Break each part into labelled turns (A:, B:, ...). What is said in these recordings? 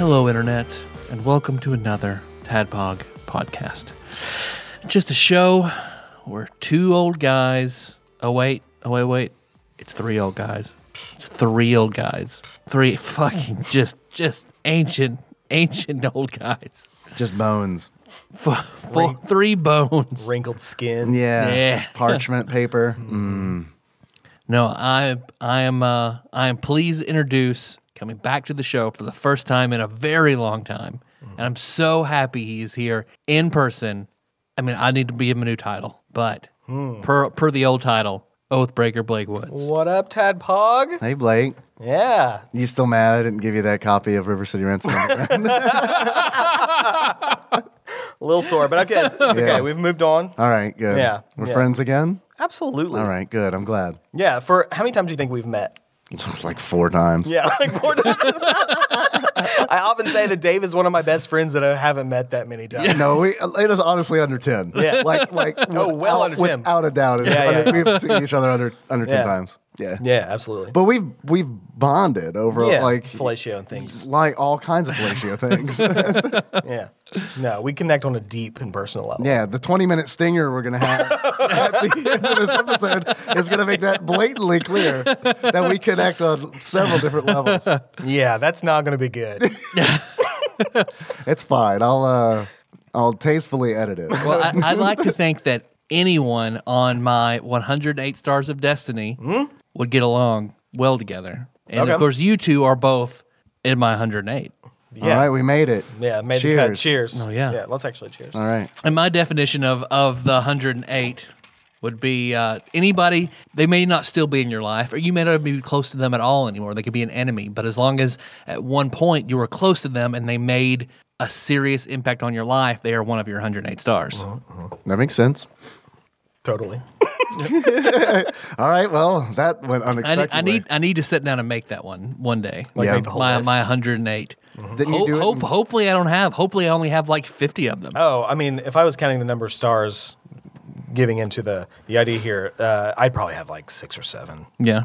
A: Hello, Internet, and welcome to another Tadpog podcast. Just a show where two old guys. Oh, wait. Oh, wait, wait. It's three old guys. It's three old guys. Three fucking just, just ancient, ancient old guys.
B: Just bones.
A: Four, four, three bones.
C: wrinkled skin.
B: Yeah.
A: Yeah.
B: Parchment paper.
C: Mm-hmm.
A: No, I I am uh, I am pleased to introduce coming back to the show for the first time in a very long time, and I'm so happy he is here in person. I mean, I need to give him a new title, but per per the old title, Oathbreaker Blake Woods.
C: What up, Tad Pog?
B: Hey, Blake.
C: Yeah.
B: You still mad I didn't give you that copy of River City Ransom? Underground?
C: A little sore, but okay. It's, it's
B: Yeah.
C: okay. We've moved on.
B: All right, good.
C: Yeah,
B: We're
C: yeah.
B: friends again?
C: Absolutely.
B: All right, good. I'm glad.
C: Yeah. For how many times do you think we've met?
B: like four times.
C: Yeah, like more times. I often say that Dave is one of my best friends that I haven't met that many times.
B: No, we it is honestly under ten.
C: Yeah.
B: Like like
C: Oh,
B: without-
C: well under 10.
B: Without a doubt. It is
C: Yeah, yeah.
B: under- We've seen each other under under
C: Yeah.
B: ten times. Yeah.
C: Yeah, absolutely.
B: But we've we've bonded over
C: yeah,
B: like
C: fellatio and things.
B: like all kinds of fellatio things.
C: Yeah. No, we connect on a deep and personal level.
B: Yeah, the 20 minute stinger we're going to have at the end of this episode is going to make that blatantly clear that we connect on several different levels.
C: Yeah, that's not going to be good.
B: It's fine. I'll uh, I'll tastefully edit it.
A: Well, I, I'd like to think that anyone on my 108 Stars of Destiny would get along well together, and of
C: Okay.
A: course, you two are both in my 108.
B: All
C: Yeah.
B: right, we made it.
C: Yeah, made
B: Cheers.
C: the cut. Cheers.
A: Oh, yeah.
C: Yeah, let's actually cheers.
B: All right.
A: And my definition of of the 108 would be uh, anybody they may not still be in your life, or you may not be close to them at all anymore. They could be an enemy, but as long as at one point you were close to them and they made a serious impact on your life, they are one of your 108 stars.
B: That makes sense.
C: Totally.
B: All right. Well, that went
A: I, ne-
B: unexpectedly.
A: I need I need to sit down and make that one one day.
C: Like
B: Yeah.
C: make the whole
A: my
C: list. Mm-hmm.
A: my 108.
B: Didn't you
A: Ho-
B: do it
A: hope,
B: in-
A: hopefully I don't have. Hopefully I only have like 50 of them.
C: Oh, I mean, if I was counting the number of stars giving into the, the idea here, uh, I'd probably have like six or seven.
A: Yeah.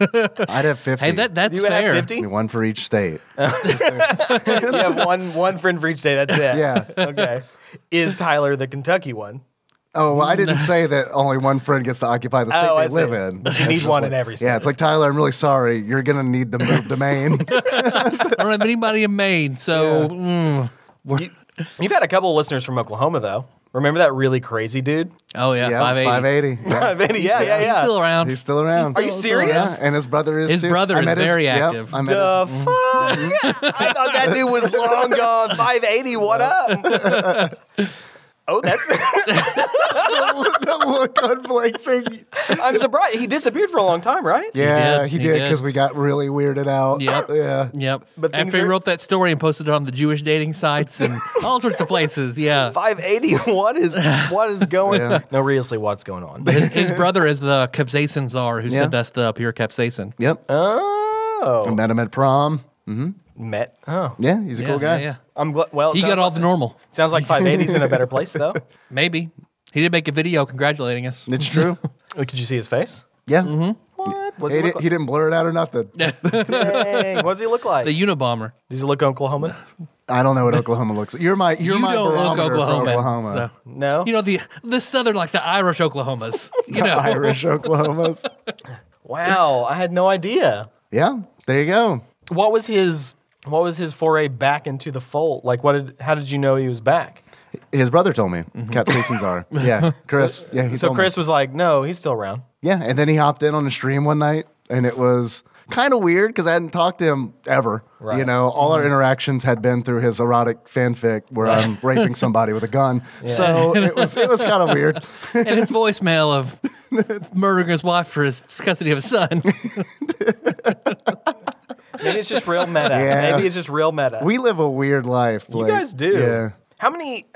B: I'd have 50.
A: Hey, that that's
C: You would have
A: fair.
C: 50?
B: one for each state.
C: you have one one friend for each day. That's it.
B: Yeah.
C: Okay. Is Tyler the Kentucky one?
B: Oh, well, I didn't say that only one friend gets to occupy the state
C: Oh,
B: they
C: I see.
B: live in.
C: But you need
B: It's just
C: one
B: like-
C: in every
B: Yeah,
C: state.
B: it's like, Tyler, I'm really sorry. You're going to need to move to Maine.
A: I don't have anybody in Maine, so mm, we're,
C: You, you've had a couple of listeners from Oklahoma though. Remember that really crazy dude?
A: oh yeah,
B: yeah,
A: 580.
B: 580. Yeah.
C: yeah, yeah, yeah.
A: He's still around.
B: He's still around.
C: Are you serious?
B: Yeah, and his brother is
A: His
B: too.
A: brother
B: I
A: is
B: met his-
A: very
B: yep,
A: active.
B: I met
C: The
B: his-
A: Mm-hmm.
C: fuck? I thought that dude was long gone. Five eighty. What up? Oh, that's.
B: the look on Blake's thing.
C: I'm surprised he disappeared for a long time, right?
B: Yeah,
A: did,
B: he
A: he
B: did
A: did.
B: because we got really weirded out.
A: Yep.
B: yeah.
A: Yep.
C: But things
A: after he
C: are-
A: wrote that story and posted it on the Jewish dating sites and all sorts of places, yeah.
C: Five eighty. What is what is going?
B: Yeah.
C: No, seriously, what's going on?
A: His, his brother is the capsaicin czar who
B: Yeah.
A: sent us the uh, pure capsaicin.
B: Yep.
C: Oh,
B: Met him at prom.
C: met. Oh,
B: Yeah, he's a
A: Yeah,
B: cool guy.
A: Yeah, yeah.
C: I'm glad. Well, it
A: He
C: sounds
A: got all
C: like-
A: the normal.
C: Sounds like 580's in a better place, though.
A: Maybe he did make a video congratulating us.
B: It's true.
C: Oh, Could you see his face?
B: Yeah.
A: Mm-hmm.
C: What? What
B: He,
C: does he,
B: did,
C: look
B: he didn't blur it out or nothing.
C: like? Dang, what does he look like?
A: The Unabomber.
C: does he look Oklahoman?
B: I don't know what Oklahoma looks like. You're my you're
A: you
B: my
A: don't look
B: barometer for
A: Oklahoma.
B: Oklahoma.
A: So,
C: No.
A: you know the the southern like the Irish Oklahomas. You know.
B: Irish Oklahomas.
C: wow, I had no idea.
B: Yeah. There you go.
C: What was his What was his foray back into the fold? Like, what did? How did you know he was back?
B: His brother told me.
A: Mm-hmm.
B: Cap Seasons are. Yeah. Chris. Yeah. He
C: So
B: told me.
C: Chris was like, "No, he's still around."
B: Yeah, and then he hopped in on the stream one night, and it was kind of weird because I hadn't talked to him ever.
C: Right. Mm-hmm.
B: You know, all our interactions had been through his erotic fanfic where I'm raping somebody with a gun. So it was it was kind of weird.
A: and his voicemail of murdering his wife for his custody of his son.
C: Maybe it's just real meta.
B: Yeah.
C: Maybe it's just real meta.
B: We live a weird life,
C: you
B: Blake.
C: guys do.
B: Yeah.
C: How many?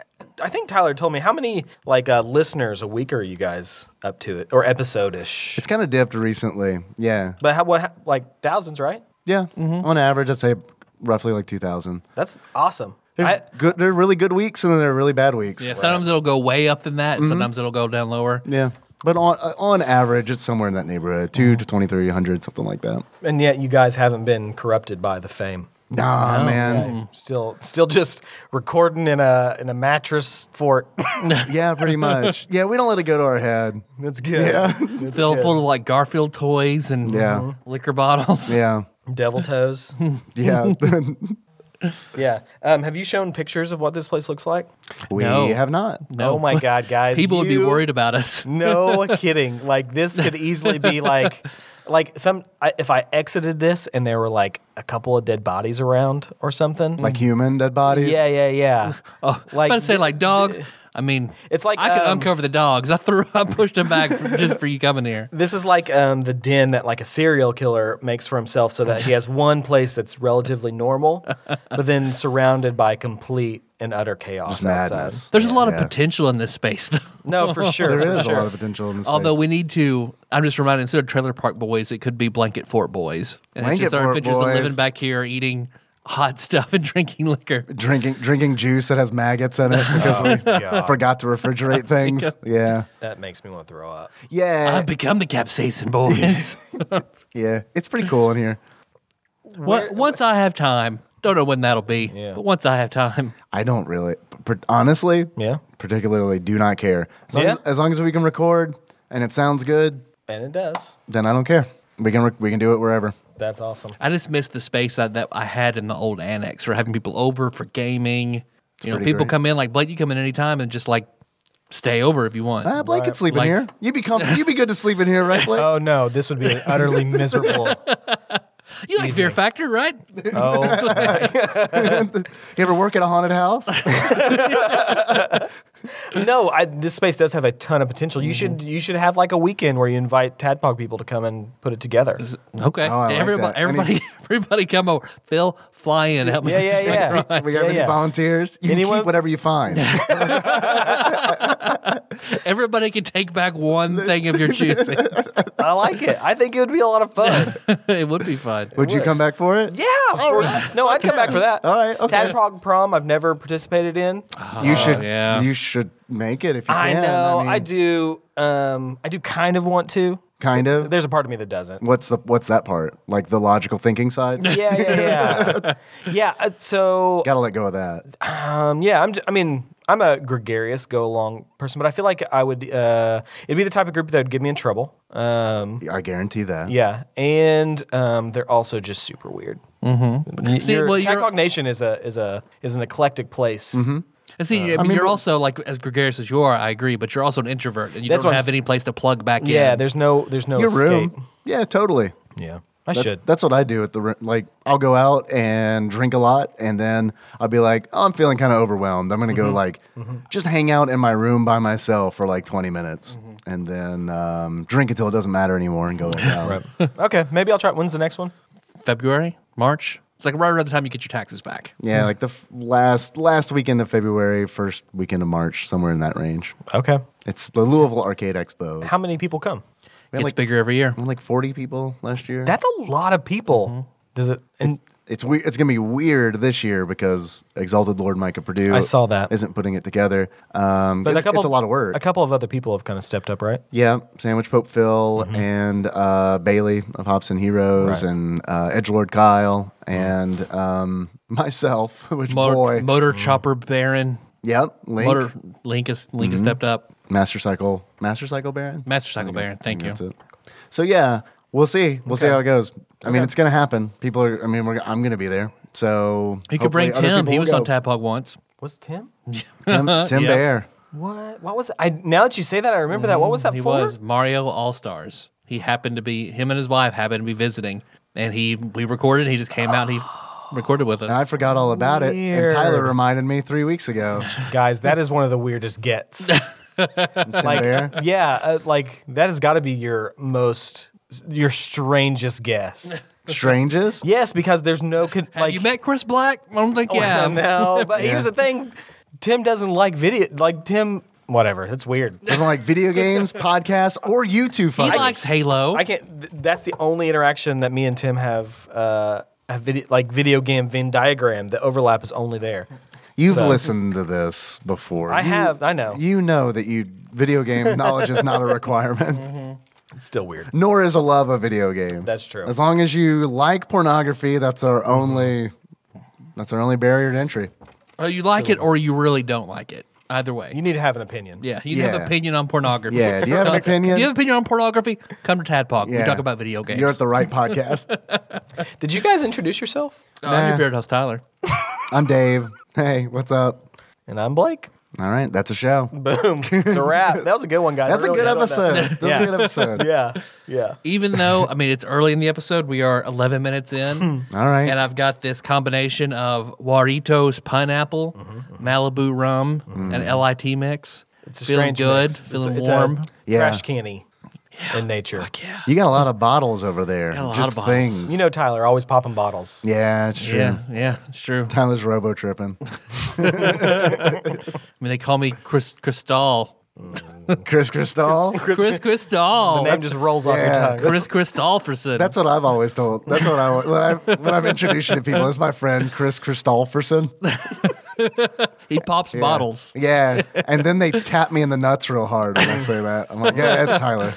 C: I think Tyler told me how many like uh, listeners a week are you guys up to it or episode ish?
B: It's kind of dipped recently. Yeah.
C: But how, what? How, like thousands, right?
B: Yeah.
C: Mm-hmm.
B: On average, I'd say roughly like 2,000.
C: That's awesome.
B: There's
C: I,
B: good, there are really good weeks and then there are really bad weeks.
A: yeah, sometimes it'll go way up than that. and Sometimes it'll go down lower.
B: Yeah. But on uh, on average, it's somewhere in that neighborhood, two
C: Mm-hmm.
B: to twenty three hundred, something like that.
C: and yet you guys haven't been corrupted by the fame.
B: Nah, man.
C: Yeah, Still, still just recording in a in a mattress fort.
B: Yeah, pretty much. yeah, we don't let it go to our head.
C: That's good. Yeah.
A: Filled full of like Garfield toys and Mm-hmm.
B: Yeah.
A: liquor bottles.
B: Yeah,
C: Devil toes.
B: yeah.
C: yeah. Um, have you shown pictures of what this place looks like?
B: we
A: No.
B: have not.
A: No.
C: Oh my god, guys!
A: People would be
C: you-
A: worried about us.
C: No kidding. Like this could easily be like, like some. I, if I exited this and there were like a couple of dead bodies around or something,
B: Like human dead Mm. bodies.
C: yeah, yeah, yeah.
A: Oh,
C: Like
A: like, about to say
C: th-
A: like dogs. I mean,
C: It's like,
A: I could
C: um,
A: uncover the dogs. I threw, I pushed them back for, just for you coming here.
C: This is like um, the den that like a serial killer makes for himself, so that he has one place that's relatively normal, but then surrounded by complete and utter chaos.
B: Just
C: outside.
B: madness.
A: There's a lot of
B: Yeah.
A: potential in this space, though.
C: No, for sure.
B: There
C: for
B: is
C: sure.
B: a lot of potential in this.
A: Although
B: space.
A: we need to, I'm just reminded instead of Trailer Park Boys, it could be Blanket Fort Boys, and
B: Blanket
A: it's just our
B: Fort
A: adventures of
B: Boys.
A: living back here, eating hot stuff and drinking liquor.
B: drinking drinking juice that has maggots in it because we
C: God.
B: forgot to refrigerate things. Yeah,
C: that makes me want to throw up.
B: yeah,
A: I've become the capsaicin boys.
B: yeah. It's pretty cool in here.
A: Wa- once I have time, don't know when that'll be,
C: Yeah.
A: but once I have time,
B: I don't really, pr- honestly,
C: Yeah.
B: particularly do not care. As long,
C: Yeah.
B: as, as long as we can record and it sounds good,
C: And it does.
B: then I don't care. We can rec- we can do it wherever.
C: That's awesome.
A: I just miss the space I, that I had in the old annex for having people over for gaming. you know,
B: pretty
A: people
B: great.
A: come in like Blake. You come in anytime and just like stay over if you want.
B: Ah, Blake could sleep
A: Like-
B: in here. You'd be comfy. You'd be good to sleep in here, right, Blake?
C: Oh no, this would be an utterly miserable.
A: you like Fear Factor, right?
C: Oh,
B: You ever work at a haunted house?
C: no, I, this space does have a ton of potential. You should
B: Mm-hmm.
C: you should have like a weekend where you invite Tadpog people to come and put it together.
A: Okay,
B: Oh, I like
A: everybody,
B: that. I
A: everybody,
B: need-
A: everybody, come over. Phil, fly in, help me.
C: Yeah, yeah, yeah.
B: we got
C: Yeah,
B: any
C: yeah.
B: volunteers? You can
C: Anyone-
B: keep whatever you find.
A: Everybody can take back one thing of your choosing.
C: I like it. I think it would be a lot of fun.
A: it would be fun.
B: Would you come back for it?
C: Yeah. for- No, I'd come back for that.
B: All right, okay. Oh,
C: Tadpog prom I've never participated in.
B: You should.
A: yeah.
B: You should make it if you
C: Uh, I
B: can.
C: know. I,
B: mean,
C: do um I do kind of want to.
B: Kind of.
C: There's a part of me that doesn't.
B: What's the What's that part? Like the logical thinking side?
C: Yeah, yeah, yeah. yeah, uh, so
B: Gotta let go of that.
C: um yeah, I'm j- I mean, I'm a gregarious go along person, but I feel like I would uh it'd be the type of group that would get me in trouble. Um
B: I guarantee that.
C: yeah, and um, they're also just super weird. Mm-hmm.
A: See, well, you're-
C: Tadpog Nation is a is a is an eclectic place.
A: And See, I mean, you're also like as gregarious as you are. I agree, but you're also an introvert, and you
C: That's
A: don't
C: what I'm
A: have
C: s-
A: any place to plug back in.
C: Yeah, there's no there's no
B: Your
C: escape.
B: room. Yeah, totally.
C: Yeah, I
B: That's,
C: should.
B: that's what I do at the ri- like. I'll go out and drink a lot, and then I'll be like, "Oh, I'm feeling kind of overwhelmed. I'm gonna
C: Mm-hmm.
B: go like just hang out in my room by myself for like 20 minutes,
C: Mm-hmm.
B: and then um, drink until it doesn't matter anymore, and go back out.
C: okay, maybe I'll try. When's the next one?
A: February, March. It's like right around the time you get your taxes back.
B: Yeah, like the f- last last weekend of February, first weekend of March, somewhere in that range.
C: Okay.
B: It's the Louisville Arcade Expo.
C: How many people come?
A: It's
B: like-
A: bigger every year.
B: like 40 people last year.
C: That's a lot of people. Does it? And
B: it's weird. It's gonna be weird this year because Exalted Lord Micah Purdue.
C: I saw that.
B: isn't putting it together. Um, but it's, it's a lot of work.
C: A couple of other people have kind of stepped up, right?
B: yeah, Sandwich Pope Phil and uh, Bailey of Hops and Heroes
C: Mm-hmm. Right.
B: and
C: Mm-hmm.
B: uh, Edgelord Kyle and um, myself, which
A: Motor,
B: boy,
A: motor chopper Baron.
B: yep, Link,
A: Motor Link is Link has stepped up.
B: Master Cycle, Master Cycle Baron,
A: Master Cycle Baron. Thank you.
B: That's it. So yeah, we'll see. We'll see
C: Okay.
B: how it goes. I mean,
C: Okay.
B: it's gonna happen. People are. I mean, we're, I'm gonna be there. So
A: You could bring
B: hopefully other
A: Tim.
B: people
A: He
B: will
A: was on
B: go.
A: Tadpog once.
C: Was it Tim?
B: Tim, Tim
A: Yeah.
B: Bear.
C: What? What was? I now that you say that, I remember that. What was that
A: Mm, He
C: for?
A: was Mario All Stars. He happened to be him and his wife happened to be visiting, and he we recorded. He just came out. and He recorded with us.
B: And I forgot all about it. And Tyler
C: Weird.
B: reminded me three weeks ago.
C: Guys, that is one of the weirdest gets.
B: Tim Bear.
C: yeah, uh, like that has got to be your most your strangest guess.
B: Strangest?
C: yes, because there's no con- like oh,
A: you met Chris Black? I don't think you have.
C: no, but
B: Yeah.
C: here's the thing: Tim doesn't like video. Like Tim, whatever. That's weird.
B: Doesn't like video games, podcasts, or YouTube
A: He
B: fuckers.
A: likes Halo.
C: I can't. th- That's the only interaction that me and Tim have. Uh, have video like video game Venn diagram. The overlap is only there.
B: You've
C: So-
B: listened to this before.
C: I
B: You-
C: have, I know.
B: You know that you video game knowledge is not a requirement,
C: It's still weird.
B: nor is a love of video games.
C: Mm-hmm. That's true. Mm-hmm.
B: As long as you like pornography, that's our only that's our only barrier to entry.
A: Oh, you like it or you really don't like it. Either way.
C: You need to have an opinion.
A: yeah, you have
B: Yeah.
A: an opinion on pornography.
B: Yeah, do you have an opinion?
A: Do you have an opinion on pornography? Come to Tadpog.
B: Yeah.
A: We talk about video games.
B: You're at the right podcast.
C: Did you guys introduce yourself?
A: Oh, I'm
B: Nah.
A: your beard host, Tyler.
B: I'm Dave. Hey, what's up?
C: And I'm Blake.
B: All right, that's a show.
C: Boom. It's a wrap. That was a good one, guys. I
B: That's a
C: really
B: good
C: enjoyed that.
B: episode. That's
C: Yeah.
B: a good episode.
C: Yeah. Yeah.
A: Even though, I mean, it's early in the episode. We are 11 minutes in.
B: All right.
A: And I've got this combination of Juarito's pineapple, Malibu rum, and LIT mix.
C: It's a
A: feeling
C: strange
A: good,
C: mix. It's-
A: feeling
C: it's a
A: warm.
B: Yeah.
C: Trash canny in nature.
A: yeah.
B: You got a lot of bottles over there.
A: Got a lot
B: Just
A: of bottles.
B: things.
C: You know, Tyler, always popping bottles.
B: yeah, it's true.
A: Yeah, yeah, it's true. I
B: Tyler's robo tripping.
A: mean, they call me Chris Cristal.
B: Chris Cristal.
A: Chris
C: The
A: Cristal.
C: name just rolls off your
B: yeah.
C: tongue.
A: Chris Christopherson.
B: That's what I've always told. That's what I when, I when I'm introducing to people. It's my friend Chris Christofferson.
A: he pops bottles.
B: Yeah, and then they tap me in the nuts real hard when I say that. I'm like, yeah, that's Tyler.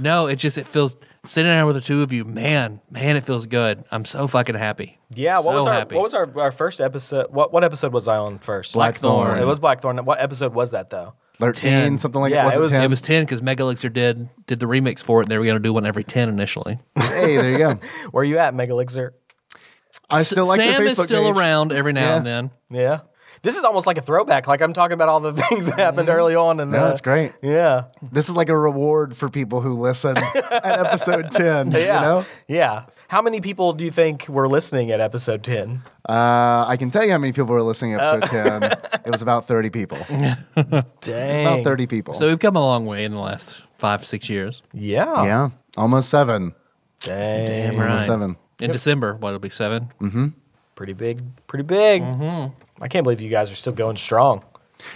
A: No, it just it feels sitting down with the two of you, man, man, it feels good. I'm so fucking happy.
C: Yeah, what
A: so
C: was our
A: happy.
C: what was our, our first episode? What what episode was I on first?
B: Blackthorn.
C: It was Blackthorn. What episode was that though?
B: Thirteen,
A: Ten.
B: something like
C: Yeah,
B: that. Was
C: it
B: it,
C: was-
B: ten?
A: it was ten because Megalixir did did the remix for it, and they were gonna do one every ten initially.
B: hey, there you go.
C: Where you at, Megalixir?
B: I still like
A: Sam
B: your Facebook
A: is still
B: page.
A: around every now
B: Yeah.
A: and then.
C: Yeah. This is almost like a throwback. Like I'm talking about all the things that happened early on and
B: Mm-hmm. No, that's great.
C: Yeah.
B: This is like a reward for people who listen at episode ten.
C: Yeah.
B: You know,
C: Yeah. How many people do you think were listening at episode 10?
B: uh, I can tell you how many people were listening to episode
C: Oh.
B: ten. It was about thirty people.
C: Dang.
B: About thirty people.
A: So we've come a long way in the last five six years.
C: Yeah.
B: yeah, almost seven.
C: Dang.
A: Damn
B: almost
A: right.
B: seven.
A: In December, what it'll be seven.
C: Pretty big. Pretty big.
B: Mm-hmm.
C: I can't believe you guys are still going strong.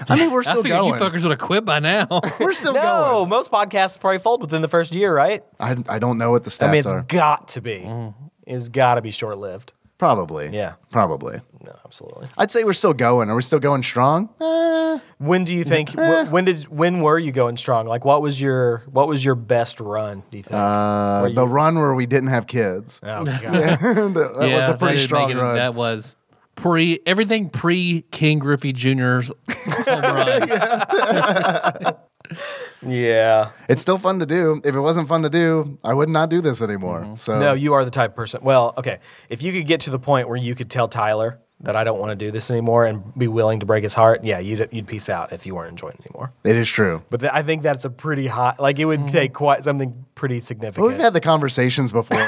B: I mean, we're
A: I
B: still
A: figured
B: going.
A: you fuckers would have quit by now.
B: We're still
C: No,
B: going.
C: most podcasts probably fold within the first year, right?
B: I, I don't know what the stats
C: I mean, it's
B: are.
C: got to be.
B: Mm-hmm.
C: It's got to be short lived.
B: Probably.
C: Yeah.
B: Probably.
C: No, absolutely.
B: I'd say we're still going. Are we still going strong? Eh,
C: When do you think? wh- when did? When were you going strong? Like, what was your what was your best run? Do you think?
B: uh,
C: Were
B: the
C: you-
B: run where we didn't have kids.
C: oh god,
B: that was a
A: that
B: pretty
A: is
B: strong
A: making-
B: run.
A: That was pre everything pre King Griffey Jr.'s home run.
C: yeah.
B: it's still fun to do. If it wasn't fun to do, I would not do this anymore. So
C: Mm-hmm. No, you are the type of person. Well, okay. If you could get to the point where you could tell Tyler that I don't want to do this anymore and be willing to break his heart, yeah, you'd you'd peace out if you weren't enjoying it anymore.
B: it is true.
C: But th- I think that's a pretty hot. Like, it would take quite something pretty
B: But
C: significant.
B: Mm-hmm. we've had the conversations before. we,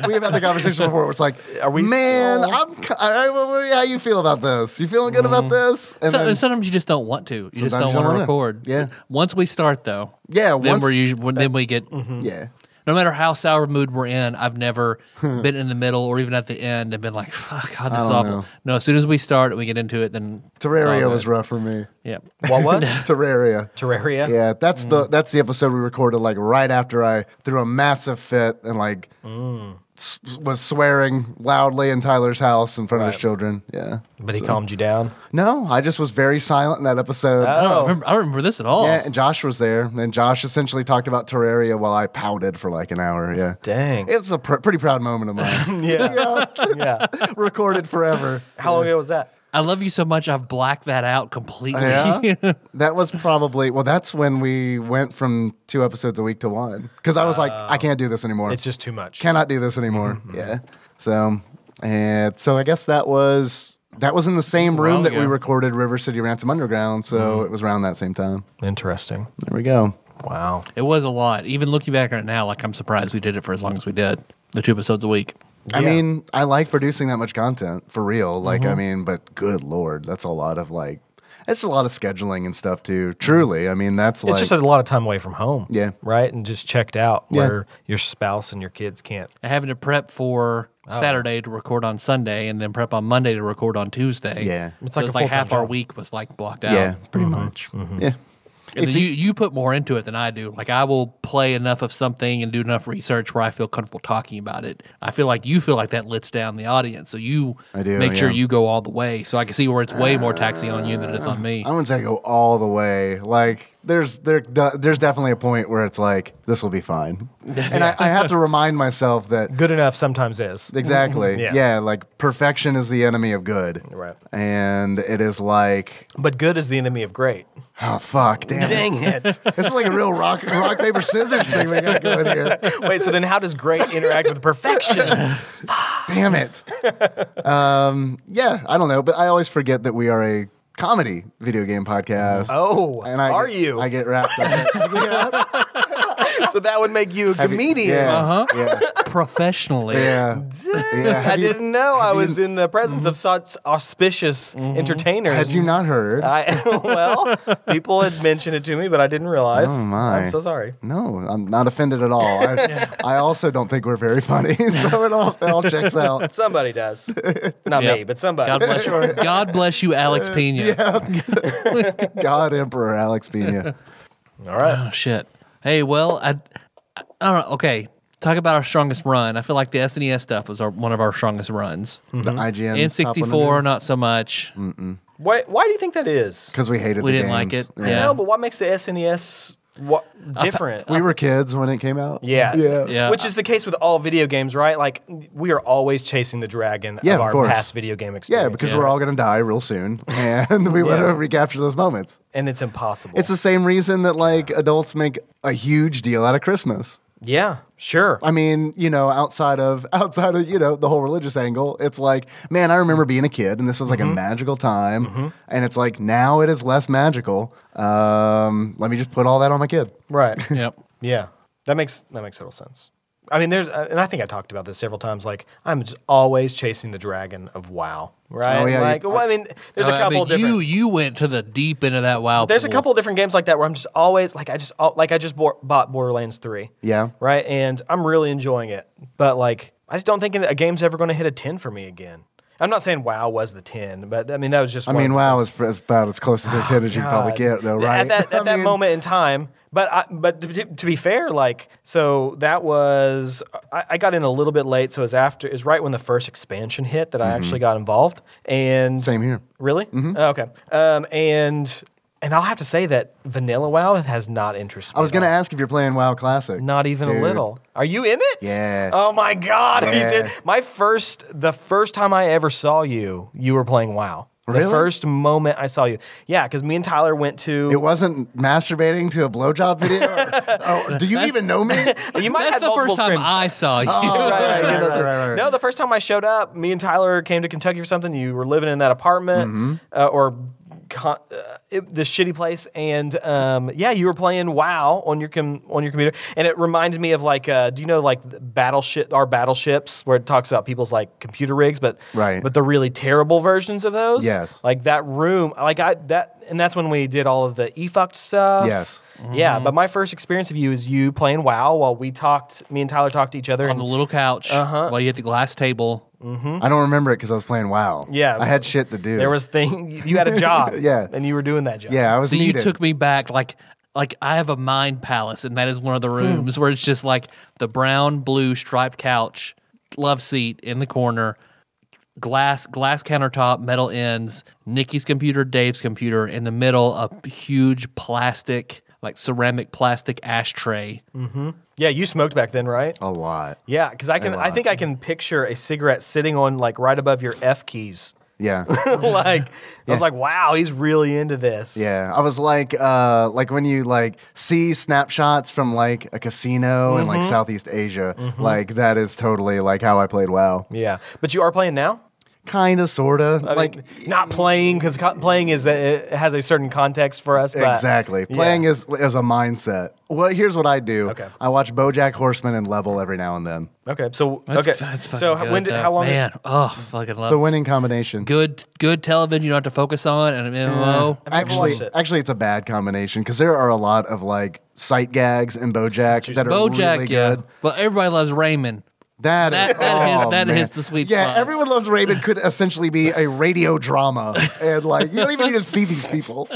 B: we've had the conversations before. It's like,
C: Are we
B: man,
C: still- Mm.
B: I'm. ki- all right, well, well, how you feel about this? You feeling good about this? And
A: So-
B: then-
A: sometimes you just don't want to. You just
B: Sometimes
A: don't
B: you don't
A: want to
B: wanna.
A: record.
B: Yeah.
A: Once we start, though. Then
B: Yeah, once- Mm-hmm.
A: we're usually, when- then we get.
B: yeah.
A: No matter how sour mood we're in, I've never been in the middle or even at the end and been like, "Fuck, God, this is
B: don't
A: awful."
B: know.
A: No, as soon as we start and we get into it, then it's all
B: Terraria
A: good.
B: was rough for me.
A: Yeah.
C: what was
B: Terraria.
C: Terraria? Mm.
B: Yeah, that's the that's the episode we recorded like right after I threw a massive fit and like
C: Mm.
B: s- was swearing loudly in Tyler's house in front of
C: Right.
B: his children. Yeah.
C: But he calmed you down.
B: No, I just was very silent in that episode.
A: I don't,
C: Oh.
A: remember, I don't remember this at all.
B: Yeah, and Josh was there, and Josh essentially talked about Terraria while I pouted for like an hour. Yeah.
C: Dang.
B: It was a pr- pretty proud moment of mine.
C: yeah. yeah.
B: Recorded forever.
C: How long ago was that?
A: I love you so much. I've blacked that out completely.
B: Yeah. that was probably, well, that's when we went from two episodes a week to one. Because I was like, I can't do this anymore.
C: It's just Mm-hmm. too much.
B: cannot do this anymore. Yeah. So, and so I guess that was that was in the same
A: a
B: room
A: while
B: that we
A: ago.
B: recorded River City Ransom Underground. So
C: Mm-hmm.
B: it was around that same time.
C: Interesting.
B: There we go.
C: Wow.
A: It was a lot. Even looking back on it now, like I'm surprised we did it for as long as we did. The two episodes a week.
B: I
C: Yeah. Mm-hmm.
B: mean, I like producing that much content for real. Like, I mean, but good lord, that's a lot of like. It's a lot of scheduling and stuff too. Truly, I mean that's like
C: it's just a lot of time away from home.
B: Yeah.
C: Right? And just checked out
B: Yeah.
C: where your spouse and your kids can't.
A: having to prep for
C: Oh.
A: Saturday to record on Sunday and then prep on Monday to record on Tuesday.
B: Yeah.
A: It's like,
C: It's like
A: so it's
C: a
A: like
C: full-time
A: half our
C: job.
A: week was like blocked out.
B: yeah, pretty
C: Mm-hmm.
B: much. Mm-hmm. Yeah,
A: And then you, you put more into it than I do. Like I will play enough of something and do enough research where I feel comfortable talking about it. I feel like you feel like that lets down the audience. So you
B: I do,
A: make sure
B: yeah.
A: you go all the way. So I can see where it's way more taxing on you than it is on me.
B: I wouldn't say go all the way. Like there's there de- there's definitely a point where it's like this will be fine, and I, I have to remind myself that
C: Good enough sometimes is.
B: exactly. yeah.
C: Yeah.
B: like perfection is the enemy of good,
C: Right.
B: And it is like
C: But good is the enemy of great.
B: oh fuck, damn, it.
C: Dang it.
B: this is like a real rock rock paper scissors thing we got going here.
C: Wait, so then how does great interact with perfection?
B: Damn it. um, yeah, I don't know, but I always forget that we are a comedy video game podcast.
C: Oh,
B: I
C: are
B: get-
C: you?
B: I get wrapped up.
C: so that would make you a comedian.
B: Yeah,
A: Uh-huh.
B: yeah,
A: Professionally.
B: yeah. Yeah,
C: I
B: have you-
C: didn't know I was in the presence of such auspicious entertainers.
B: Had you not heard?
C: I, well, people had mentioned it to me, but I didn't realize.
B: Oh, my.
C: I'm so sorry.
B: no, I'm not offended at all. I, I also don't think we're very funny, so it all, it all checks out.
C: Somebody does. Not
A: Yep.
C: me, but somebody.
A: God bless you. God bless you, Alex Pena.
B: God, Emperor Alex Pena.
C: All right.
A: Oh shit. Hey, well, I, I don't know. Okay, talk about our strongest run. I feel like the SNES stuff was our, one of our strongest runs.
B: The IGN.
A: In '64, not so much.
B: Mm.
C: Why, why do you think that is?
B: Because we hated
A: We
B: the
A: didn't like
B: games.
A: it. Yeah.
C: No, but what makes the SNES what, different?
B: We were kids when it came out.
C: yeah.
B: Yeah.
A: Yeah.
C: Which is the case with all video games, right? Like, we are always chasing the dragon
B: Yeah,
C: of
B: of
C: our
B: course.
C: past video game experience.
B: Yeah, because
A: Yeah.
B: we're all going to die real soon, and we want
C: Yeah.
B: to recapture those moments.
C: And it's impossible.
B: It's the same reason that like adults make a huge deal out of Christmas.
C: yeah, sure.
B: I mean, you know, outside of outside of you know the whole religious angle, it's like, man, I remember being a kid, and this was like
C: Mm-hmm.
B: a magical time, and it's like now it is less magical. Um, let me just put all that on my kid.
C: right.
A: Yep.
C: Yeah, that makes that makes total sense. I mean, there's, uh, and I think I talked about this several times. Like, I'm just always chasing the dragon of WoW, right?
B: Oh, yeah, you-
C: like, well, I mean, there's a
A: I
C: couple
A: mean,
C: different.
A: You you went to the deep end of that wild.
C: there's a
A: pool.
C: couple different games like that where I'm just always like, I just al- like I just bought, bought Borderlands three.
B: Yeah.
C: Right, and I'm really enjoying it, but like, I just don't think that a game's ever going to hit a ten for me again. I'm not saying WoW was the ten, but I mean that was just.
B: I
C: one of
B: mean,
C: the
B: wow,
C: things.
B: is pr- is about as close as a ten as you can probably
C: Oh, God.
B: get, though, right?
C: At that, at
B: I
C: that
B: mean,
C: moment in time. But I, but to, to- to be fair, like so that was I, I got in a little bit late, so it was after it was right when the first expansion hit that I actually got involved. And
B: Mm-hmm. Same here. Mm-hmm.
C: Really? Oh, okay. Um, and and I'll have to say that Vanilla WoW has not interested.
B: I was
C: me
B: going
C: at
B: to
C: all.
B: ask if you're playing WoW Classic.
C: Not even
B: Dude.
C: a little. Are you in it?
B: Yeah.
C: Oh my God. Are you
B: Yeah.
C: serious? My first, the first time I ever saw you, you were playing WoW.
B: Really?
C: The first moment I saw you. Yeah, because me and Tyler went to.
B: It wasn't masturbating to a blowjob video. or, or- do you even know me?
C: you might
A: That's
C: have
A: the
C: multiple
A: first
C: Oh.
A: time
C: streams.
A: I saw you.
C: Right, right, yeah,
B: Right,
C: that's
B: right,
C: it.
B: right, right.
C: No, the first time I showed up, me and Tyler came to Kentucky for something. You were living in that apartment
B: Mm-hmm.
C: uh, or con- uh, it, this shitty place, and um, yeah, you were playing WoW on your com- on your computer, and it reminded me of like, uh, do you know like battleship our battleships where it talks about people's like computer rigs, but
B: Right.
C: but the really terrible versions of those.
B: Yes.
C: like that room, like I that, and that's when we did all of the e fucked stuff.
B: Yes.
C: Yeah, but my first experience of you is you playing WoW while we talked, me and Tyler talked to each other.
A: on
C: And
A: the little couch
C: Uh-huh.
A: while you at the glass table.
B: I don't remember it because I was playing WoW.
C: Hmm? Yeah.
B: I had shit to do.
C: there was thing you had a job.
B: Yeah.
C: And you were doing that job.
B: yeah, I was
A: So
B: needed.
A: you took me back like like I have a mind palace, and that is one of the rooms where it's just like the brown blue striped couch, love seat in the corner, glass glass countertop, metal ends, Nikki's computer, Dave's computer, in the middle a huge plastic like ceramic plastic ashtray.
C: Yeah, you smoked back then, right?
B: a lot.
C: Yeah, because I can I think I can picture a cigarette sitting on like right above your F keys.
B: Yeah.
C: like I was like, wow, he's really into this.
B: Yeah. I was like uh like when you like see snapshots from like a casino in
C: Mm-hmm.
B: like Southeast Asia, like that is totally like how I played WoW.
C: Yeah. But you are playing now?
B: Kind of, sort of.
C: I mean,
B: Like,
C: not playing because co- playing is a, it has a certain context for us. But
B: exactly.
C: Yeah.
B: Playing is, is a mindset. Well, here's what I do
C: Okay.
B: I watch Bojack Horseman and Level every now and then.
C: okay. So
A: That's,
C: okay.
A: That's fucking
C: so
A: good,
C: when did
A: though.
C: how long?
A: Man, oh, fucking love
B: It's a
A: it.
B: winning combination.
A: good good television. You don't have to focus on and an MMO.
C: I've never
B: Actually,
C: watched it.
B: actually, it's a bad combination because there are a lot of like sight gags in BoJack that are
A: BoJack,
B: really
A: yeah.
B: good.
A: Well, everybody loves Raymond.
B: That is-
A: That- that hits-
B: oh,
A: that
B: man.
A: hits the sweet
B: Yeah,
A: spot.
B: everyone loves Raymond could essentially be a radio drama, and like you don't even need to see these people.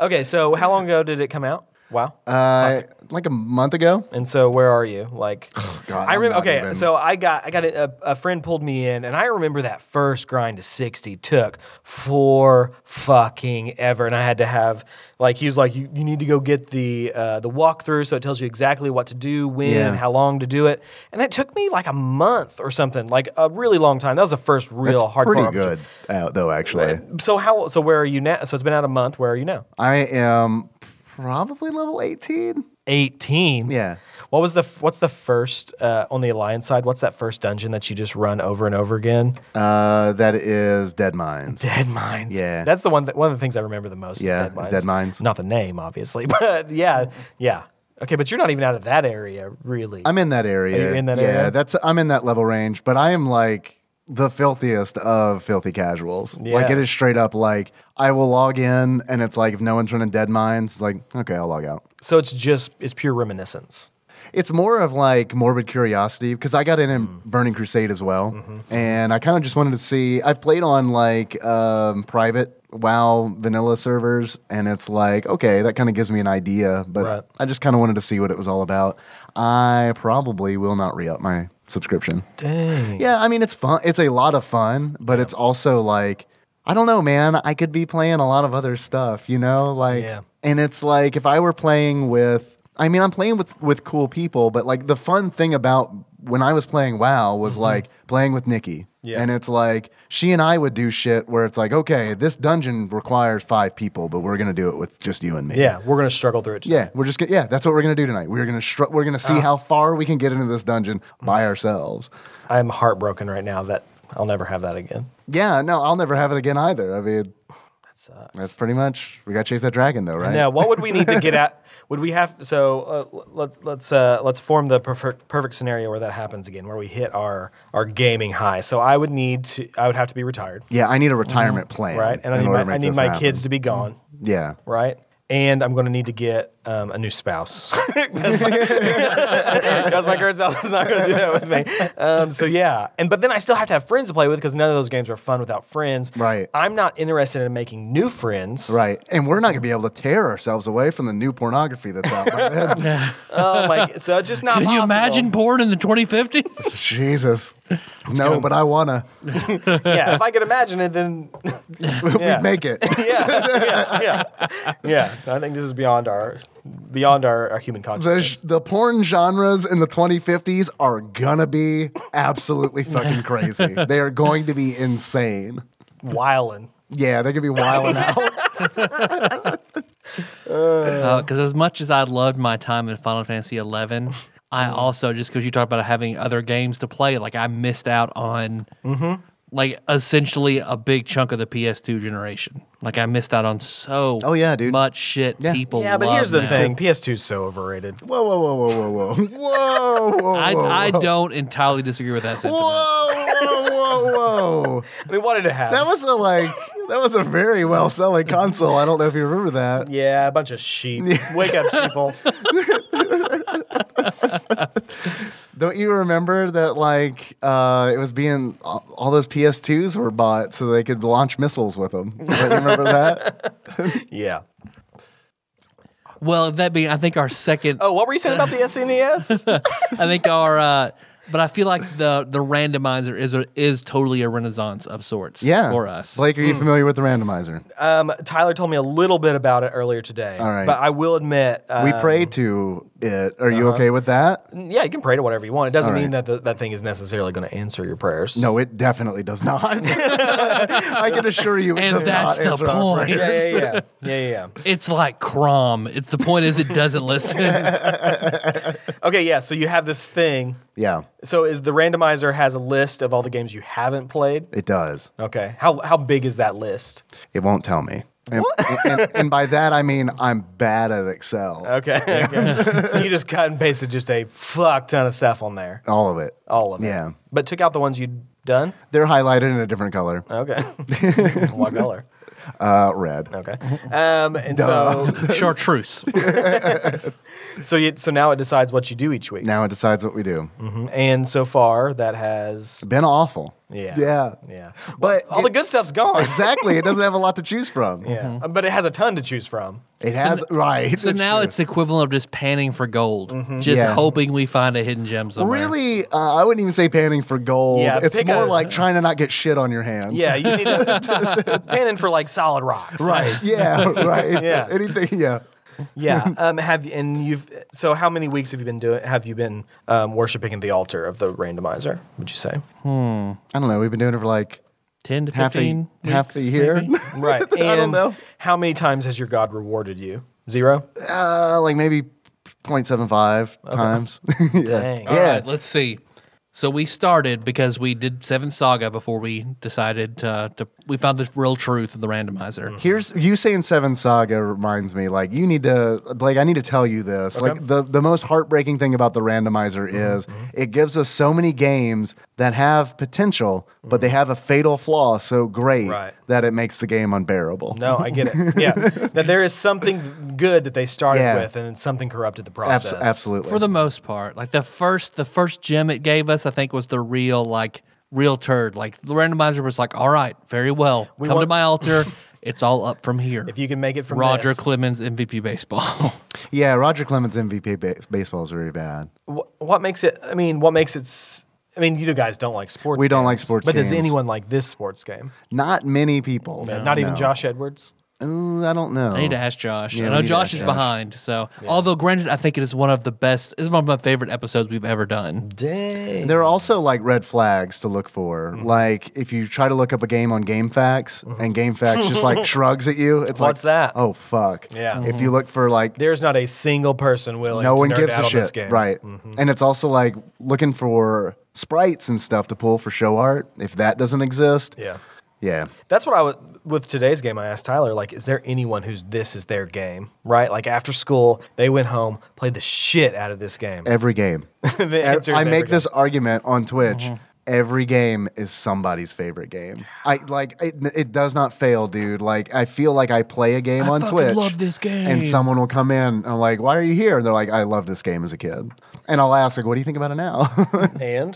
C: Okay. So how long ago did it come out? Wow.
B: Uh, like a month ago,
C: And so, where are you? Like,
B: Oh, God,
C: I
B: I'm
C: remember.
B: not
C: Okay,
B: even-
C: so I got I got a, a, a friend pulled me in, and I remember that first grind to sixty took for fucking ever, and I had to have like he was like, you, you need to go get the uh, the walkthrough, so it tells you exactly what to do, when,
B: Yeah.
C: how long to do it, and it took me like a month or something, like a really long time. That was the first real
B: That's
C: hardcore.
B: pretty
C: RPG.
B: good out though. Actually,
C: So how? So where are you now? So it's been out a month. Where are you now?
B: I am probably level eighteen.
C: Eighteen.
B: Yeah.
C: What was the f- what's the first uh, on the alliance side? What's that first dungeon that you just run over and over again?
B: Uh, that is Dead Mines.
C: Dead Mines.
B: Yeah.
C: that's the one. That, one of the things I remember the most.
B: Yeah,
C: is Dead
B: is
C: Mines.
B: Dead Mines.
C: Not the name, obviously, but yeah, yeah. Okay, but you're not even out of that area, really.
B: I'm in that area.
C: Are you in that
B: yeah,
C: area?
B: that's I'm in that level range, but I am like the filthiest of filthy casuals. Like
C: Yeah.
B: it is straight up like I will log in and it's like if no one's running dead mines, it's like, okay, I'll log out.
C: so it's just it's pure reminiscence.
B: It's more of like morbid curiosity because I got in in Burning Crusade as well, and I kind of just wanted to see. I played on like um, private WoW vanilla servers, and it's like okay, that kind of gives me an idea, but
C: Right.
B: I just kind of wanted to see what it was all about. I probably will not re up my subscription.
C: Dang.
B: Yeah, I mean it's fun. It's a lot of fun, but it's also like I don't know, man. I could be playing a lot of other stuff, you know, like
C: Yeah.
B: and it's like if I were playing with I mean, I'm playing with with cool people, but like the fun thing about when I was playing WoW was like playing with Nikki.
C: Mm-hmm. Yeah.
B: And it's like she and I would do shit where it's like, okay, this dungeon requires five people, but we're gonna do it with just you and me.
C: Yeah, we're gonna struggle through it.
B: Yeah, we're just gonna, yeah. That's what we're gonna do tonight. We're gonna str- we're gonna
C: Uh-huh.
B: see how far we can get into this dungeon
C: Mm-hmm.
B: by ourselves.
C: I'm heartbroken right now that I'll never have that again.
B: Yeah, no, I'll never have it again either. I mean,
C: That sucks.
B: that's pretty much we got to chase that dragon though, right?
C: Now, what would we need to get at? Would we have so uh, l- let's let's uh, let's form the perfect perfect scenario where that happens again, where we hit our our gaming high. So I would need to I would have to be retired,
B: Yeah, I need a retirement plan.
C: Mm-hmm. right? And I
B: in
C: need
B: order
C: my,
B: to
C: I
B: make
C: need
B: this
C: my
B: happen. Mm-hmm.
C: kids to be gone,
B: Yeah.
C: right? And I'm going to need to get um, a new spouse because my, 'cause my current spouse is not going to do that with me. Um, so yeah, and but then I still have to have friends to play with because none of those games are fun without friends.
B: Right.
C: I'm not interested in making new friends.
B: Right. And we're not going to be able to tear ourselves away from the new pornography that's out there.
C: Oh my! So it's just not.
A: Can you
C: possible.
A: imagine porn in the 2050s?
B: Jesus. No, but I want to.
C: yeah, if I could imagine it, then yeah.
B: We'd make it.
C: yeah, yeah, yeah, yeah. I think this is beyond our beyond our, our human
B: The,
C: consciousness.
B: sh- the porn genres in the 2050s are going to be absolutely fucking crazy. They are going to be insane.
C: Wildin'.
B: Yeah, they're going to be wilding out.
A: Because Uh, as much as I loved my time in Final Fantasy XI, I
B: Mm-hmm.
A: also just because you talked about having other games to play, like I missed out on
B: Mm-hmm.
A: like essentially a big chunk of the PS2 generation. Like I missed out on so
B: Oh, yeah, dude.
A: much shit
B: Yeah.
A: people.
C: Yeah, but
A: love
C: here's the
A: now.
C: thing: PS2 is so overrated.
B: Whoa, whoa, whoa, whoa, whoa, whoa. Whoa, whoa, whoa.
A: I, I don't entirely disagree with that sentiment.
B: whoa, whoa, whoa, whoa.
C: I mean, what did it have?
B: That was a like that was a very well selling console. I don't know if you remember that.
C: yeah, a bunch of sheep. Wake up, sheeple.
B: Don't you remember that like uh, it was being all all those PS2s were bought so they could launch missiles with them. Don't you remember that?
C: Yeah.
A: Well, that being, I think our second,
C: Oh, what were you saying about the SNES?
A: I think our, uh, but I feel like the the randomizer is a, is totally a renaissance of sorts.
B: Yeah,
A: for us.
B: Blake, are you familiar with the randomizer?
C: um, Tyler told me a little bit about it earlier today.
B: All right.
C: But I will admit, uh,
B: we pray to it. Are you okay with that?
C: yeah, you can pray to whatever you want. It doesn't
B: All
C: mean
B: right.
C: that the, that thing is necessarily going to answer your prayers.
B: No, it definitely does not. I can assure you, it
A: And
B: does
A: that's
B: not
A: the
B: answer our
A: point.
B: prayers.
C: Yeah, yeah, yeah, yeah, yeah. yeah.
A: It's like Crom. It's the point is it doesn't listen.
C: Okay, yeah. So you have this thing.
B: Yeah,
C: So is the randomizer has a list of all the games you haven't played?
B: it does.
C: Okay. How how big is that list?
B: It won't tell me. And, and, and by that I mean I'm bad at Excel.
C: Okay. okay. so you just cut and pasted just a fuck ton of stuff on there.
B: All of it.
C: All of it.
B: Yeah.
C: But took out the ones you'd done?
B: They're highlighted in a different color.
C: Okay. what color?
B: Uh, red.
C: Okay. Um, and so
A: Chartreuse.
C: so you, so now it decides what you do each week.
B: Now it decides what we do.
C: Mhm. And so far that has
B: Been awful.
C: yeah.
B: Yeah.
C: Yeah.
B: But
C: All
B: it-
C: the good stuff's gone.
B: exactly. It doesn't have a lot to choose from.
C: Yeah. But it has a ton to choose from.
B: It has right.
A: So now
B: true. Mm-hmm.
A: it's the equivalent of just panning for gold, just
B: Yeah.
A: hoping we find a hidden gem somewhere.
B: really. Uh, I wouldn't even say panning for gold.
C: Yeah,
B: it's
C: pick
B: more
C: a- uh,
B: like trying to not get shit on your hands.
C: Yeah, you need to panning for like solid rocks. Right.
B: Yeah. Right.
C: Yeah.
B: Anything. Yeah.
C: Yeah. Um have you and you've so how many weeks have you been doing have you been um worshiping at the altar of the randomizer, would you say?
B: I don't know. We've been doing it for like
A: ten to
B: half
A: fifteen.
B: a half
A: weeks,
B: a year.
A: maybe?
C: Right. And
B: don't know.
C: how many times has your God rewarded you? Zero?
B: uh, like maybe 0.75 times. yeah. Uh,
C: Dang.
A: All
B: Yeah.
A: right, let's see. So we started because we did Seven Saga before we decided to, to we found the real truth of the randomizer.
B: Here's you saying Seven Saga reminds me like you need to like I need to tell you this like the the most heartbreaking thing about the randomizer
C: Mm-hmm,
B: is it gives us so many games that have potential but they have a fatal flaw so great
C: Mm-hmm. Right.
B: that it makes the game unbearable.
C: No, I get it. Yeah. that there is something good that they started
B: Yeah.
C: with and something corrupted the
B: Abs-
C: process.
B: absolutely.
A: For the most part, like the first the first gem it gave us, I think was the real like real turd. Like the randomizer was like, "All right, very well, come to
C: want-
A: my altar. it's all up from here."
C: If you can make it from
A: Roger
C: this.
A: Clemens MVP baseball.
B: yeah, Roger Clemens MVP ba- baseball is really bad.
C: Wh- what makes it I mean, what makes it s- I mean, you guys don't like sports.
B: We don't like
C: games,
B: sports
C: But does
B: games.
C: anyone like this sports game?
B: Not many people.
C: Not even
B: No.
C: Josh Edwards.
B: Uh, I don't know.
A: I need to ask Josh.
B: Yeah,
A: I
B: we
A: know
B: need to
A: Josh
B: ask
A: is
B: Josh.
A: behind. So, although granted, I think it is one of the best. It's one of my favorite episodes we've ever done.
C: Dang.
B: There are also like red flags to look for.
C: Mm-hmm.
B: Like if you try to look up a game on GameFAQs and GameFAQs just like shrugs at you, it's like,
C: What's that?
B: Oh fuck!
C: Yeah.
B: If you look for like,
C: There's not a single person willing.
B: no
C: to
B: one
C: nerd
B: gives
C: out
B: a
C: on
B: shit,
C: This game. Mm-hmm.
B: right? And it's also like looking for sprites and stuff to pull for show art. If that doesn't exist,
C: Yeah.
B: yeah,
C: That's what I was with today's game. I asked Tyler, like, is there anyone who's this is their game, right? Like after school, they went home, played the shit out of this game.
B: every game.
C: the
B: I
C: answer is
B: I
C: every
B: make
C: game.
B: this argument on Twitch. Every game is somebody's favorite game. I like it, it does not fail, dude. Like I feel like I play a game
A: I
B: on
A: fucking
B: Twitch.
A: love this game.
B: And someone will come in and I'm like, "Why are you here?" And they're like, "I love this game as a kid." And I'll ask like, "What do you think about it now?"
C: and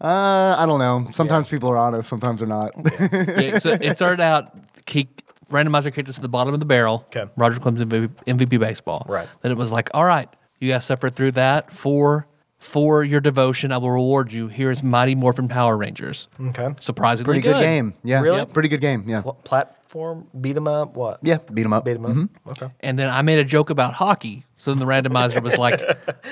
B: uh, I don't know. Sometimes people are honest, sometimes they're not.
A: Yeah, so it started out kick, randomizer kicked us to the bottom of the barrel.
C: Okay.
A: Roger Clemens MVP, MVP baseball.
C: Right.
A: Then it was like, all right, you guys suffered through that for for your devotion. I will reward you. Here is Mighty Morphin Power Rangers.
C: okay,
A: Surprisingly
B: Pretty good. game. Yeah.
C: Really?
B: Pretty good game. Yeah.
C: Pl- platform beat 'em up. What?
B: Yeah, beat 'em up. Mm-hmm.
C: Beat 'em up. Okay.
A: And then I made a joke about hockey. So then the randomizer was like,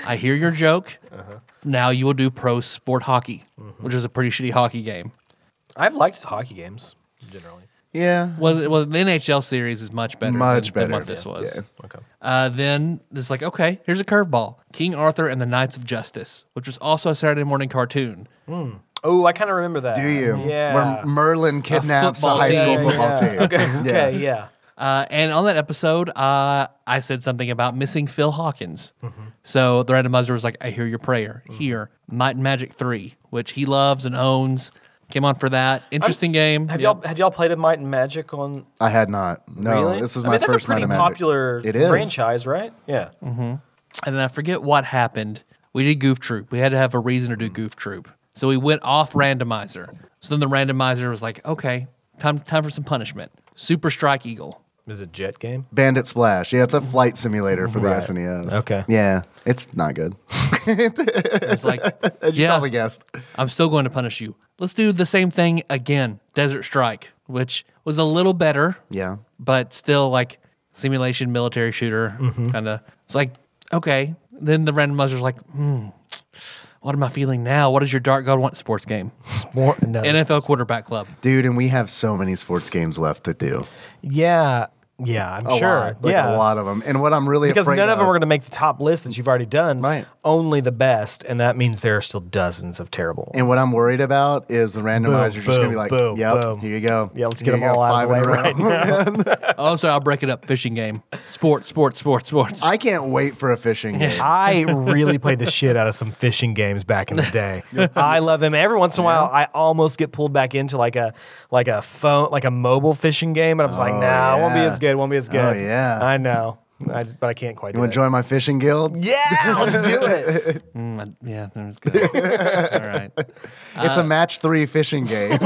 A: I hear your joke.
C: Uh-huh.
A: Now you will do pro sport hockey,
C: Mm-hmm.
A: which is a pretty shitty hockey game.
C: I've liked hockey games generally.
B: Yeah.
A: Well, it- well, the NHL series is much better.
B: Much
A: than, than
B: better.
A: what this was.
B: Yeah.
C: Okay.
A: Uh, then it's like, okay, here's a curveball: King Arthur and the Knights of Justice, which was also a Saturday morning cartoon.
C: Oh, I kind of remember that.
B: Do you?
C: Yeah.
B: Where Merlin kidnaps a,
A: football
B: high
A: team.
B: school
A: Yeah, yeah,
B: football team.
C: okay.
B: Yeah.
C: Okay. Yeah.
A: Uh, and on that episode, uh, I said something about missing Phil Hawkins.
C: Mm-hmm.
A: So the randomizer was like, "I hear your prayer." Here, Might and Magic Three, which he loves and owns, came on for that interesting game.
C: Have
A: Yep.
C: y'all had y'all played at Might and Magic on?
B: I had not. No,
C: really?
B: this is
C: I
B: my
C: mean, that's
B: first
C: a pretty
B: Might of Magic.
C: popular
B: It is.
C: franchise, right? Yeah.
A: and then I forget what happened. We did Goof Troop. We had to have a reason to do
C: Mm.
A: Goof Troop. So we went off randomizer. So then the randomizer was like, okay, time time for some punishment. Super Strike Eagle.
C: Is it Jet Game?
B: Bandit Splash. Yeah, it's a flight simulator for the SNES.
C: Okay.
B: Yeah, it's not good.
A: It's like,
B: You
A: yeah,
B: probably guessed.
A: I'm still going to punish you. Let's do the same thing again. Desert Strike, which was a little better.
B: Yeah.
A: But still like simulation military shooter
B: Mm-hmm.
A: kind of. It's like, okay. Then the randomizer's like, hmm, what am I feeling now? What does your dark god want? Sports game.
C: More, no.
A: NFL quarterback club.
B: Dude, and we have so many sports games left to do.
C: Yeah, yeah, I'm
B: A
C: sure.
B: lot, like a
C: yeah,
B: lot of them. And what I'm really
C: because
B: afraid
C: none of them
B: of
C: are going to make the top list that you've already done.
B: Right.
C: only the best, and that means there are still dozens of terrible. ones.
B: And what I'm worried about is the randomizer just gonna
C: boom,
B: be like,
C: boom,
B: "Yep,
C: boom."
B: here you go."
C: Yeah, let's
B: Here
C: get
B: you
C: them
B: go,
C: all out of the
B: five in a
C: way
B: row.
C: right now.
A: Also, Oh, I'll break it up. Fishing game. Sports, sports, sports, sports.
B: I can't wait for a fishing game.
C: I really played the shit out of some fishing games back in the day. I love them. Every once in a while, I almost get pulled back into like a like a phone like a mobile fishing game, and I was like, Nah, it won't be
B: Oh, yeah.
C: as good. Won't be as good.
B: Oh, yeah.
C: I know. I just, but I can't quite.
B: You
C: do
B: want
C: it.
B: to join my fishing guild?
C: Yeah, let's do it.
A: Mm, I- yeah. there we go. All right.
B: It's a match three fishing game.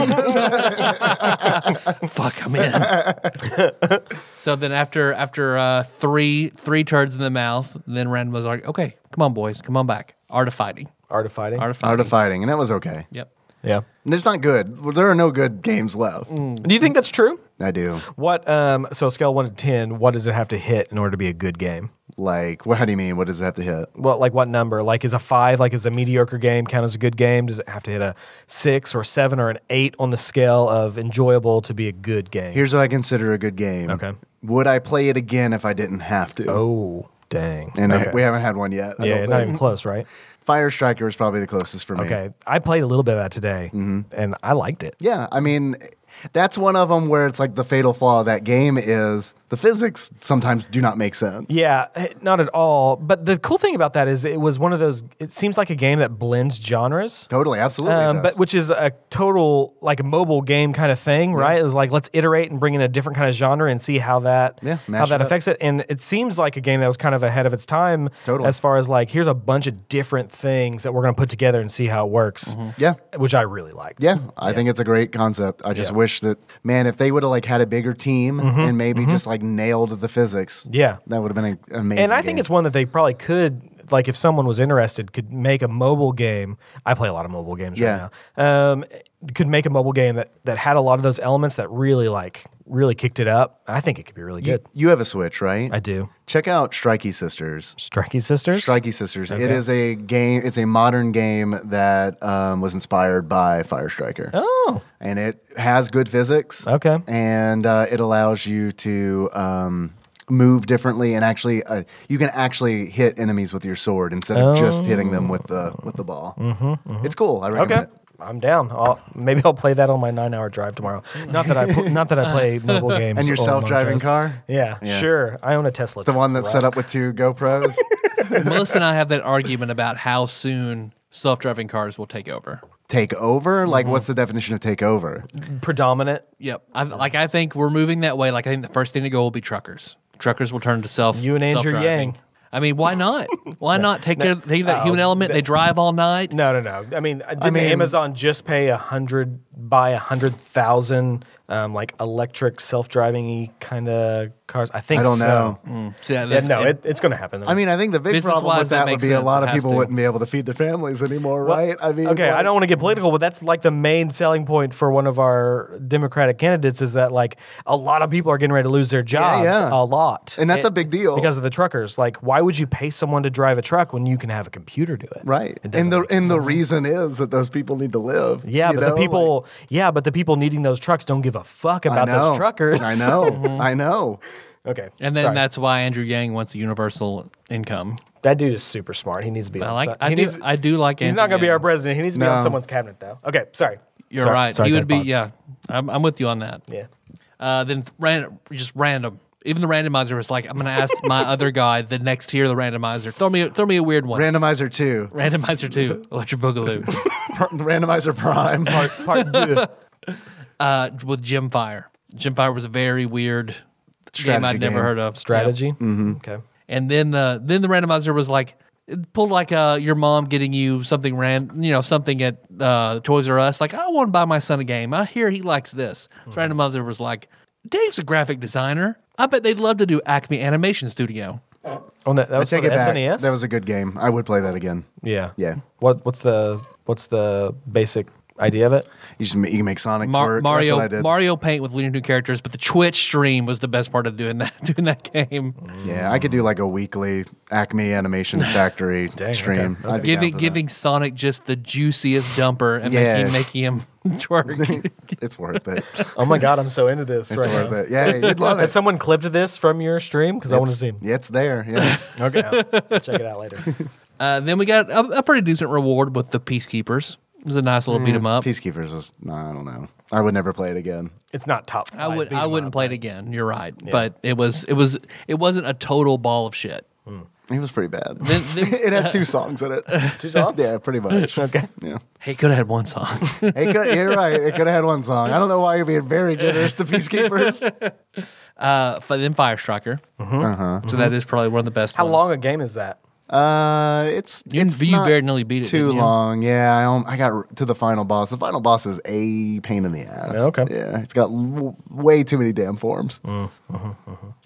A: Fuck, I'm in. so then after after uh, three three turds in the mouth, then Rand was like, okay, come on, boys, come on back. Art of fighting.
C: Art of fighting.
A: Art of fighting.
B: Art of fighting, and that was okay.
A: Yep.
C: yeah.
B: And it's not good. Well, There are no good games left.
C: Do you think that's true?
B: I do.
C: What um so scale one to ten, what does it have to hit in order to be a good game?
B: Like, what? How do you mean? What does it have to hit?
C: What like what number? Like is a five like is a mediocre game count as a good game? Does it have to hit a six or seven or an eight on the scale of enjoyable to be a good game?
B: Here's what I consider a good game.
C: Okay.
B: Would I play it again if I didn't have to?
C: oh dang.
B: And I-
C: Okay.
B: we haven't had one yet. I
C: yeah,
B: don't
C: not
B: think.
C: even close, right?
B: Fire Striker is probably the closest for me.
C: Okay. I played a little bit of that today
B: Mm-hmm.
C: and I liked it.
B: Yeah, I mean, that's one of them where it's like the fatal flaw of that game is the physics sometimes do not make sense.
C: Yeah, eh, not at all. But the cool thing about that is it was one of those it seems like a game that blends genres.
B: Totally, absolutely. it
C: um,
B: does.
C: but which is a total like a mobile game kind of thing, right? It's like let's iterate and bring in a different kind of genre and see how that
B: Yeah,
C: how
B: mash
C: that
B: it up.
C: affects it. And it seems like a game that was kind of ahead of its time,
B: Totally.
C: as far as like here's a bunch of different things that we're going to put together and see how it works.
B: yeah.
C: Which I really liked.
B: Mm-hmm. Yeah, I think it's a great concept. I just
C: Yeah. Mm-hmm.
B: wish that man, if they would have like had a bigger team and maybe just like nailed the physics,
C: Yeah.
B: that would have been a, amazing.
C: and I think
B: game.
C: it's one that they probably could, like, if someone was interested, could make a mobile game. I play a lot of mobile games
B: Yeah.
C: right now. Um, could make a mobile game that that had a lot of those elements that really like really kicked it up. I think it could be really
B: you,
C: good.
B: you have a Switch, right?
C: I do.
B: Check out Strikey Sisters.
C: Strikey Sisters.
B: Strikey Sisters. It is a game. It's a modern game that um, was inspired by Fire Striker.
C: Oh,
B: and it has good physics.
C: Okay.
B: and uh, it allows you to um, move differently, and actually, uh, you can actually hit enemies with your sword instead of just hitting them with the with the ball. Mm-hmm, It's cool. I recommend
C: okay.
B: it.
C: I'm down. I'll, maybe I'll play that on my nine-hour drive tomorrow. Not that I pl- not that I play mobile games.
B: And your
C: on long
B: self-driving
C: drives.
B: car?
C: Yeah,
B: Yeah.
C: sure. I own a Tesla.
B: The one that's
C: Rock.
B: set up with two GoPros.
A: Melissa and I have that argument about how soon self driving cars will take over.
B: take over? Like,
C: Mm-hmm.
B: what's the definition of take over?
C: predominant.
A: Yep. I, like I think we're moving that way. Like I think the first thing to go will be truckers. Truckers will turn to self.
C: You and Andrew
A: self-driving.
C: Yang.
A: I mean, why not? Why not take their, take that human element? they drive all night.
C: No, no, no. I mean, didn't
B: mean-
C: Amazon just pay a hundred buy a hundred thousand um, like electric self-driving kind of cars? I think
B: I don't
C: so.
B: know.
A: So, yeah,
C: Yeah,
A: that-
C: no,
A: it-
C: it, it's going to happen.
B: I mean, I think the big problem
A: Business-wise,
B: with
A: that
B: that, would
A: makes
B: be a
A: sense.
B: lot
A: It
B: of
A: has
B: people
A: to.
B: wouldn't be able to feed their families anymore,
C: Well,
B: right? I mean,
C: okay, I
B: like-
C: don't want to get political, but that's like the main selling point for one of our Democratic candidates is that like a lot of people are getting ready to lose their jobs.
B: yeah.
C: A lot,
B: And that's
C: It-
B: a big deal.
C: because of the truckers. Like, why would you pay someone to drive a truck when you can have a computer do it?
B: Right,
C: It doesn't
B: and the
C: make
B: and the
C: sense.
B: reason is that those people need to live.
C: Yeah,
B: you
C: but
B: know?
C: the
B: Like-
C: people, yeah, but the people needing those trucks don't give a fuck
B: I
C: about
B: know.
C: those truckers.
B: I know. I know.
C: okay,
A: and then
C: sorry.
A: that's why Andrew Yang wants a universal income.
C: that dude is super smart. He needs to be.
A: I
C: on
A: like.
C: some-
A: I
C: he
A: do.
C: needs-
A: I do like.
C: He's
A: Andrew
C: not going to be
A: Yang.
C: our president. He needs to be on
B: No.
C: someone's cabinet, though. Okay, sorry.
A: You're
C: Sorry-
A: right.
C: sorry,
A: he would be.
C: Ted Bond.
A: Yeah, I'm, I'm with you on that.
C: Yeah.
A: Uh, then th- ran, just random. Even the randomizer was like, I'm going to ask my other guy the next tier of the randomizer. Throw me, throw me a weird one.
B: Randomizer two,
A: randomizer two, Electric Boogaloo,
B: Pr- randomizer prime.
C: Part, part two.
A: uh, with Jim Fire. Jim Fire was a very weird game
B: Strategy
A: I'd never
B: game.
A: heard of.
C: strategy.
A: Yeah.
C: Okay.
A: And then the then the randomizer was like, it pulled like uh, your mom getting you something ran, you know, something at uh, Toys R Us. Like, I want to buy my son a game. I hear he likes this.
B: Mm-hmm.
A: Randomizer was like, Dave's a graphic designer. I bet they'd love to do Acme Animation Studio.
C: On Oh, that, that
B: I
C: was
B: take
C: for
B: it
C: the E
B: back.
C: SNES.
B: That was a good game. I would play that again.
C: yeah.
B: Yeah.
C: What what's the what's the basic idea of it?
B: You just ma- you can make Sonic
A: Mar-
B: work. That's what I
A: Mario
B: did.
A: Mario Paint with leading new characters, but the Twitch stream was the best part of doing that doing that game.
B: yeah, I could do like a weekly Acme Animation Factory stream.
C: okay,
B: I'd be down
A: Giving
B: for that.
A: giving Sonic just the juiciest dumper and
B: Yeah.
A: making making him twerk.
B: it's worth it. It's
C: Oh my god, I'm so into this right
B: worth
C: now.
B: it. Yeah, you'd love
C: Has
B: it.
C: someone clipped this from your stream? Because I want to
B: It's-
C: see. 'em.
B: Yeah, it's there. Yeah.
C: Okay, I'll check it out later.
A: Uh, then we got a, a pretty decent reward with the Peacekeepers. It was a nice little beat 'em
C: Mm,
A: up.
B: Peacekeepers is, nah, I don't know. I would never play it again.
C: It's not top five.
A: I would
C: beat 'em
A: I wouldn't
C: up.
A: play it again. You're right, but it was it was it wasn't a total ball of shit.
B: It was pretty bad.
A: Then- then-
B: it had two songs in it.
C: Two songs?
B: yeah, pretty much.
C: Okay.
B: Yeah.
A: Hey, could have had one song.
B: It could, you're right. It could have had one song. I don't know why you're being very generous to Peacekeepers.
A: uh, but then Fire Striker. So that is probably one of the best.
C: Mm-hmm. How
A: ones.
C: long a game is that?
B: Uh, it's
A: You-
B: it's
A: you
B: not
A: very nearly beat it,
B: Too
A: didn't you?
B: long, yeah. I um, I got r- to the final boss. The final boss is a pain in the ass.
C: Yeah, okay.
B: yeah, it's got l- way too many damn forms.
A: And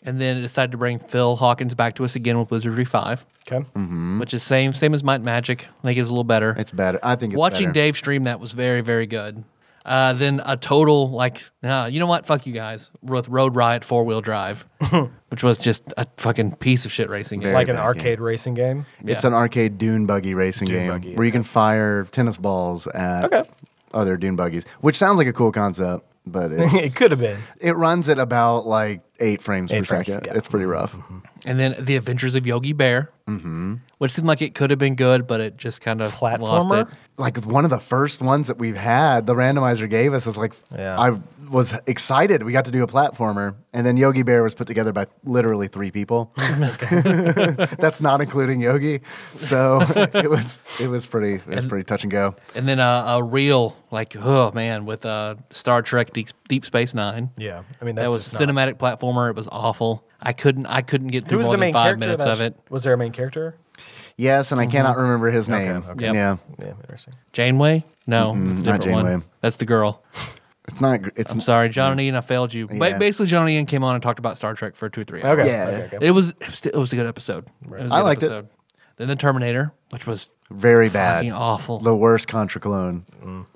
A: then it decided to bring Phil Hawkins back to us again with Wizardry Five,
C: Okay.
B: Mm-hmm.
A: which is same same as Might and Magic. I think it's a little better.
B: It's better. I think it's
A: Watching
B: better.
A: Dave stream that was very very good. Uh, then a total like nah, you know what? Fuck you guys with Road Riot four wheel drive, which was just a fucking piece of shit racing game.
C: Like an
B: bad
C: arcade racing game.
B: It's an arcade dune buggy racing game
C: buggy,
B: where you can fire tennis balls at
C: Okay.
B: other dune buggies, which sounds like a cool concept, but it's,
C: it could have been.
B: It runs at about like eight frames per
C: Eight frames,
B: second.
C: yeah. Mm-hmm.
B: It's pretty rough.
A: And then The Adventures of Yogi Bear, mm-hmm. which seemed like it could have been good, but it just kind of lost
C: Platformer?
A: it.
B: like one of the first ones that we've had the randomizer gave us is like
C: Yeah.
B: i was excited we got to do a platformer and then yogi bear was put together by literally three people that's not including yogi so it was it was pretty it was pretty touch and go
A: And then a, a real like oh man with uh, Star Trek Deep, Deep Space Nine.
C: Yeah. I mean, that's
A: that was
C: just not-
A: cinematic platformer. It was awful. I couldn't I couldn't get
C: Who
A: through
C: was
A: more
C: the
A: than
C: main
A: five
C: character?
A: minutes
C: That's-
A: of it.
C: Was there a main character?
B: yes and i cannot remember his name
C: okay.
A: Yep.
B: yeah
C: Yeah, interesting.
A: Janeway? No, it's a
B: not
A: different one.
B: Janeway.
A: That's the girl.
B: it's not gr- it's
A: I'm sorry, John and Ian. I failed you. Ba-
B: Mm. Yeah.
A: basically, John and Ian came on and talked about Star Trek for two or three hours.
C: Okay.
B: Yeah.
C: Okay, okay.
A: It was it was- it was a good episode. It was a
B: I
A: good
B: liked it.
A: episode. Then the Terminator, which was
B: very bad
A: fucking awful.
B: the worst contra clone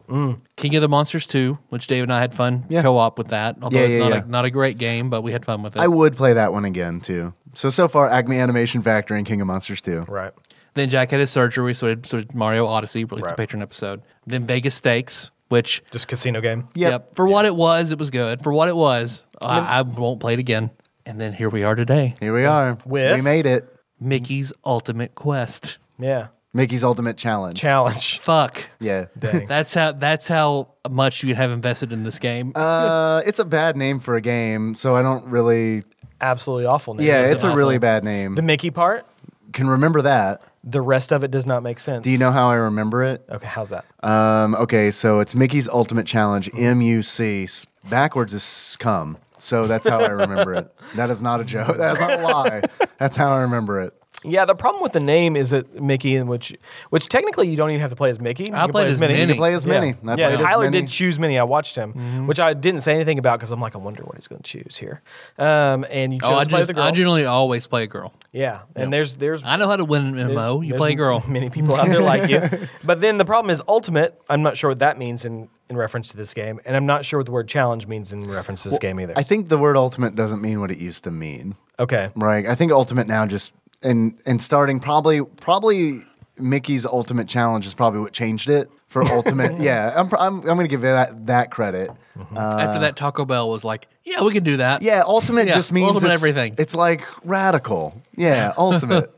A: King of the Monsters 2, which Dave and I had fun
B: Yeah.
A: co-op with that. Although
B: Yeah,
A: it's
B: yeah,
A: not
B: yeah.
A: a, not a great game, but we had fun with it.
B: i would play that one again too so so far acme animation factory and king of monsters 2
C: Right.
A: then Jack had his surgery, so did, so did Mario Odyssey, released
C: Right.
A: a patron episode. Then Vegas Stakes, which
C: Just casino game.
B: Yep.
A: for what it was, it was good. For what it was, I, I won't play it again. And then here we are today,
B: here we are
C: With-
B: we made it
A: Mickey's Ultimate Quest.
C: Yeah.
B: mickey's ultimate challenge
C: Challenge.
A: Fuck.
B: yeah
C: Dang.
A: That's how that's how much you have invested in this game.
B: Uh, it's a bad name for a game, so I don't really.
C: Absolutely awful. Name.
B: Yeah,
C: isn't
B: it's a
A: awful.
B: really bad name.
C: it? the Mickey part.
B: Can remember that.
C: The rest of it does not make sense.
B: Do you know how I remember it?
C: Okay, how's that?
B: Um, okay, so it's Mickey's Ultimate Challenge, MUC. S- Backwards is scum. So that's how I remember it. That is not a joke. That's not a lie. That's how I remember it.
C: Yeah, the problem with the name is that Mickey, in which which technically you don't even have to play as Mickey. You
A: I
C: can
A: played as Minnie. Mm-hmm.
B: Play as many.
C: Yeah,
B: I
C: Yeah,
B: played as
C: Tyler
B: many.
C: did choose many. I watched him, which I didn't say anything about because I'm like, I wonder what he's going to choose here. Um, and you chose
A: oh, I,
C: to play
A: just,
C: the girl.
A: I generally always play a girl.
C: yeah, and there's there's
A: I know how to win an
C: there's-
A: MMO. You
C: there's
A: play a girl.
C: Many people out there like you, but then the problem is ultimate. I'm not sure what that means in in reference to this game, and I'm not sure what the word challenge means in reference to this game either.
B: I think the word ultimate doesn't mean what it used to mean.
C: okay,
B: Right. I think ultimate now just and and starting probably probably Mickey's ultimate challenge is probably what changed it for ultimate. yeah, I'm pr- I'm, I'm going to give that that credit.
C: Mm-hmm.
B: Uh,
A: After that, Taco Bell was like, "Yeah, we can do that."
B: yeah, ultimate
A: Yeah,
B: just means
A: ultimate
B: it's-
A: everything.
B: It's like radical. Yeah, ultimate.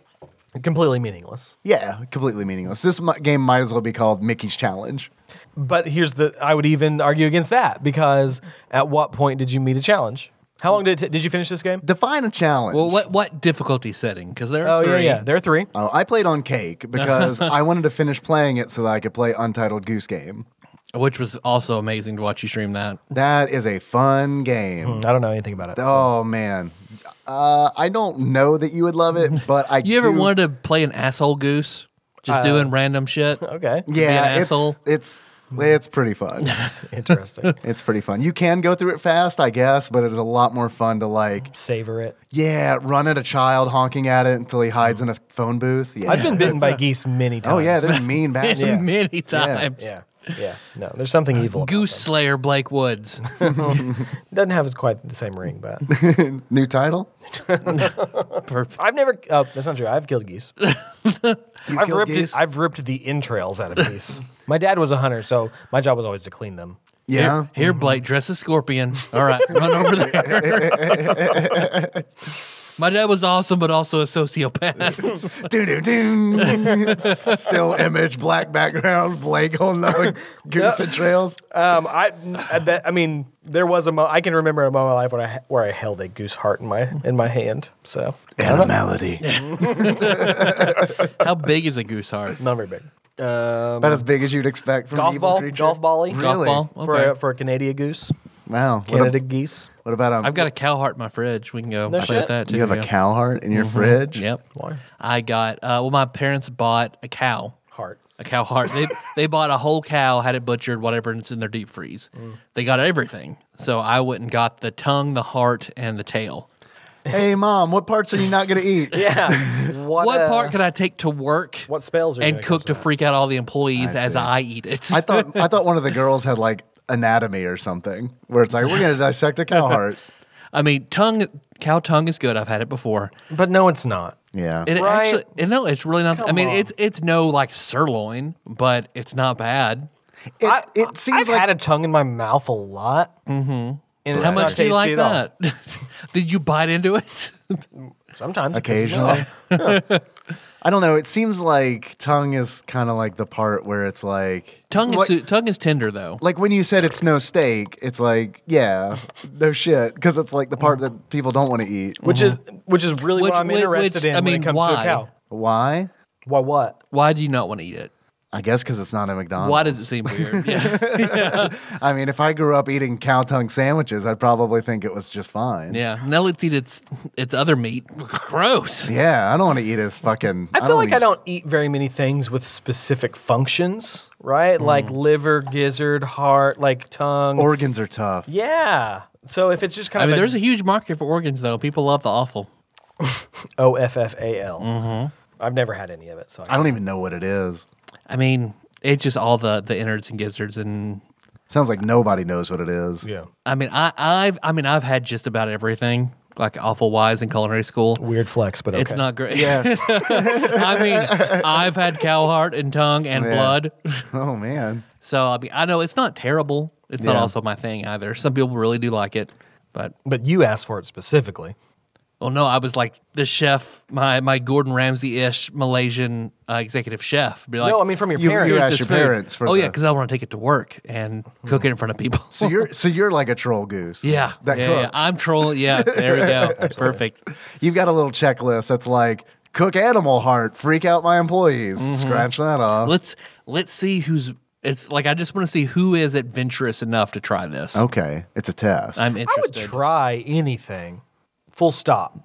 C: completely meaningless.
B: yeah, completely meaningless. This mi- game might as well be called Mickey's Challenge.
C: But here's the I would even argue against that because at what point did you meet a challenge? How long did it t- did you finish this game?
B: Define a challenge.
A: Well, what what difficulty setting? Because there
C: Oh
A: are three.
C: yeah, yeah, there are three.
B: Oh, I played on cake because I wanted to finish playing it so that I could play Untitled Goose Game.
A: which was also amazing to watch you stream that.
B: That is a fun game.
C: I don't know anything about it. so-
B: Oh man, uh, I don't know that you would love it, but I.
A: You ever
B: do-
A: wanted to play an asshole goose, just doing random shit?
C: Uh, Oh, Okay,
B: Yeah,
A: an
B: it's,
A: asshole?
B: it's it's pretty fun.
C: interesting.
B: it's pretty fun. You can go through it fast, I guess, but it is a lot more fun to like,
C: Savor it.
B: yeah, run at a child honking at it until he hides in a phone booth. Yeah.
C: I've been bitten by geese many times.
B: Oh yeah, they're mean bastards.
A: Many times.
C: yeah, yeah. No, there's something evil. about
A: Goose Slayer Blake Woods.
C: it. doesn't have quite the same ring, but
B: New title.
A: Perfect.
C: I've never. Oh, that's not true. I've killed geese.
B: You
C: I've
B: killed
C: ripped.
B: geese?
C: It, I've ripped the entrails out of geese. my dad was a hunter, so my job was always to clean them.
B: yeah. Mm-hmm.
A: Here, here Blake dresses scorpion. All right, run over there. My dad was awesome, but also a sociopath.
B: Doo doo doo. Still image, black background, Blake holding up a goose and trails.
C: Um, I, I, that, I mean, there was a mo- I can remember a moment in my life when I where I held a goose heart in my in my hand. So
B: Animality.
A: How big is a goose heart?
C: not very big. Um,
B: About as big as you'd expect from an
C: golf
B: evil
C: ball,
B: creature.
C: golf volley
B: Really?
A: Golf ball?
C: for
A: Okay.
C: a, for a Canadian goose,
B: Wow. What,
C: Canada
B: a,
C: geese.
B: what about um?
A: I've got a cow heart in my fridge. We can go
C: No
A: play
C: shit.
A: with that too.
B: You have
A: yeah.
B: a cow heart in your
C: Mm-hmm.
B: fridge.
A: Yep.
C: Why
A: I got. Uh, well, my parents bought a cow,
C: heart?
A: a cow heart. They they bought a whole cow, had it butchered, whatever, and it's in their deep freeze.
C: Mm.
A: They got everything. So I went and got the tongue, the heart, and the tail.
B: Hey, mom, what parts are you not gonna eat?
C: Yeah. What,
A: What
C: uh,
A: part could I take to work?
C: What spells are you
A: and
C: gonna
A: cook
C: cast
A: to freak out all the employees
B: I
A: as
B: see.
A: I eat it?
B: I thought I thought one of the girls had like anatomy or something, where it's like we're gonna dissect a cow heart.
A: I mean, tongue, cow tongue is good. I've had it before.
C: But no, it's not.
B: Yeah.
A: It
C: Right.
A: actually, and no, it's really not. I
C: Come
A: mean,
C: on.
A: it's it's no like sirloin, but it's not bad.
B: It,
C: I,
B: it seems
C: I've
B: like
C: had a tongue in my mouth a lot. Mm-hmm. And
A: How
C: it's
A: much
C: not
A: do you
C: tasty
A: like
C: at all.
A: that? Did you bite into it?
C: Sometimes
B: occasionally. I don't know. It seems like tongue is kind of like the part where it's like
A: tongue is
B: like,
A: su- tongue is tender though.
B: like when you said it's no steak. It's like yeah, no shit, because it's like the part that people don't want to eat.
C: which is which is really
A: Which-
C: what I'm
A: which-
C: interested
A: which-
C: in
A: I
C: when
A: mean,
C: it comes to
A: why?
C: a cow.
B: Why?
C: Why what?
A: Why do you not want to eat it?
B: I guess because it's not a McDonald's.
A: Why does it seem weird? yeah.
B: I mean, if I grew up eating cow tongue sandwiches, I'd probably think it was just fine.
A: yeah. Now let's eat its its other meat. Gross.
B: Yeah, I don't want to eat as fucking.
C: I feel like
B: wanna
C: I
B: eat-
C: don't eat very many things with specific functions,
A: Hmm.
C: right? Like liver, gizzard, heart, like tongue.
B: Organs are tough.
C: yeah. So if it's just kind
A: I
C: of
A: mean,
C: a
A: there's a huge market for organs though. People love the offal.
C: O F F A L.
A: Mm-hmm.
C: I've never had any of it, so I,
B: I don't even know what it is.
A: I mean, it's just all the the innards and gizzards and
B: Sounds like nobody knows what it is.
C: yeah.
A: I mean, I I've I mean, I've had just about everything like awful wise in culinary school.
C: Weird flex, but okay.
A: It's not great. Yeah. I mean, I've had cow heart and tongue and
B: Yeah.
A: blood.
B: Oh man.
A: So I mean, I know it's not terrible. It's not
B: Yeah.
A: also my thing either. Some people really do like it, but
C: But you asked for it specifically.
A: well, no, I was like the chef, my my Gordon Ramsay ish Malaysian uh, executive chef. Be like,
C: no, I mean from your
B: You-
C: parents.
B: you
A: "Here's
B: asked
A: this
B: your
A: food."
B: parents for
A: oh yeah,
B: the-
A: because I want to take it to work and cook it in front of people.
B: So you're so you're like a troll goose.
A: yeah,
B: That
A: yeah,
B: cooks.
A: yeah. I'm trolling. Yeah, there we go. Perfect.
B: You've got a little checklist that's like cook animal heart, freak out my employees.
A: Mm-hmm.
B: Scratch that off.
A: Let's let's see who's. It's like I just want to see who is adventurous enough to try this.
B: Okay, it's a test.
A: I'm
C: I would
A: interested.
C: try anything. Full stop.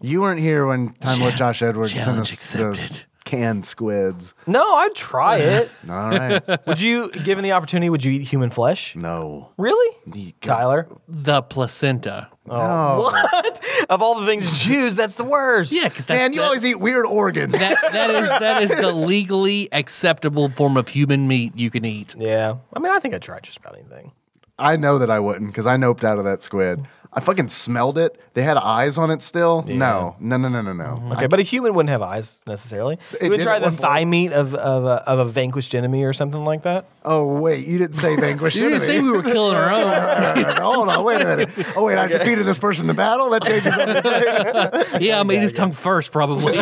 B: you weren't here when Time Lord Josh Edwards sent
A: Challenge
B: us those
A: accepted.
B: canned squids.
C: No, I'd try it.
B: All right.
C: would you, given the opportunity, would you eat human flesh?
B: no.
C: Really?
B: You go-
C: Tyler?
A: the placenta.
B: No.
C: What? of all the things to choose, that's the worst.
A: Yeah, because
B: Man, you always eat weird organs.
A: that that is that is the legally acceptable form of human meat you can eat.
C: Yeah. I mean, I think I'd try just about anything.
B: I know that I wouldn't because I noped out of that squid. I fucking smelled it. They had eyes on it still. No, no, no, no, no, no.
A: Mm-hmm.
C: Okay, but a human wouldn't have eyes necessarily.
B: It
C: You would
B: did
C: try
B: at
C: the
B: one point.
C: thigh meat of, of, a, of a vanquished enemy or something like that.
B: Oh wait, you didn't say vanquish.
A: You didn't
B: enemy.
A: say we were killing our own.
B: Hold on, wait a minute. Oh wait, I defeated this person in battle. That changes everything.
A: Yeah, I'm gonna eat his tongue first, probably.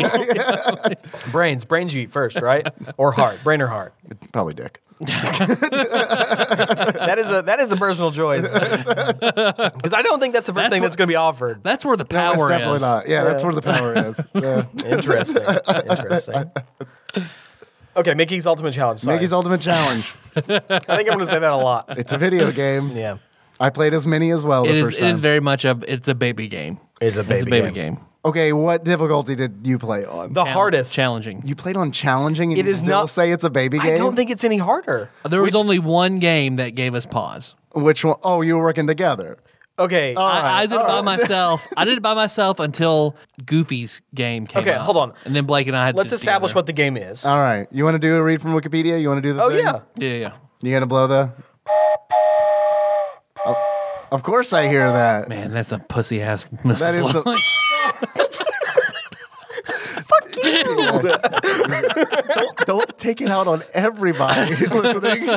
C: Brains, brains you eat first, right? or heart, brain or heart.
B: Probably dick.
C: That is a that is a personal choice. Because I don't think that's the first
A: That's
C: thing
A: what-
C: that's going to be offered.
A: That's where the
B: That's
A: power
B: definitely
A: is.
B: not. Yeah, that's where the power is. Yeah.
C: Interesting. Interesting. Okay, Mickey's Ultimate Challenge. Sorry.
B: Mickey's Ultimate Challenge.
C: I think I'm going to say that a lot.
B: It's a video game.
C: Yeah.
B: I played as many as well
A: It
B: the
A: is.
B: first
A: It
B: time.
A: is very much a. It's a baby game.
C: It's a baby,
A: It's a baby game.
B: okay, what difficulty did you play on?
C: The hardest.
A: Challenging.
B: you played on challenging and
C: It
B: you
C: is
B: still
C: not-
B: say it's a baby game?
C: I don't think it's any harder.
A: There was only one game that gave us pause.
B: Which one? Oh, you were working together.
C: Okay.
A: I, I did it
B: Oh.
A: by myself. I did it by myself until Goofy's game came
C: Okay,
A: out.
C: hold on.
A: And then Blake and I had
C: Let's establish what the game is.
B: All right. You want to do a read from Wikipedia? You want to do the
C: oh,
B: thing?
C: yeah.
A: the. Yeah, yeah.
B: You going to blow the. Oh, of course I hear that.
A: Man, that's a pussy ass.
B: That is some- don't, don't take it out on everybody listening.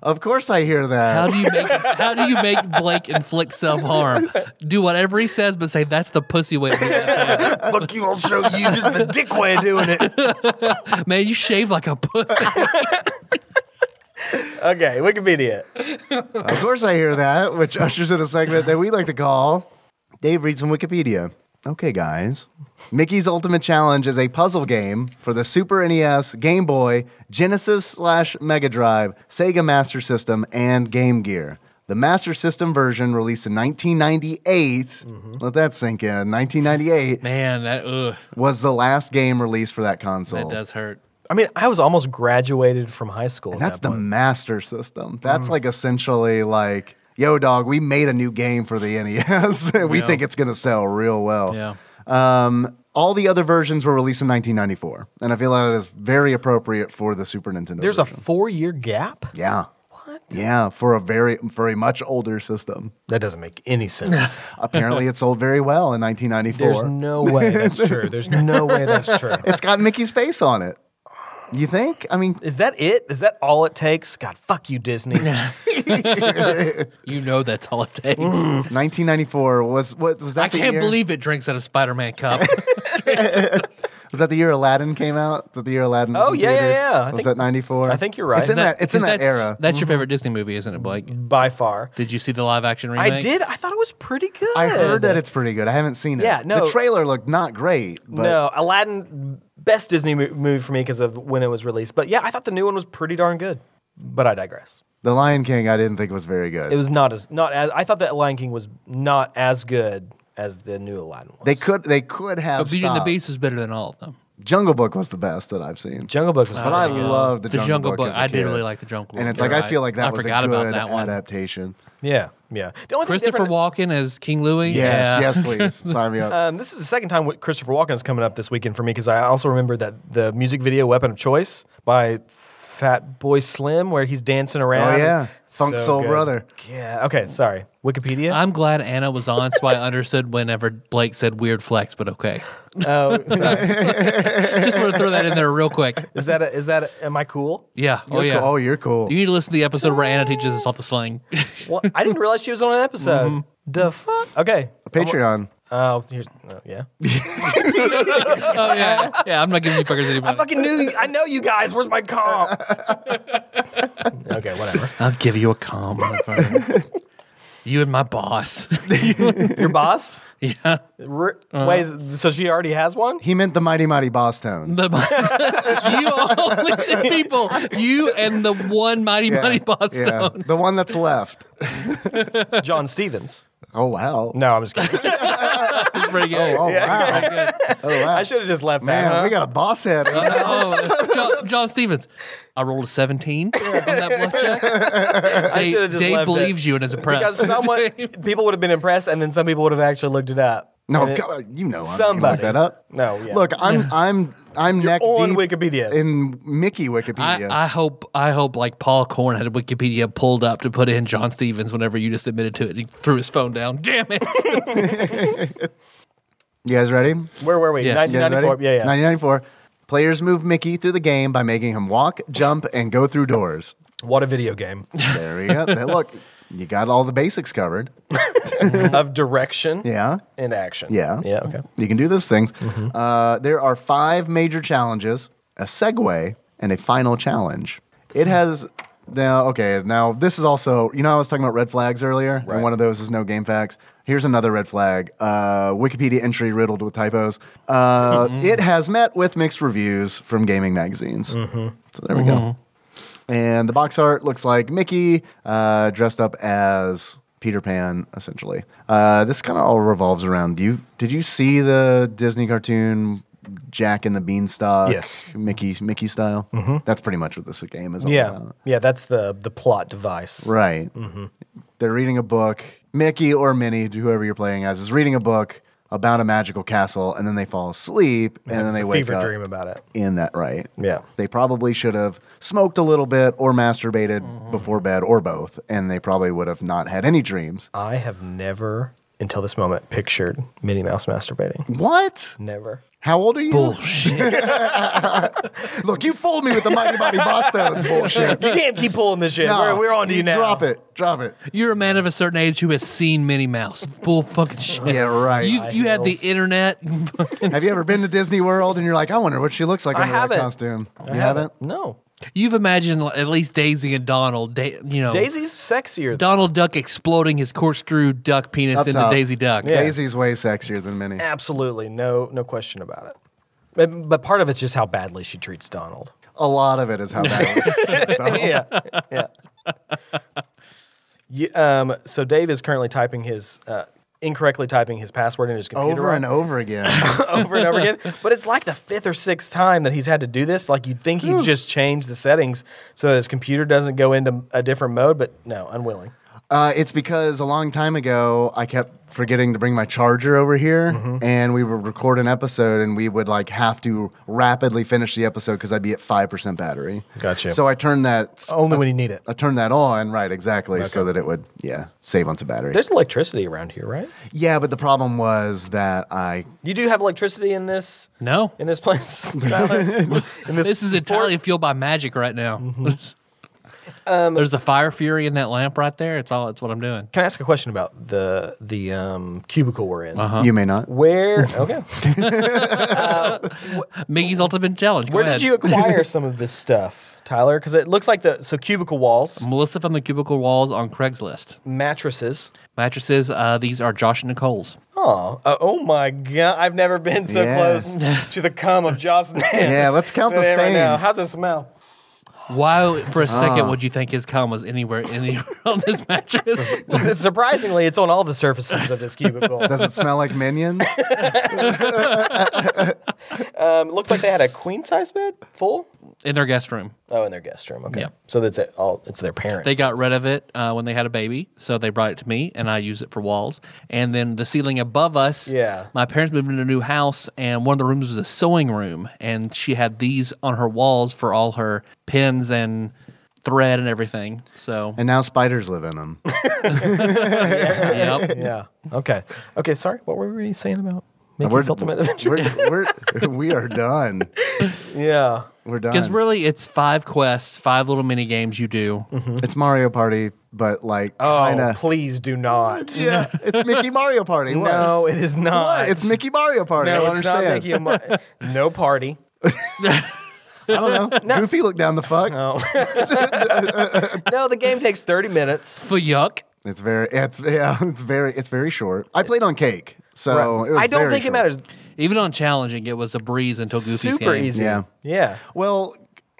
B: Of course, I hear that.
A: How do you make how do you make Blake inflict self harm? Do whatever he says, but say that's the pussy way. to do it."
C: Look, you, I'll show you. This is the dick way of doing it.
A: Man, you shave like a pussy.
C: Okay, Wikipedia.
B: Of course, I hear that, which ushers in a segment that we like to call Dave Reads from Wikipedia. Okay, guys. Mickey's Ultimate Challenge is a puzzle game for the Super NES, Game Boy, Genesis slash Mega Drive, Sega Master System, and Game Gear. The Master System version released in 1998,
A: Mm-hmm.
B: let that sink in, 1998
A: Man, that ugh,
B: was the last game released for that console.
A: that does hurt.
C: I mean, I was almost graduated from high school. at
B: And that's
C: that
B: the
C: point.
B: master system. That's like essentially like, yo, dog, we made a new game for the NES. and we
A: Yeah.
B: think it's going to sell real well.
A: Yeah.
B: Um, all the other versions were released in 1994. And I feel that is very appropriate for the Super Nintendo.
C: There's a
B: version.
C: four year gap.
B: yeah. What? Yeah, for a very, for a much older system.
C: That doesn't make any sense.
B: Apparently, it sold very well in
C: There's
B: 1994.
C: no way that's true. There's no way that's true.
B: it's got Mickey's face on it. You think? I mean,
C: Is that it? Is that all it takes? God, fuck you, Disney.
A: You know that's all it takes.
B: 1994 was what was that?
A: I
B: the
A: can't
B: year?
A: believe it drinks out of Spider Man cup.
B: Was that the year Aladdin came out? Was that the year Aladdin? Was
C: Oh,
B: in
C: yeah, yeah,
B: theaters?
C: yeah. I
B: Was
C: think-
B: that '94?
C: I think you're right.
B: It's in
C: Is
B: that. It's in
A: Is
B: that, era. Mm-hmm.
A: That's your favorite Disney movie, isn't it, Blake?
C: By far.
A: Did you see the live action remake?
C: I did. I thought it was pretty good.
B: I heard that it's pretty good. I haven't seen it.
C: Yeah, no.
B: The trailer looked not great, but
C: no, Aladdin, best Disney mo- movie for me because of when it was released. But yeah, I thought the new one was pretty darn good. But I digress.
B: The Lion King I didn't think was very good.
C: It was not as not as I thought that Lion King was not as good as the new Aladdin was.
B: they could. They could have.
A: But Beauty and the
B: stopped.
A: Beast is better than all of them.
B: Jungle Book was the best that I've seen.
C: Jungle Book was
B: but I
C: pretty good.
B: love the,
A: The Jungle Book.
B: as a
A: I did
B: kid.
A: really like the Jungle Book.
B: And it's
A: You're
B: like I
A: right.
B: feel like that
A: I
B: was a
A: forgot about
B: good
A: that one.
B: adaptation.
C: yeah, yeah. The only thing
A: Christopher
C: different-
A: Walken as King Louis.
B: Yes,
A: yeah.
B: yes, please sign me up.
C: Um, this is the second time with Christopher Walken is coming up this weekend for me because I also remember that the music video "Weapon of Choice" by Fat Boy Slim, where he's dancing around.
B: Oh, yeah. Funk Soul Brother.
C: Yeah. Okay. Sorry. Wikipedia.
A: I'm glad Anna was on, so I understood whenever Blake said weird flex, but okay.
C: oh, sorry.
A: Just want to throw that in there real quick.
C: is that a, is that a, am I cool?
A: Yeah. oh,
B: You're
A: yeah.
B: cool. Oh, you're cool.
A: You need to listen to the episode where Anna teaches us all the slang.
C: Well, I didn't realize she was on an episode.
B: Mm-hmm.
C: The fuck? Okay.
B: Patreon.
C: Oh, here's no, yeah.
A: oh, yeah. Yeah, I'm not giving you fuckers
C: I
A: anymore.
C: fucking knew. You, I know you guys. Where's my comp? okay. Whatever.
A: I'll give you a calm. you and my boss.
C: Your boss.
A: yeah.
C: R- ways. So she already has one.
B: He meant the mighty mighty boss tones.
A: The, you only two people. You and the one mighty mighty boss
B: yeah.
A: stone.
B: the one that's left.
C: John Stevens.
B: Oh wow.
C: No, I'm just kidding.
A: That's pretty good.
B: Oh wow.
A: Pretty good.
B: Oh wow.
C: I should have just left
B: Man,
C: that. huh?
B: we got a boss head.
A: Oh, John, John Stevens. I rolled a 17 on that bluff check.
C: I
A: Dave-
C: should've just
A: Dave
C: left it.
A: believes you and is
C: because
A: impressed.
C: someone people would have been impressed, and then some people would have actually looked it up.
B: No,
C: And it-
B: God, you know, I'm
C: Somebody.
B: look that up.
C: No, yeah.
B: Look, I'm I'm I'm neck
C: on
B: deep
C: Wikipedia.
B: in Mickey Wikipedia.
A: I, I hope I hope like Paul Korn had Wikipedia pulled up to put in John Stevens whenever you just admitted to it. He threw his phone down. Damn it!
B: you guys ready?
C: where were we?
A: Yes.
B: You guys ready?
C: 1994. Yeah, yeah.
B: 1994. Players move Mickey through the game by making him walk, jump, and go through doors.
C: What a video game
B: There we go. There- Look, you got all the basics covered.
C: of direction
B: Yeah.
C: and action.
B: Yeah.
C: Yeah. Okay.
B: You can do those things. Uh, there are five major challenges, a segue, and a final challenge. It has now, okay, now this is also, you know, I was talking about red flags earlier,
C: Right.
B: and one of those is no game facts. Here's another red flag uh, Wikipedia entry riddled with typos. Uh, it has met with mixed reviews from gaming magazines. So there we go. And the box art looks like Mickey uh, dressed up as Peter Pan, essentially. Uh, this kind of all revolves around. Do you did you see the Disney cartoon Jack and the Beanstalk?
C: Yes. Mm-hmm.
B: Mickey Mickey style. That's pretty much what this game is all
C: Yeah. Mm-hmm.
B: about.
C: Yeah. That's the the plot device.
B: Oh, Right. They're reading a book. Mickey or Minnie, whoever you're playing as, is reading a book about a magical castle, and then they fall asleep, and, then
C: It's
B: they
C: a
B: wake
C: fever
B: up
C: dream about it.
B: in that right.
C: Yeah.
B: They probably should have smoked a little bit or masturbated
C: Mm-hmm.
B: before bed or both, and they probably would have not had any dreams.
C: I have never until this moment pictured Minnie Mouse masturbating.
B: What?
C: Never.
B: How old are you?
A: Bullshit.
B: Look, you fooled me with the Mighty Mighty Boss Tones bullshit.
C: You can't keep pulling this shit. we're, we're on to you now.
B: Drop it. Drop it.
A: You're a man of a certain age who has seen Minnie Mouse. Bull fucking shit.
B: Yeah, right.
A: You, you had the
C: heels.
A: internet.
B: Have you ever been to Disney World and you're like, I wonder what she looks like
C: I
B: under that
C: haven't.
B: costume?
C: I
B: you haven't?
C: No.
A: You've imagined like, at least Daisy and Donald. Da- you know,
C: Daisy's sexier.
A: Donald Duck exploding his corkscrew duck penis
B: Up
A: into
B: top.
A: Daisy Duck.
C: Yeah.
B: Daisy's way sexier than Minnie.
C: Absolutely. No no question about it. But, but part of it's just how badly she treats Donald.
B: A lot of it is how that works.
C: yeah. Yeah. You- um, so Dave is currently typing his uh, incorrectly typing his password in his computer
B: Over and over again.
C: over and over again. But it's like the fifth or sixth time that he's had to do this. Like you'd think he'd just change the settings so that his computer doesn't go into a different mode, but no, unwilling.
B: Uh, it's because a long time ago, I kept forgetting to bring my charger over here,
C: Mm-hmm.
B: and we would record an episode, and we would like have to rapidly finish the episode because I'd be at five percent battery.
C: Gotcha. Oh.
B: So I turned that.
C: Only when you need it.
B: I turned that on, right? Exactly, so that it would, yeah, save on some battery.
C: There's electricity around here, right?
B: yeah, but the problem was that I
C: You do have electricity in this
A: No,
C: in this place. Tyler? in
A: this is entirely fueled by magic right now.
C: Um,
A: There's a fire fury in that lamp right there. It's all. It's what I'm doing.
C: Can I ask a question about the the um, cubicle we're in?
B: you may not.
C: Where okay?
A: Mickey's ultimate challenge. Go
C: Where
A: ahead.
C: did you acquire some of this stuff, Tyler? Because it looks like the so cubicle walls,
A: Melissa from the Cubicle Walls on Craigslist.
C: mattresses.
A: Mattresses. Uh, these are Josh and Nicole's.
C: Oh, uh, oh my God! I've never been so
B: Yeah.
C: close to the cum of Jocelyn.
B: Yeah, let's count the stains.
C: How's it smell?
A: Why, for a second,
C: Ah.
A: would you think his cum was anywhere, anywhere on this mattress?
C: Surprisingly, it's on all the surfaces of this cubicle.
B: Does it smell like minions?
C: Um, it looks like they had a queen size bed, full.
A: in their guest room.
C: Oh, in their guest room. Okay,
A: Yeah.
C: so that's it. All it's their parents.
A: They got rid of it uh, when they had a baby, so they brought it to me, and I use it for walls. And then the ceiling above us,
C: Yeah.
A: My parents moved into a new house, and one of the rooms was a sewing room, and she had these on her walls for all her pins and thread and everything. So,
B: and now spiders live in them.
A: yep.
C: Yeah. Okay. Okay. Sorry. What were we saying about
B: We're-
C: Mickey's Ultimate Adventure?
B: We're, we're, we are done.
C: Yeah.
B: We're
A: Because
B: done.
A: really, it's five quests, five little mini games you do.
B: it's Mario Party, but like
C: Oh,
B: kind of.
C: please do not.
B: yeah, it's Mickey Mario Party. What?
C: No, it is not.
B: What? It's Mickey Mario Party. I
C: No,
B: don't
C: it's not
B: understand.
C: Mickey. and Mar- no party.
B: I don't know. Goofy looked down the fuck.
C: No. no, the game takes 30 minutes.
A: For yuck.
B: It's very. It's yeah. It's very. It's very short. I played on cake, so it was
C: I don't
B: very
C: think it
B: short.
C: matters.
A: Even on challenging, it was a breeze until Goofy's
C: Super
A: game.
C: easy.
B: Yeah.
C: Yeah.
B: Well,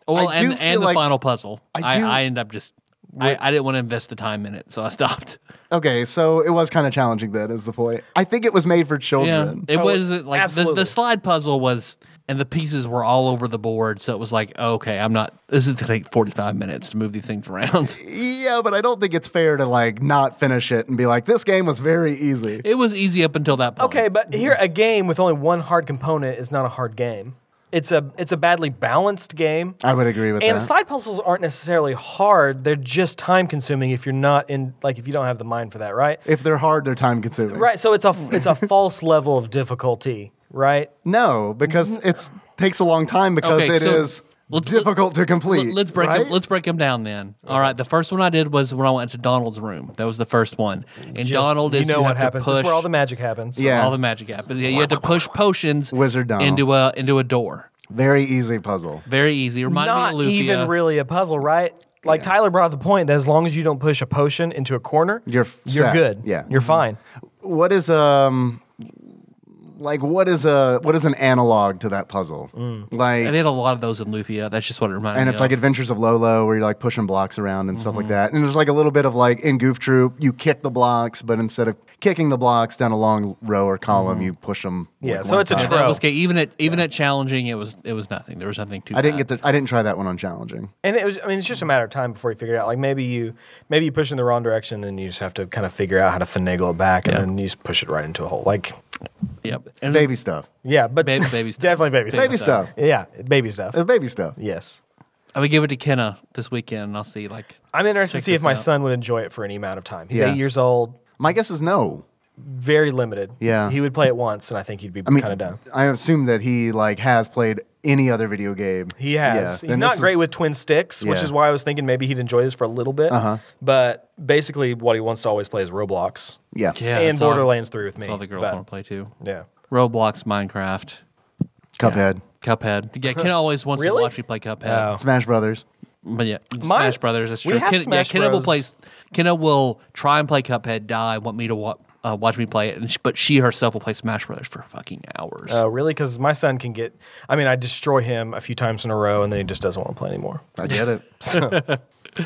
A: Well,
B: I do
A: and,
B: feel
A: and the
B: like-
A: final puzzle.
B: I
A: I,
B: do-
A: I end up just, I, I didn't want to invest the time in it, so I stopped.
B: Okay, so it was kind of challenging. Then is the point. I think it was made for
A: Yeah,
B: children.
A: it
C: Oh,
A: wasn't like the,
C: absolutely.
A: the slide puzzle was, and the pieces were all over the board. So it was like, okay, I'm not. This is gonna take 45 minutes to move these things around.
B: Yeah, but I don't think it's fair to like not finish it and be like, this game was very easy.
A: it was easy up until that point.
C: Okay, but here a game with only one hard component is not a hard game. It's a it's a badly balanced game.
B: I would agree with
C: and
B: that.
C: slide puzzles aren't necessarily hard. They're just time consuming if you're not in like if you don't have the mind for that, right?
B: if they're hard, they're time consuming.
C: Right. So it's a it's a false level of difficulty, right?
B: No, because it's takes a long time because
A: Mm-hmm. Okay,
B: it is
A: so let's-
B: difficult to complete.
A: Let- Let's break 'em-
B: right?
A: let's break them down then. All right, the first one I did was when I went to Donald's room. That was the first one, and Donald
C: you
A: is
C: know
A: you
C: what
A: have to
C: happens.
A: push
C: That's where all the magic happens.
B: Yeah.
A: all the magic happens. Yeah, you had to push potions
B: Wizard Donald.
A: into a into a door.
B: Very easy puzzle.
A: Very easy. Reminded
C: not
A: me of Lufia.
C: even really a puzzle, right? Like Tyler brought up the point that as long as you don't push a potion into a corner,
B: You're f-
C: you're
B: set.
C: good.
B: Yeah. Mm-hmm.
C: you're fine.
B: What is um like what is a what is an analog to that puzzle?
C: Mm.
B: Like
A: And they had a lot of those in Lufia. That's just what it reminded
B: and
A: me
B: it's like Adventures of Lolo, where you're like pushing blocks around and stuff
A: Mm-hmm.
B: like that. And there's like a little bit of like in Goof Troop, you kick the blocks, but instead of kicking the blocks down a long row or
A: Mm-hmm.
B: column, you push them.
C: Yeah, so it's a
A: That
C: trope,
A: was okay. Even at even at challenging, it was it was nothing. There was nothing to.
B: I didn't get the I didn't try that one on challenging.
A: Mm-hmm.
C: and it was. I mean, it's just a matter of time before you figure it out. Like maybe you maybe you push in the wrong direction, then you just have to kind of figure out how to finagle it back,
A: Yeah.
C: and then you just push it right into a hole. Like
A: Yep. And
B: Baby stuff.
C: yeah, but
A: Baby- baby stuff.
C: definitely baby stuff.
B: Baby stuff.
C: Yeah, baby stuff.
B: It's baby stuff.
C: Yes.
A: I would give it to Kenna this weekend. and I'll see. Like
C: I'm interested
A: Check
C: to see if
A: this
C: my
A: out.
C: son would enjoy it for any amount of time. He's
B: Yeah.
C: eight years old.
B: My guess is no.
C: very limited.
B: Yeah.
C: he would play it once, and I think he'd be
B: I mean,
C: kind of done.
B: I assume that he like has played any other video game.
C: He has. He's not great with twin sticks, which
B: Yeah.
C: is why I was thinking maybe he'd enjoy this for a little bit. Uh-huh. But basically, what he wants to always play is Roblox
B: Yeah.
A: Yeah,
C: and
A: that's all-
C: Borderlands Three with me.
A: That's all the girls
C: but-
A: want to play too.
C: Yeah,
A: Roblox, Minecraft,
B: Cuphead,
A: Cuphead. Yeah, Ken always wants
C: Really?
A: to watch me play Cuphead.
C: Oh.
B: Smash Brothers.
A: But yeah,
C: My-
A: Smash Brothers. That's
C: we
A: true.
C: have
A: Ken,
C: Smash
A: yeah, Kenna will
C: Bros.
A: play. Kenna will try and play Cuphead. Die. Want me to wa- uh, watch me play it. And sh but she herself will play Smash Brothers for fucking hours.
C: uh, really, because my son can get. I mean, I destroy him a few times in a row, and then he just doesn't want to play anymore.
B: I get it.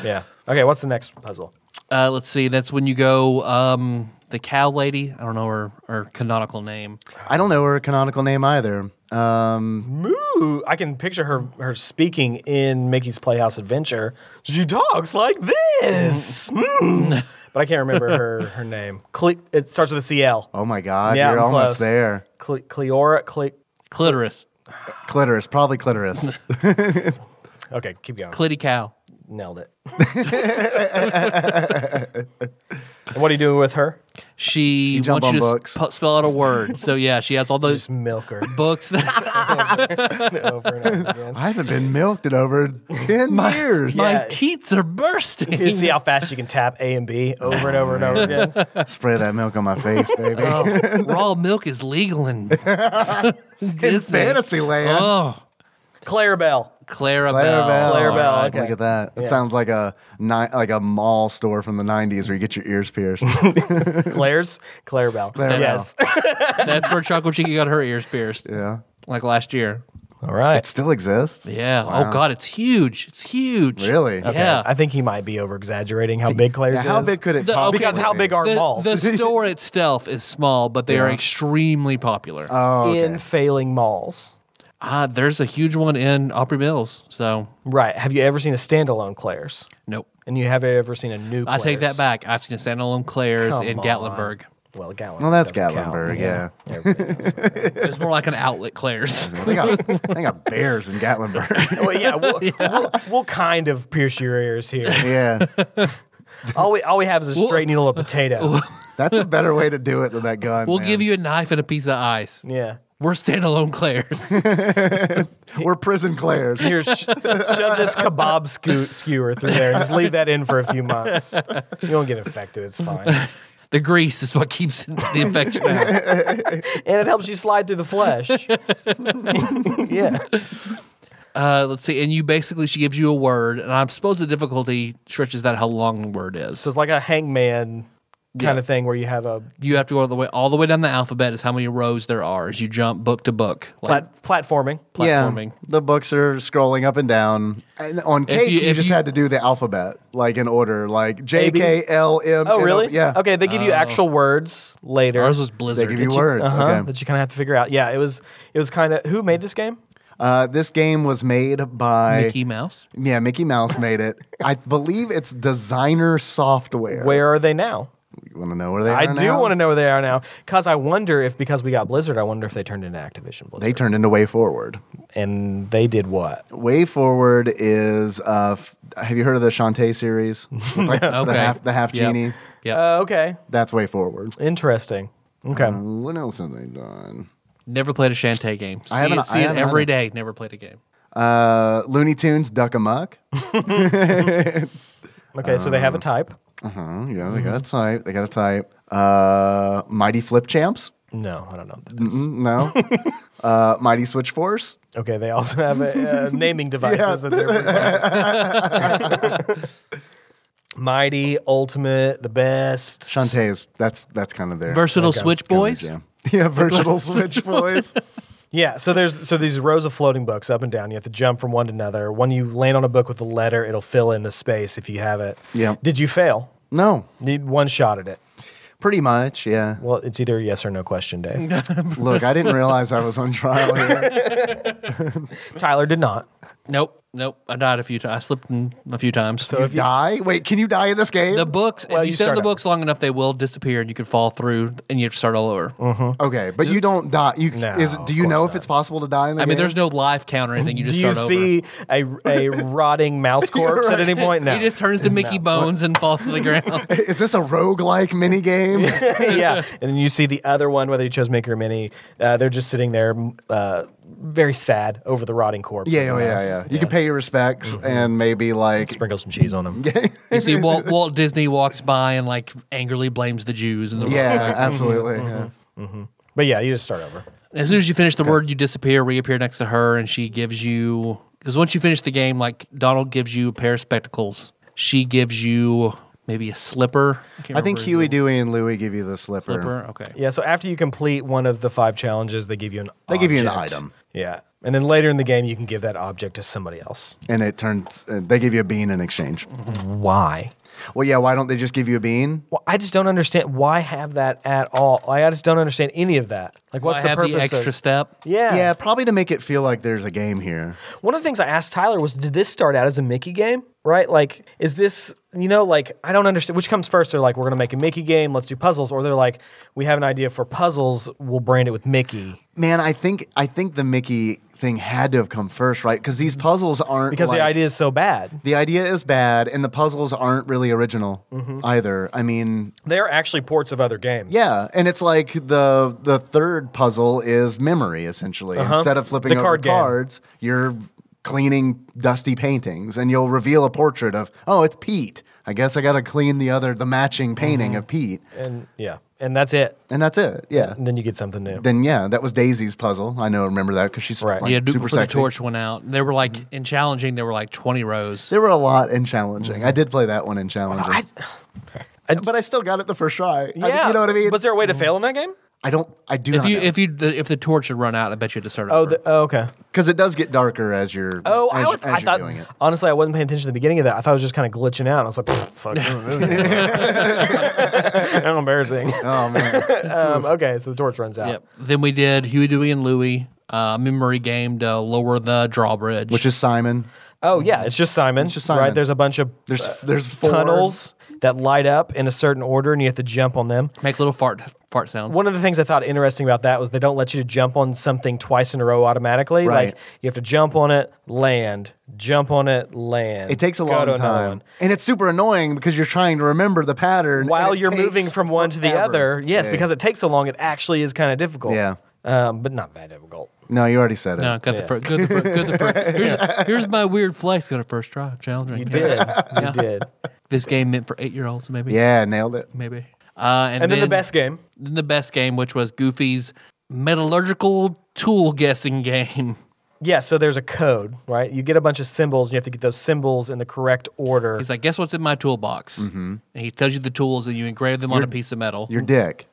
C: yeah. Okay. What's the next puzzle?
A: Uh, let's see. That's when you go. Um, the cow lady. I don't know her, her canonical name.
B: I don't know her canonical name either. Um,
C: Moo. I can picture her her speaking in Mickey's Playhouse Adventure. She talks like this. Mm. but I can't remember her her name. Cle- it starts with a CL.
B: oh my God,
C: Yeah,
B: you're
C: I'm
B: almost
C: close.
B: there.
C: Cle- Cleora. Cle-
A: Clitoris.
B: Clitoris, probably clitoris.
C: okay, keep going.
A: Clitty cow.
C: Nailed it. And what do you do with her?
A: She
B: jump
A: wants you
B: on
A: to
B: books.
A: sp- spell out a word. So yeah, she has all those
C: Just milk her
A: books.
C: over and over again.
B: I haven't been milked in over ten years.
A: My
C: Yeah.
A: teats are bursting.
C: You see how fast you can tap A and B over and over and over again.
B: Spray that milk on my face, baby.
C: Oh,
A: Raw milk is legal in
B: in
A: Disney.
B: fantasy land.
A: Oh,
C: Clarabelle.
A: Clarabelle.
B: Clarabelle.
C: Clarabelle,
A: All
C: okay.
B: Look at that. That
C: Yeah.
B: sounds like a ni- like a mall store from the '90s where you get your ears pierced.
C: Claire's? Clarabelle.
B: Clarabelle.
C: Yes.
A: That's where Chocolate Chica got her ears pierced,
B: yeah,
A: like last year.
C: All right.
B: it still exists.
A: Yeah. Oh God, it's huge. It's huge.
B: Really?
A: Yeah.
B: Okay.
C: I think he might be over exaggerating how big Claire's
B: Now, how
C: is.
B: big could it?
A: The-
B: possibly
A: Because
C: how
B: be?
C: big are- Our
A: the,
C: malls.
A: the store itself is small, but they are
B: Yeah.
A: extremely popular.
B: Oh, okay.
C: in failing malls.
A: Ah, there's a huge one in Opry Mills. So
C: Right. Have you ever seen a standalone Claire's?
A: nope.
C: And you have ever seen a new
A: I
C: Claire's?
A: take that back. I've seen a standalone Claire's
C: Come
A: in
C: on.
A: Gatlinburg.
C: Well, Gatlinburg.
B: Well, that's
C: count.
B: Gatlinburg, yeah.
C: Everybody knows.
A: It's more like an outlet Claire's.
B: They got, they got bears in Gatlinburg.
C: well, yeah, we'll, We'll, we'll kind of pierce your ears here.
B: yeah,
C: All we all we have is a straight needle of potato.
B: that's a better way to do it than that gun.
A: We'll
B: man.
A: give you a knife and a piece of ice.
C: yeah.
A: We're standalone Claire's.
B: We're prison Claire's.
C: Here, sh- shove this kebab skew- skewer through there. Just leave that in for a few months. You won't get infected. It's fine, and
A: the grease is what keeps the infection out.
C: it helps you slide through the flesh. yeah.
A: Uh, let's see. And you basically, she gives you a word, and I suppose the difficulty stretches that how long the word is.
C: So it's like a hangman kind
A: Yeah.
C: of thing where you have a
A: you have to go all the way all the way down the alphabet is how many rows there are as you jump book to book. Like,
C: plat- platforming.
A: platforming.
B: Yeah, the books are scrolling up and down. And on cake,
A: you-
B: you,
A: if
B: just
A: you-
B: had to do the alphabet, like in order, like J
C: A, B?
B: K L M.
C: Oh,
B: N, O-
C: really?
B: Yeah.
C: Okay, they give you actual words later.
A: Ours was
B: They
A: Blizzard.
B: give you
A: It's-
B: words.
C: uh-huh,
B: Okay.
C: That you kind of have to figure out. Yeah, it was. It was kind of who made this game?
B: Uh, this game was made by
A: Mickey Mouse.
B: Yeah, Mickey Mouse made it. I believe it's designer software.
C: Where are they now?
B: you want to know where they
C: I
B: are
C: do want to know where they are now because I wonder if because we got Blizzard, I wonder if they turned into Activision Blizzard.
B: They turned into Way Forward.
C: and they did what?
B: Way Forward is. Uh, f- have you heard of the Shantae series? With, like, The
A: Okay.
B: half, the half
A: Yep.
B: genie.
A: Yeah.
C: Uh, okay,
B: That's Way Forward.
C: interesting. Okay,
B: What else have they done?
A: never played a Shantae game. See,
B: I haven't-
A: it, see
B: I
A: it
B: haven't
A: every
B: either.
A: day. Never played a game.
B: Uh, Looney Tunes Duck Amuck.
C: okay. so they have a type.
B: Uh-huh, yeah, they got a type. They got a type. Uh, Mighty Flip Champs.
C: No, I don't know. what that is.
B: Mm, no. uh, Mighty Switch Force.
C: Mm-hmm. Okay, they also have a, uh, naming devices that they're mighty, ultimate, the best.
B: Shantae is that's that's kind of their
A: Versatile
C: Okay.
A: Switch
B: kinda
A: Boys.
B: jam. Yeah, versatile Switch Boys.
C: Yeah, so there's so these rows of floating books up and down. You have to jump from one to another. When you land on a book with a letter, it'll fill in the space if you have it.
B: Yeah.
C: Did you fail?
B: No,
C: Need one shot at it.
B: pretty much. Yeah.
C: Well, it's either a yes or no question, Dave.
B: Look, I didn't realize I was on trial here.
C: Tyler did not.
A: Nope. Nope, I died a few times. I slipped in a few times.
C: So if you,
B: die? Wait, can you die in this game?
A: the books,
C: Well,
A: if you,
C: you
A: sit in
C: start
A: the
C: over.
A: books long enough, they will disappear, and you could fall through, and you have to start all over.
C: Uh-huh.
B: okay, but you don't die. You
C: No,
B: is do you
C: of
B: know
C: course
B: if it's possible to die in the
A: I
B: game?
A: mean, there's no life count or anything. You just
C: do you
A: start over.
C: see a, a rotting mouse corpse at any point? No.
A: He just turns to Mickey Bones and falls to the ground.
B: Is this a roguelike mini game?
C: yeah, and then you see the other one, whether you chose Mickey or Minnie, uh, they're just sitting there, uh, very sad over the rotting corpse.
B: Yeah, oh, yeah, yeah. You can pay your respects
C: Mm-hmm.
B: and maybe like
C: Sprinkle some cheese on them.
A: You see Walt, Walt Disney walks by and like angrily blames the Jews. And the
B: yeah, absolutely.
C: Mm-hmm.
B: yeah.
C: But yeah, you just start over.
A: As soon as you finish the word, you disappear, reappear next to her, and she gives you. Because once you finish the game, like Donald gives you a pair of spectacles. She gives you maybe a slipper. can't
B: I think
A: remember.
B: Huey, Dewey, and Louie give you the slipper.
A: Slipper. Okay.
C: Yeah, so after you complete one of the five challenges, they give you an
B: They give you an
C: object.
B: item.
C: Yeah. And then later in the game, you can give that object to somebody else.
B: and it turns. Uh, they give you a bean in exchange.
C: Mm-hmm. Why?
B: Well, yeah. Why don't they just give you a bean?
C: Well, I just don't understand why have that at all. I just don't understand any of that. Like, what's
A: I
C: the
A: have
C: purpose?
A: the extra
C: of,
A: step.
C: yeah.
B: Yeah, probably to make it feel like there's a game here.
C: One of the things I asked Tyler was, did this start out as a Mickey game? Right? Like, is this, you know, like, I don't understand which comes first. They're like, we're going to make a Mickey game, let's do puzzles. Or they're like, we have an idea for puzzles, we'll brand it with Mickey.
B: Man, I think I think the Mickey thing had to have come first, right? Because these puzzles aren't
C: Mm-hmm. Because
B: like-
C: the idea is so bad.
B: The idea is bad, and the puzzles aren't really original
C: Mm-hmm.
B: either. I mean,
C: They're actually ports of other games.
B: yeah, and it's like the the third puzzle is memory essentially. Instead of flipping
C: Uh-huh. The
B: over
C: card game.
B: cards, you're cleaning dusty paintings, and you'll reveal a portrait of oh, it's Pete. I guess I got to clean the other the matching painting
C: Mm-hmm.
B: of Pete,
C: And yeah. And that's it.
B: and that's it. Yeah.
C: And then you get something new.
B: Then yeah, that was Daisy's puzzle. I know, remember that because she's
C: Right.
B: like,
A: yeah, do-
B: super
A: before the
B: sexy.
A: torch went out, they were like
C: Mm-hmm.
A: in challenging. There were like twenty rows.
B: There were a lot in challenging. I did play that one in challenging,
C: Mm-hmm. I-
B: but I still got it the first try. I-
C: yeah.
B: you know what I mean. Mm-hmm.
C: Was there a way to fail in that game?
B: I don't. I do
A: if
B: not.
A: you if you the, if the torch had run out, I bet you had to start
C: Oh,
A: over.
C: the, oh okay.
B: because it does get darker as you're.
C: Oh, I,
B: as,
C: was,
B: as
C: I
B: you're
C: thought.
B: doing it.
C: Honestly, I wasn't paying attention to the beginning of that. I thought I was just kind of glitching out. I was like, "Pfft, "Fuck, how embarrassing."
B: Oh man,
C: um, okay, so the torch runs out.
A: Yep. Then we did Huey, Dewey, and Louie uh, memory game to lower the drawbridge.
B: which is Simon.
C: Oh yeah, it's just Simon.
B: just
C: Right?
B: Simon.
C: There's a bunch of
B: There's
C: uh,
B: there's four.
C: tunnels that light up in a certain order, and you have to jump on them.
A: make little fart fart sounds.
C: One of the things I thought interesting about that was they don't let you to jump on something twice in a row automatically.
B: Right.
C: Like you have to jump on it, land, jump on it, land.
B: It takes a
C: Go
B: long
C: to another
B: time,
C: one.
B: and it's super annoying because you're trying to remember the pattern
C: while
B: and it
C: you're moving
B: takes
C: from one to the
B: forever.
C: other. Yes,
B: Yeah.
C: because it takes so long, it actually is kind of difficult.
B: Yeah.
C: Um, but not that difficult.
B: no, you already said it.
A: no, got Uh, the first. Got the first. Got the first. Here's, here's my weird flex. Got a first try. Challenging.
C: You did. You did.
A: This game meant for eight year olds, maybe.
B: Yeah, nailed it.
A: Maybe. Uh, and,
C: And then the best game.
A: Then the best game, which was Goofy's metallurgical tool guessing game.
C: Yeah, so there's a code, right? You get a bunch of symbols, and you have to get those symbols in the correct order.
A: He's like, guess what's in my toolbox? Mm-hmm. And he tells you the tools, and you engrave them on a piece of metal.
B: Your dick.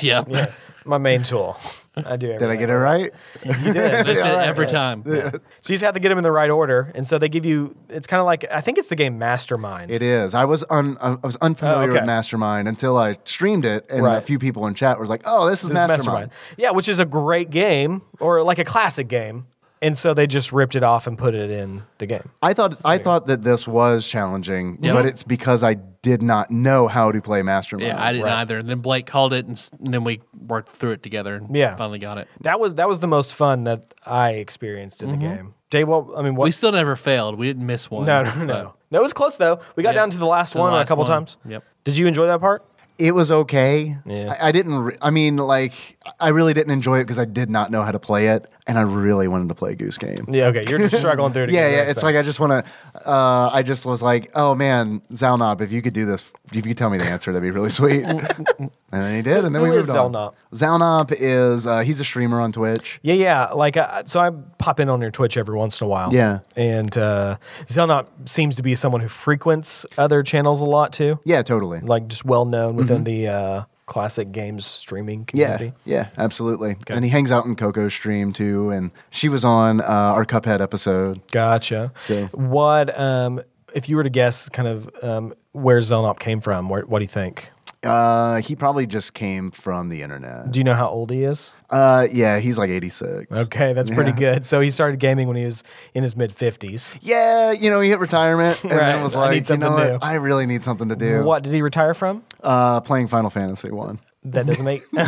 A: Yeah.
C: My main tool. I do.
B: Did I get it right?
C: You did.
A: That's it every time.
C: So you just have to get them in the right order, and so they give you. It's kind of like I think it's the game Mastermind.
B: It is. I was un, I was unfamiliar
C: Oh, okay.
B: with Mastermind until I streamed it, and a
C: Right.
B: few people in chat were like, "Oh, this is
C: This is
B: Mastermind."
C: Yeah, which is a great game or like a classic game, and so they just ripped it off and put it in the game.
B: I thought I thought that this was challenging, but it's because I did not know how to play Mastermind.
A: Yeah, I didn't
C: Right.
A: either. And then Blake called it, and, s- and then we worked through it together and
C: Yeah.
A: finally got it.
C: That was that was the most fun that I experienced in the game. Dave, what I mean, what?
A: Mm-hmm. We still never failed. We didn't miss one.
C: no, no, no, no. It was close though. We got
A: Yeah,
C: down to the last
A: to the
C: one
A: last
C: a couple
A: one.
C: times.
A: Yep.
C: Did you enjoy that part?
B: it was okay.
C: Yeah.
B: I, I didn't. Re- I mean, like, I really didn't enjoy it because I did not know how to play it, and I really wanted to play Goose Game.
C: Yeah. Okay. You're just struggling through it.
B: Yeah, yeah. It's like I just want to. Uh, I just was like, oh man, Zelnop, if you could do this, if you could tell me the answer, that'd be really sweet. and then he did, and then
C: Who
B: we
C: is
B: moved on.
C: Zelnop?
B: Zelnop is uh, he's a streamer on Twitch.
C: Yeah, yeah. Like, uh, so I pop in on your Twitch every once in a while.
B: Yeah.
C: And uh, Zelnot seems to be someone who frequents other channels a lot too.
B: Yeah, totally.
C: Like, just well known within the uh, classic games streaming
B: Mm-hmm. Yeah,
C: community.
B: yeah, absolutely. And he hangs out in Coco's stream too, and she was on uh, our Cuphead episode.
C: Gotcha.
B: So-
C: what, um, if you were to guess kind of um, where Zelnop came from, where, what do you think?
B: Uh, he probably just came from the internet.
C: Do you know how old he is?
B: Uh, yeah, he's like 86.
C: Okay, that's pretty
B: Yeah.
C: good. So he started gaming when he was in his mid 50s.
B: Yeah, you know, he hit retirement and
C: Right,
B: then was
C: I
B: like,
C: need
B: you know
C: something
B: what?
C: new."
B: I really need something to do.
C: What did he retire from?
B: Uh, playing Final Fantasy 1.
C: That doesn't make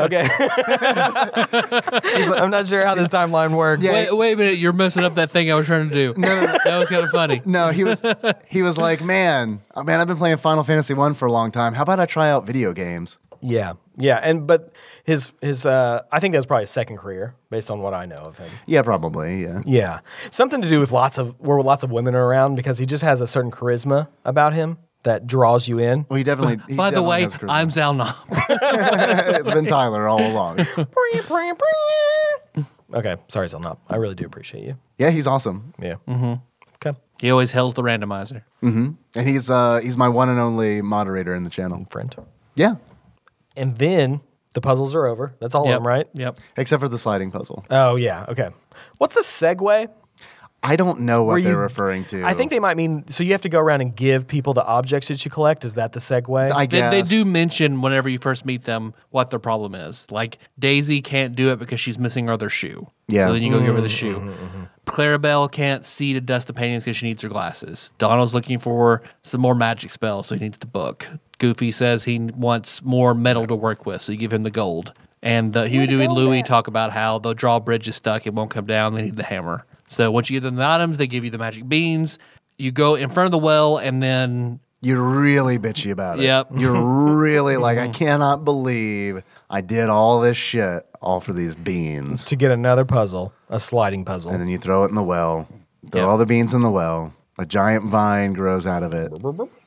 C: okay. I'm not sure how this timeline works.
B: Yeah.
A: Wait, wait a minute, you're messing up that thing I was trying to do. that was kind of funny.
B: No, he was he was like, man, oh, man, I've been playing Final Fantasy 1 for a long time. How about I try out video games?
C: yeah, yeah. And but his his uh, I think that was probably his second career based on what I know of him.
B: Yeah, probably. Yeah.
C: Yeah, something to do with lots of where lots of women are around because he just has a certain charisma about him that draws you in.
B: Well, he definitely. he
A: By the
B: definitely
A: way,
B: has charisma.
A: I'm Zal Knopp.
B: it's been Tyler all along.
C: Okay, sorry, Zelnop. I really do appreciate you.
B: Yeah, he's awesome,
C: Yeah. Mm-hmm. Okay,
A: He always hells the randomizer.
B: and he's uh he's my one and only moderator in the channel.
C: friend.
B: Yeah,
C: And then the puzzles are over. That's all
A: Yep,
C: of them, right?
A: Yep.
B: except for the sliding puzzle.
C: Oh yeah. Okay. What's the segue?
B: I don't know
C: Were
B: what they're
C: you-
B: referring to.
C: I think they might mean so you have to go around and give people the objects that you collect. Is that the segue?
B: I
A: They,
B: guess
A: they do mention whenever you first meet them what their problem is. Like Daisy can't do it because she's missing her other shoe.
B: Yeah.
A: So then you go give her the shoe. Clarabelle can't see to dust the paintings because she needs her glasses. Donald's looking for some more magic spells, so he needs the book. Goofy says he wants more metal to work with, so you give him the gold. And the Huey, Dewey, Louie talk about how the drawbridge is stuck, it won't come down, they need the hammer. So once you give them the items, they give you the magic beans. You go in front of the well, and then
B: You're really bitchy about it.
A: Yep.
B: You're really like, I cannot believe I did all this shit all for these beans,
C: to get another puzzle, a sliding puzzle.
B: and then you throw it in the well. Throw
A: Yep.
B: all the beans in the well. A giant vine grows out of it,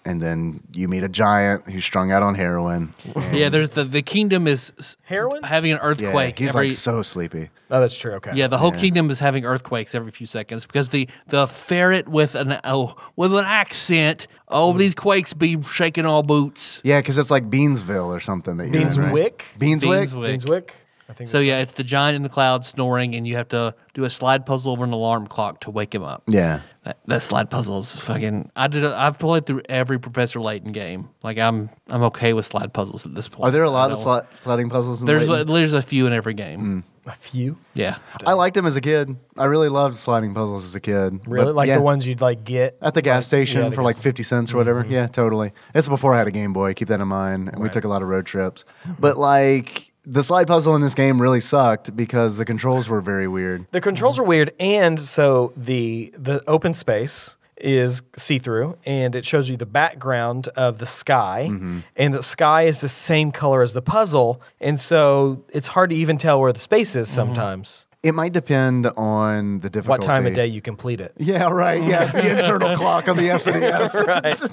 B: and then you meet a giant who's strung out on heroin.
A: Yeah, there's the the kingdom is s-
C: Heroin?
A: having an
B: Yeah,
A: earthquake.
B: he's
A: every,
B: like so sleepy.
C: oh, that's true. Okay.
A: yeah, the whole kingdom is having earthquakes every few seconds because the the ferret with an oh, with an accent. Oh,
B: Mm.
A: these quakes be shaking all boots.
B: Yeah, because it's like Beansville or something. That you're in, right?
C: Beanswick.
B: Beanswick.
A: Beanswick.
C: Beanswick. I think.
A: So yeah, it's the giant in the cloud snoring, and you have to do a slide puzzle over an alarm clock to wake him up.
B: Yeah.
A: That, that slide puzzle is fucking. I did. A, I've played through every Professor Layton game. Like I'm, I'm okay with slide puzzles at this point.
B: Are there a
A: I
B: lot of
A: don't-
B: sli- sliding puzzles? In
A: There's
B: Layton? Mm.
A: there's a few in every game.
C: a few.
A: Yeah.
B: I liked them as a kid. I really loved sliding puzzles as a kid.
C: Really,
B: But,
C: like
B: yeah,
C: the ones you'd like get.
B: at the gas station
C: yeah, the
B: for like
C: gas- Mm-hmm.
B: fifty cents or whatever. Yeah, totally. It's before I had a Game Boy. Keep that in mind. And we took a lot of road trips. But like the slide puzzle in this game really sucked because the controls were very weird.
C: The controls are weird, and so the the open space is see through, and it shows you the background of the sky,
B: Mm-hmm.
C: and the sky is the same color as the puzzle, and so it's hard to even tell where the space
A: Mm-hmm.
C: is sometimes.
B: It might depend on the
C: What
B: difficulty.
C: time of day you complete it?
B: Yeah, right. Yeah, the internal clock on the E SNES.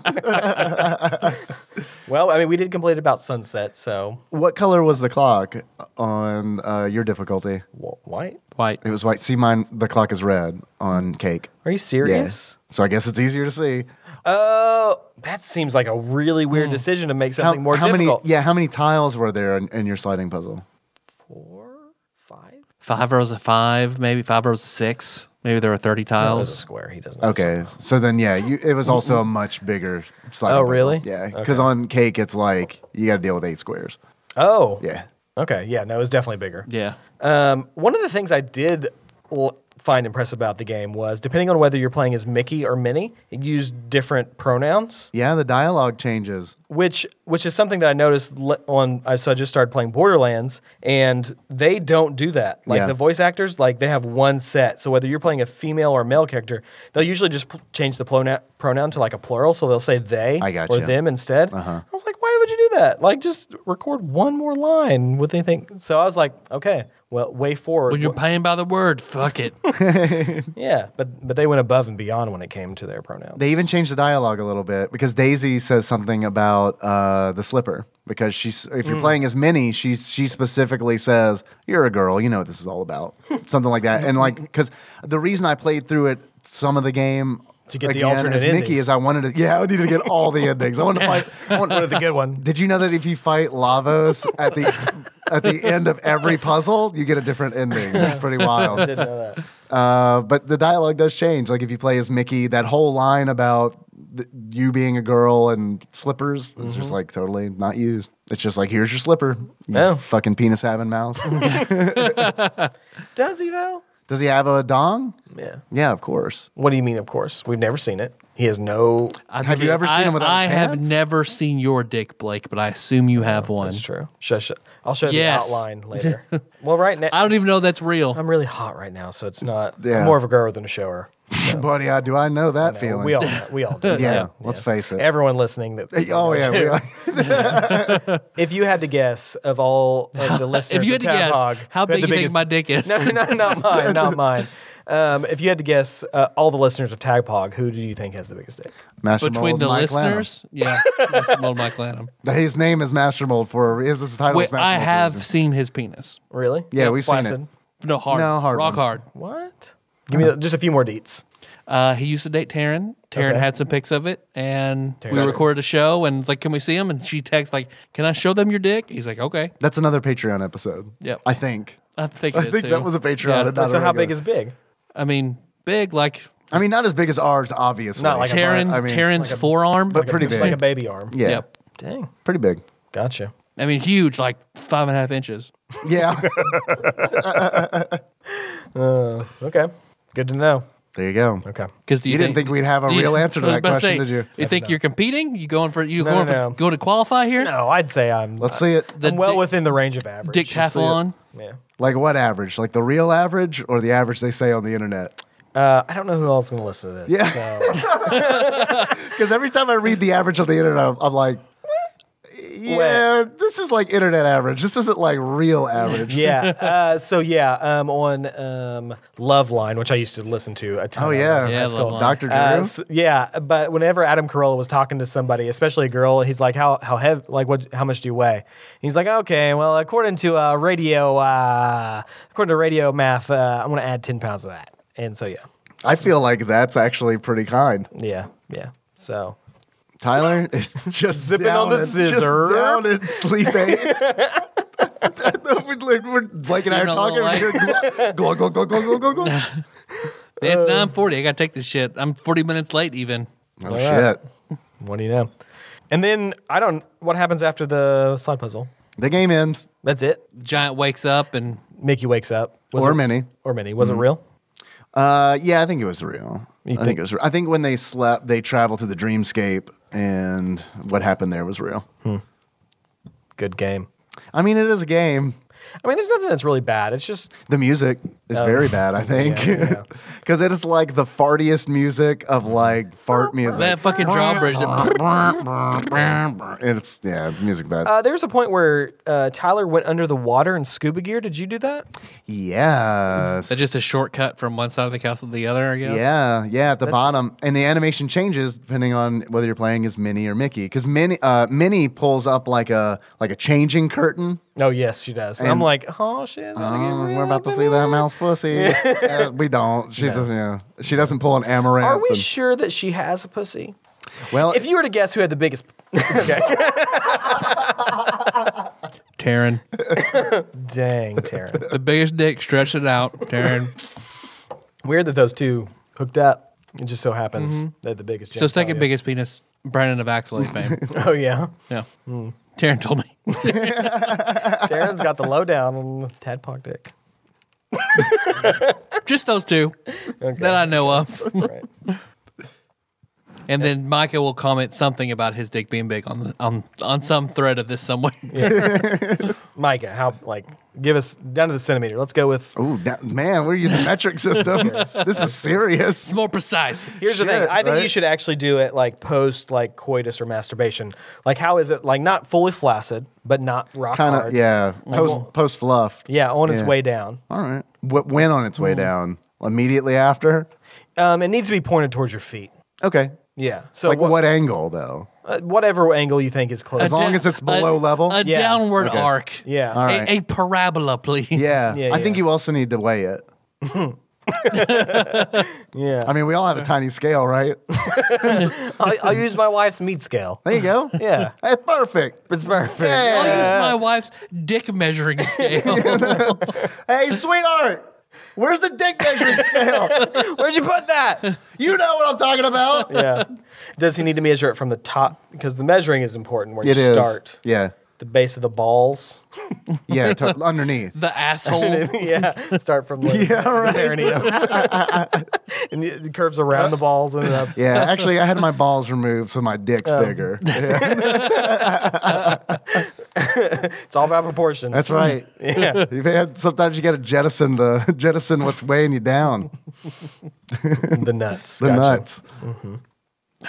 C: Well, I mean, we did complete about sunset, so
B: What color was the clock on uh, your difficulty?
C: wh- white.
A: White.
B: It was white. See, mine, the clock is red on cake.
C: Are you serious?
B: So I guess it's easier to see.
C: Oh, that seems like a really weird decision to make something more difficult.
B: many? Yeah, how many tiles were there in, in your sliding puzzle?
C: Four, five.
A: five rows of five, maybe five rows of six. Maybe there were 30
C: That was a
A: tiles.
C: square. He doesn't.
B: Okay, so then yeah, you, it was also a much bigger sliding.
C: Oh,
B: puzzle.
C: really?
B: Yeah, because on cake it's like you got to deal with eight squares.
C: Oh.
B: Yeah,
C: Okay. Yeah. No, it was definitely bigger.
A: yeah.
C: Um, one of the things I did l- find impressive about the game was depending on whether you're playing as Mickey or Minnie, it used different pronouns,
B: yeah, the dialogue changes.
C: which which is something that I noticed le- on. I so I just started playing Borderlands, and they don't do that. Like
B: Yeah.
C: the voice actors, like they have one set. So whether you're playing a female or male character, they'll usually just p- change the plona- pronoun to like a plural, so they'll say they
B: I gotcha. Uh-huh.
C: or them instead. I was like, why would you do that? Like just record one more line. Would they think? So I was like, okay. Well, way forward.
A: When you're
C: wh-
A: paying by the word, fuck it.
C: Yeah, but but they went above and beyond when it came to their pronouns.
B: They even changed the dialogue a little bit because Daisy says something about uh, the slipper because she's if
C: Mm.
B: you're playing as Minnie, she she specifically says you're a girl, you know what this is all about, something like that. And like because the reason I played through it, some of the game
C: To get the
B: again
C: alternate
B: as Mickey
C: endings.
B: is I wanted to yeah I needed to get all the endings. I wanted to fight. I wanted-
C: One of the good one.
B: did you know that if you fight Lavos at the at the end of every puzzle, you get a different ending? That's pretty wild.
C: Didn't know that.
B: Uh, but the dialogue does change. Like if you play as Mickey, that whole line about th- you being a girl and slippers is just like totally not used. It's just like here's your slipper. You
C: Yeah.
B: fucking penis having mouse.
C: Does he though?
B: Does he have a dong?
C: Yeah.
B: Yeah, of course.
C: What do you mean? Of course, we've never seen it. He has no.
A: I
B: Have
A: think
B: you
A: it's-
B: ever seen
A: I-
B: him without
A: I
B: his
A: have
B: pants?
A: never seen your dick, Blake, but I assume you have one.
C: Oh, That's true. Should I show, I'll show you
A: Yes.
C: the outline later. well, right now
A: I don't even know that's real.
C: I'm really hot right now, so it's not. I'm
B: Yeah.
C: more of a grower than a shower.
B: Buddy, I do I know that feeling.
C: We all we all do.
B: yeah, let's face it.
C: Everyone listening that.
B: oh yeah, we all-
C: If you had to guess of all of the listeners,
A: if you had to
C: of Tad
A: guess
C: Hog,
A: how
C: who
A: big
C: had the
A: you think
C: biggest-
A: my dick is,
C: No, no, not mine, not mine. Um, if you had to guess, uh, all the listeners of Tag Pog, who do you think has the biggest dick?
B: Master
A: between
B: Mold,
A: the
B: Mike Lanham.
A: listeners, yeah, that's Lord Mike Lanham.
B: His name is Master Mold for is this title? is
A: Wait,
B: Master
A: I
B: Mold for a
A: have
B: reason.
A: seen his penis.
C: Really?
B: Yeah, we've seen it.
C: Placid.
A: No hard,
B: No, hard
A: rock
B: one.
A: hard.
C: What? Give
B: Uh-huh.
C: me the, just a few more deets.
A: Uh, he used to date Taryn. Taryn
C: Okay.
A: had some pics of it, and we
C: Taryn.
A: recorded a show. And it's like, can we see him? And she texts like, "Can I show them your dick?" He's like, "Okay."
B: That's another Patreon episode.
A: Yep.
B: I think.
A: I think it
B: I
A: is,
B: think
A: too.
B: that was a Patreon.
A: Yeah.
B: and not
C: so
B: a
C: how
B: regular.
C: big is big?
A: I mean, big like
B: I mean, not as big as ours, obviously.
C: Not like a
A: Taryn's
B: I mean,
A: Taryn's forearm,
B: but pretty
C: It's
B: big.
C: like a baby arm.
B: yeah,
A: Yep.
C: Dang.
B: pretty big.
C: Gotcha.
A: I mean, huge, like five and a half inches.
B: Yeah.
C: Okay. Good to know.
B: there you go.
C: Okay.
A: Because
B: You didn't think we'd have a
A: do
B: real answer to
A: I was
B: that
A: about
B: question,
A: say,
B: did you?
A: You think you're competing? You going for you
C: No,
A: going
C: no, no.
A: for going to qualify here?
C: No, I'd say I'm.
B: Let's see it.
A: uh, The
C: I'm well
A: dic-
C: within the range of average.
A: Dictathlon.
C: Yeah.
B: Like what average? Like the real average or the average they say on the internet?
C: Uh, I don't know who else is going to listen to this.
B: Yeah.
C: So.
B: Because every time I read the average on the internet, I'm, I'm like, yeah, this is like internet average. This isn't like real average.
C: yeah. Uh, so yeah, um, on um, Love Line, which I used to listen to a ton.
B: Oh
C: when I was
B: yeah,
C: in
A: Yeah,
C: high
A: love
C: school.
A: line.
B: Doctor Drew.
C: Uh, s- yeah, but whenever Adam Carolla was talking to somebody, especially a girl, he's like, "How how heavy? Like what? How much do you weigh?" And he's like, "Okay, well, according to uh, radio, uh, according to radio math, uh, I'm going to add ten pounds of that." And so yeah,
B: I feel like that's actually pretty kind.
C: yeah, yeah. So
B: Tyler is just
C: Zipping
B: down
C: on the
B: and-
C: scissor.
B: Just down and sleeping. we're, like- we're, Blake and I are
A: Sooner or
B: talking.
A: later.
B: Go go go go go go go. Oh
A: It's nine forty. I gotta take this shit. I'm forty minutes late even.
B: Oh,
C: right. what do you know? And then I don't. What happens after the slide puzzle?
B: The game ends.
C: That's it.
A: Giant wakes up and
C: Mickey wakes up. Was
B: or
C: it-
B: many.
C: Or Minnie. Was it real?
B: Uh, yeah, I think it was real.
C: You
B: I think,
C: think-
B: it was. Real. I think when they slept, they traveled to the dreamscape, and what happened there was real.
C: Good game.
B: I mean, it is a game.
C: I mean, there's nothing that's really bad. It's just
B: The music is very bad, I think,
C: yeah.
B: because it is like the fartiest music of like fart music.
A: that fucking drawbridge. That,
B: And it's yeah, the music bad.
C: uh, there's a point where uh, Tyler went under the water in scuba gear. Did you do that?
B: yes.
A: that's just a shortcut from one side of the castle to the other. I guess.
B: yeah, yeah, at the bottom, and the animation changes depending on whether you're playing as Minnie or Mickey. Because Minnie, uh, Minnie pulls up like a like a changing curtain.
C: Oh yes, she does. And I'm
B: And-
C: like, oh shit, it's about to get
B: Oh,
C: real
B: we're about to
C: up
B: see
C: in
B: that
C: here."
B: mouse pussy. Uh, we don't. She doesn't. Yeah. She doesn't pull an amaranth.
C: Are we
B: and-
C: sure that she has a pussy?
B: well,
C: If you were to guess who had the biggest, okay.
A: Taryn,
C: Dang, Taryn.
A: the biggest dick, stretch it out, Taryn.
C: Weird that those two hooked up. It just so happens
B: Mm-hmm.
C: they're the biggest.
A: so
C: genitalia.
A: second biggest penis, Brandon of Axley fame.
C: Oh yeah,
A: Yeah.
B: Hmm.
A: Taryn told me.
C: Taryn's got the lowdown on the tadpog dick.
A: Just those two that I know of.
C: Right.
A: And then Micah will comment something about his dick being big on the, on on some thread of this somewhere.
C: Micah, how like give us down to the centimeter. Let's go with
B: Ooh, da- man, we're using metric system. this is serious.
A: More precise.
C: Here's the thing.
B: Shit,
C: I think you
B: right?
C: should actually do it like post like coitus or masturbation. Like how is it like not fully flaccid, but not rock
B: Kind of.
C: hard.
B: Yeah. Post post fluff.
C: Yeah, on its
B: Yeah.
C: way down.
B: All right. What went on its way
C: Mm-hmm.
B: down immediately after?
C: Um, it needs to be pointed towards your feet.
B: Okay.
C: Yeah. So
B: like
C: wha-
B: what angle though?
C: uh, whatever angle you think is
A: A
C: close.
B: long
A: da-
B: as it's below
A: a-
B: level?
A: A
C: Yeah.
A: downward
B: Okay.
A: arc.
C: yeah.
A: A,
B: All right.
A: a parabola, please.
B: Yeah.
C: Yeah,
B: I think
C: yeah.
B: you also need to weigh it.
C: Yeah.
B: I mean, we all have a tiny scale, right?
C: I, I use my wife's meat scale.
B: There you go.
C: Yeah.
B: That's perfect.
C: It's perfect.
A: I'll
B: Yeah.
A: use my wife's dick measuring scale.
B: Hey, sweetheart. Where's the dick measuring scale?
C: Where'd you put that?
B: You know what I'm talking about.
C: yeah. Does he need to measure it from the top? Because the measuring is important where
B: It
C: you
B: is.
C: start.
B: Yeah.
C: The base of the balls.
B: Yeah. to- underneath.
A: The asshole.
C: yeah. Start from the,
B: Yeah, right.
C: there and he goes. and it curves around the balls and up.
B: Yeah. Actually, I had my balls removed, so my dick's
C: Um,
B: bigger.
C: It's all about proportions.
B: That's right.
C: Yeah.
B: You've had- sometimes you got to jettison the jettison what's weighing you down.
C: the nuts.
B: The
C: Gotcha.
B: nuts.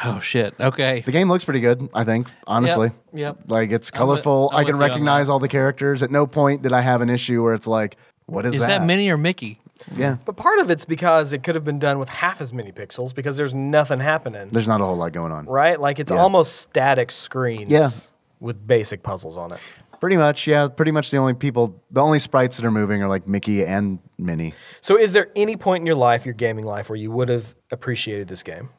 A: oh shit. Okay.
B: The game looks pretty good, I think, honestly.
A: Yep, yep.
B: Like it's
A: I'm with-
B: colorful.
A: I'm
B: I can
A: with you on
B: recognize all the characters. At no point did I have an issue where it's like, what is,
A: Is that Minnie or Mickey?
B: Yeah.
C: But part of it's because it could have been done with half as many pixels because there's nothing happening.
B: There's not a whole lot going on.
C: right? Like it's
B: Yeah.
C: almost static screens
B: Yeah.
C: with basic puzzles on it.
B: Pretty much, yeah. Pretty much the only people, the only sprites that are moving are like Mickey and Minnie.
C: So is there any point in your life, your gaming life, where you would have appreciated this game?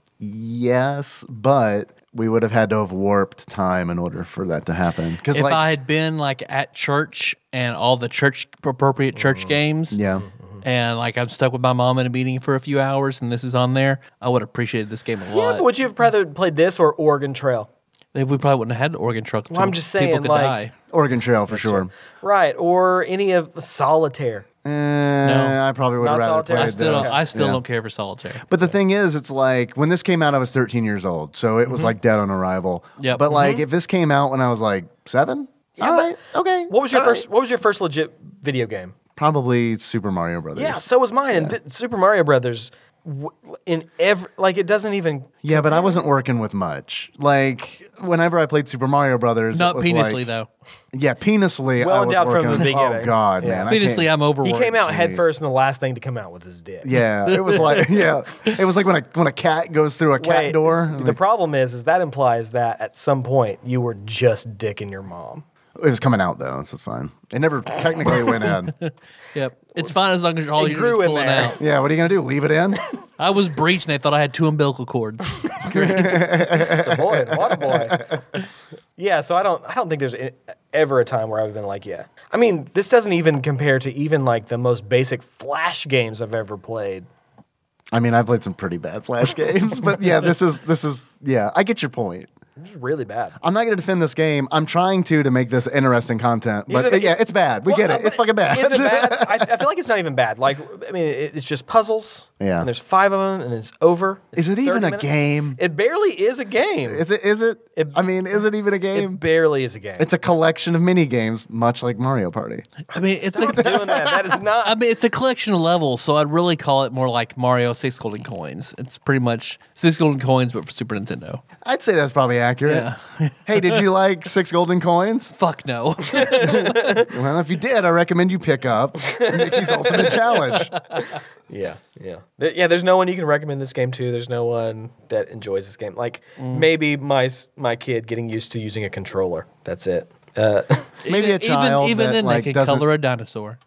B: Yes, but we would have had to have warped time in order for that to happen. Because
A: If
B: like,
A: I had been like at church and all the church appropriate church games,
B: Mm. yeah,
A: and like I'm stuck with my mom in a meeting for a few hours, and this is on there, I would have appreciated this game a
C: Yeah,
A: lot.
C: but would you have rather played this or Oregon Trail?
A: They- we probably wouldn't have had the Oregon truck.
C: Well, I'm just saying,
A: people could
C: like-
A: die.
B: Oregon Trail for sure.
C: Right, or any of Solitaire.
B: Eh, I probably would
C: Not
B: have rather
C: solitaire.
B: played
A: I still,
B: those.
A: don't, I still
B: Yeah.
A: don't care for solitaire.
B: But the thing is, it's like when this came out, I was 13 years old, so it was like dead on arrival.
A: Yep.
B: But like, if this came out when I was like seven, all right, okay.
C: What was your
B: all
C: first?
B: right.
C: What was your first legit video game?
B: Probably Super Mario Brothers.
C: Yeah, so was mine. And th- Super Mario Brothers, w- w- in every like, it doesn't even.
B: Yeah, but I wasn't working with much. Like whenever I played Super Mario Brothers, it
A: Not
B: was
A: penisly
B: like-
A: though.
B: Yeah, penisly.
C: Well
B: I was
C: endowed from
B: working
C: the
B: with-
C: beginning.
B: Oh God,
C: Yeah.
B: man, I can't-
A: Penisly, I'm
C: He
A: overworked.
C: came out head
B: jeez.
C: first, and the last thing to come out was his dick.
B: Yeah, it was like yeah, it was like when a when a cat goes through a cat
C: Wait,
B: door.
C: The problem is, is that implies that at some point you were just dicking your mom.
B: It was coming out though, so it's fine. It never technically went in.
A: Yep, it's fine as long as all
C: It
A: you're
C: grew
A: just
C: in
A: pulling
C: there.
A: out.
B: Yeah, what are you gonna do? Leave it in?
A: I was breached, and they thought I had two umbilical cords.
C: It's a boy, what a boy. Yeah, so I don't, I don't think there's e- ever a time where I've been like, yeah. I mean, this doesn't even compare to even like the most basic flash games I've ever played.
B: I mean, I played some pretty bad flash games, but yeah, this is this is yeah. I get your point.
C: It's really bad.
B: I'm not gonna defend this game. I'm trying to to make this interesting content,
C: These
B: but
C: are the-
B: yeah, it's bad. We get
C: Well,
B: it. It's fucking bad.
C: Uh, Is it bad? I, I feel like it's not even bad. Like, I mean, it, it's just puzzles.
B: Yeah.
C: And there's five of them, and it's over. It's
B: Is it even
C: 30
B: a
C: minutes.
B: game?
C: It barely is a game.
B: Is it? Is it?
C: It-
B: I mean, is it even a
C: it
B: game?
C: barely is a game.
B: it's a collection of mini games, much like Mario Party.
A: I mean, it's
C: Stop
A: a,
C: doing that. That is not.
A: I mean, it's a collection of levels, so I'd really call it more like Mario Six Golden Coins. It's pretty much Six Golden Coins, but for Super Nintendo.
B: I'd say that's probably accurate. hey, did you like six golden coins?
A: Fuck no.
B: Well, if you did, I recommend you pick up Mickey's Ultimate Challenge.
C: Yeah, yeah, There- yeah. There's no one you can recommend this game to. There's no one that enjoys this game. Like maybe my s- my kid getting used to using a controller. That's it. Uh,
B: Maybe a
A: Even-
B: child
A: Even,
B: that,
A: then,
B: like,
A: they can
B: doesn't-
A: color a dinosaur.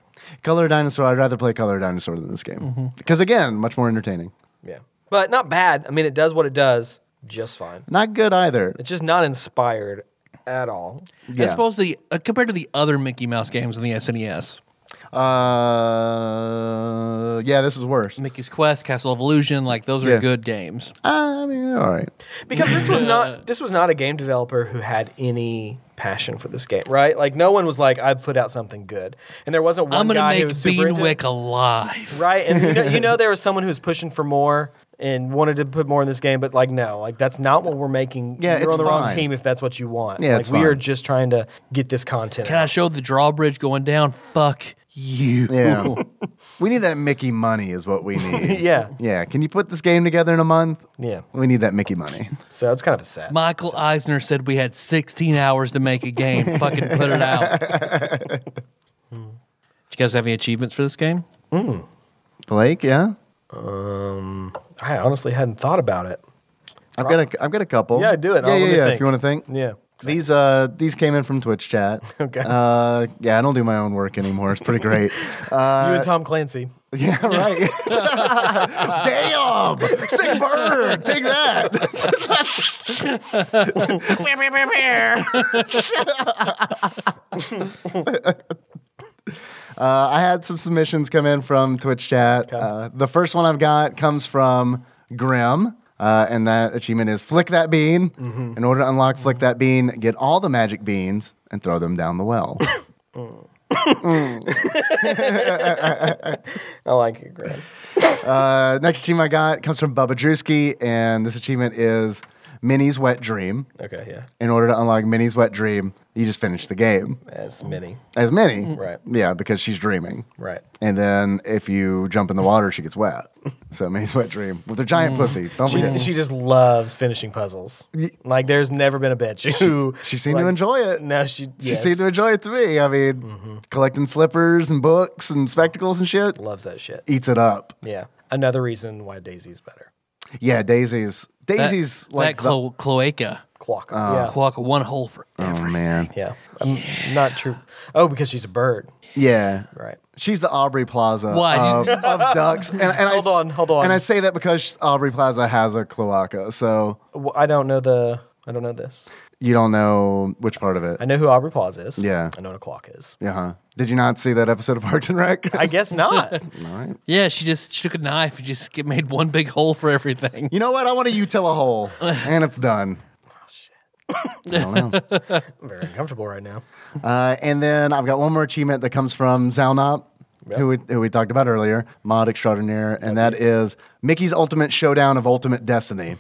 B: Color Dinosaur. I'd rather play Color Dinosaur than this game
C: Mm-hmm.
B: because again, much more entertaining.
C: yeah, but not bad. I mean, it does what it does, just fine.
B: Not good either.
C: It's just not inspired at all.
B: Yeah.
A: As opposed to the uh, compared to the other Mickey Mouse games in the E SNES,
B: Uh, yeah, this is worse.
A: Mickey's Quest, Castle of Illusion, like those are
B: Yeah.
A: good games.
B: I mean, all right.
C: Because this was not this was not a game developer who had any passion for this game, right? Like no one was like, I've put out something good, and there wasn't one
A: I'm gonna
C: guy who
A: make
C: was super into it.
A: Beanwick alive.
C: right? And you know, you know there was someone who was pushing for more and wanted to put more in this game, but like no, like that's not what we're making.
B: Yeah,
C: you're
B: it's
C: on the wrong
B: fine.
C: team if that's what you want.
B: Yeah,
C: like
B: it's
C: we are
B: fine.
C: just trying to get this content.
A: Can I
C: out.
A: show the drawbridge going down? Fuck you.
B: Yeah, we need that Mickey money, is what we need.
C: Yeah,
B: Yeah, can you put this game together in a month?
C: yeah.
B: We need that Mickey money.
C: So it's kind of a sad.
A: Michael Eisner said we had 16 hours to make a game. Fucking put it out. Did you guys have any achievements for this game?
B: Blake, yeah,
C: um, I honestly hadn't thought about it.
B: I've got a, I've got a couple.
C: Yeah, do it.
B: Yeah,
C: I'll-
B: yeah,
C: let me
B: yeah.
C: think.
B: If you want to think,
C: Yeah.
B: These uh these came in from Twitch chat.
C: Okay.
B: Uh yeah, I don't do my own work anymore. It's pretty great. Uh,
C: you and Tom Clancy.
B: yeah, right. Damn, sick bird. Take that. Uh, I had some submissions come in from Twitch chat. Uh, the first one I've got comes from Grim. Uh, and that achievement is flick that bean. In order to unlock flick that bean, get all the magic beans and throw them down the well.
C: I like it, Greg.
B: Uh, next achievement I got comes from Bubba Drewski, and this achievement is Minnie's Wet Dream.
C: Okay, yeah.
B: In order to unlock Minnie's Wet Dream, you just finish the game
C: That's many.
B: as Minnie.
C: Mm. Right.
B: Yeah, because she's dreaming.
C: Right.
B: And then if you jump in the water, she gets wet. So Minnie's Wet Dream with her giant pussy. Don't
C: Mm. She,
B: forget.
C: she just loves finishing puzzles. Like there's never been a bitch who
B: She seemed
C: like,
B: to enjoy it.
C: No, she
B: She
C: yes, Mm-hmm.
B: seemed to enjoy it to me. I mean, collecting slippers and books and spectacles and shit.
C: loves that shit.
B: Eats it up.
C: Yeah. Another reason why Daisy's better.
B: Yeah, Daisy's.
A: That-
B: Daisy's
A: that,
B: like. the-
A: clo- cloaca.
C: Clock.
B: Uh,
C: yeah.
A: Cloaca, one hole for
B: oh, man.
C: yeah. I'm not true. Oh, because she's a bird.
B: Yeah.
C: Right.
B: She's the Aubrey Plaza
A: Why?
B: Of, of ducks. And, and I
C: Hold
B: s-
C: on, hold on.
B: And I say that because Aubrey Plaza has a cloaca, so
C: Well, I don't know the. I don't know this.
B: you don't know which part of it.
C: I know who Aubrey Plaza is.
B: Yeah.
C: I know what a clock is.
B: Yeah. huh. Did you not see that episode of Parks and Rec?
C: I guess not.
A: Yeah, she just she took a knife and just get- made one big hole for everything.
B: you know what? I want to utila hole, and it's done.
C: Oh, I'm very uncomfortable right now.
B: Uh, and then I've got one more achievement that comes from Zalnop, who, we, who we talked about earlier, Mod Extraordinaire, and that is Mickey's Ultimate Showdown of Ultimate Destiny.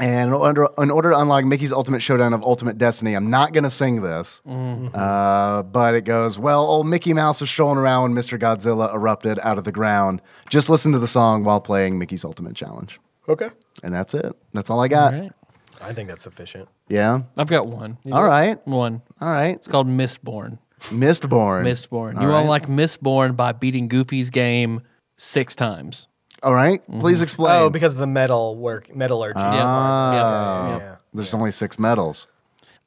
B: and in order, in order to unlock Mickey's Ultimate Showdown of Ultimate Destiny, I'm not going to sing this,
A: Mm-hmm.
B: uh, but it goes, Well, old Mickey Mouse was strolling around when Mr. Godzilla erupted out of the ground. Just listen to the song while playing Mickey's Ultimate Challenge.
C: Okay.
B: And that's it. That's all I got.
A: All right.
C: I think that's sufficient.
B: Yeah.
A: I've got one.
B: All right.
A: One.
B: All right.
A: It's called Mistborn.
B: Mistborn.
A: Mistborn.
B: All
A: you
B: right.
A: unlock Mistborn by beating Goofy's game six times.
B: All right.
A: Mm-hmm.
B: Please explain. Oh.
C: Oh, because of the metal work, metallurgy.
A: Yeah.
C: Yeah.
B: Ah.
A: yeah.
C: Yeah.
B: There's only six medals.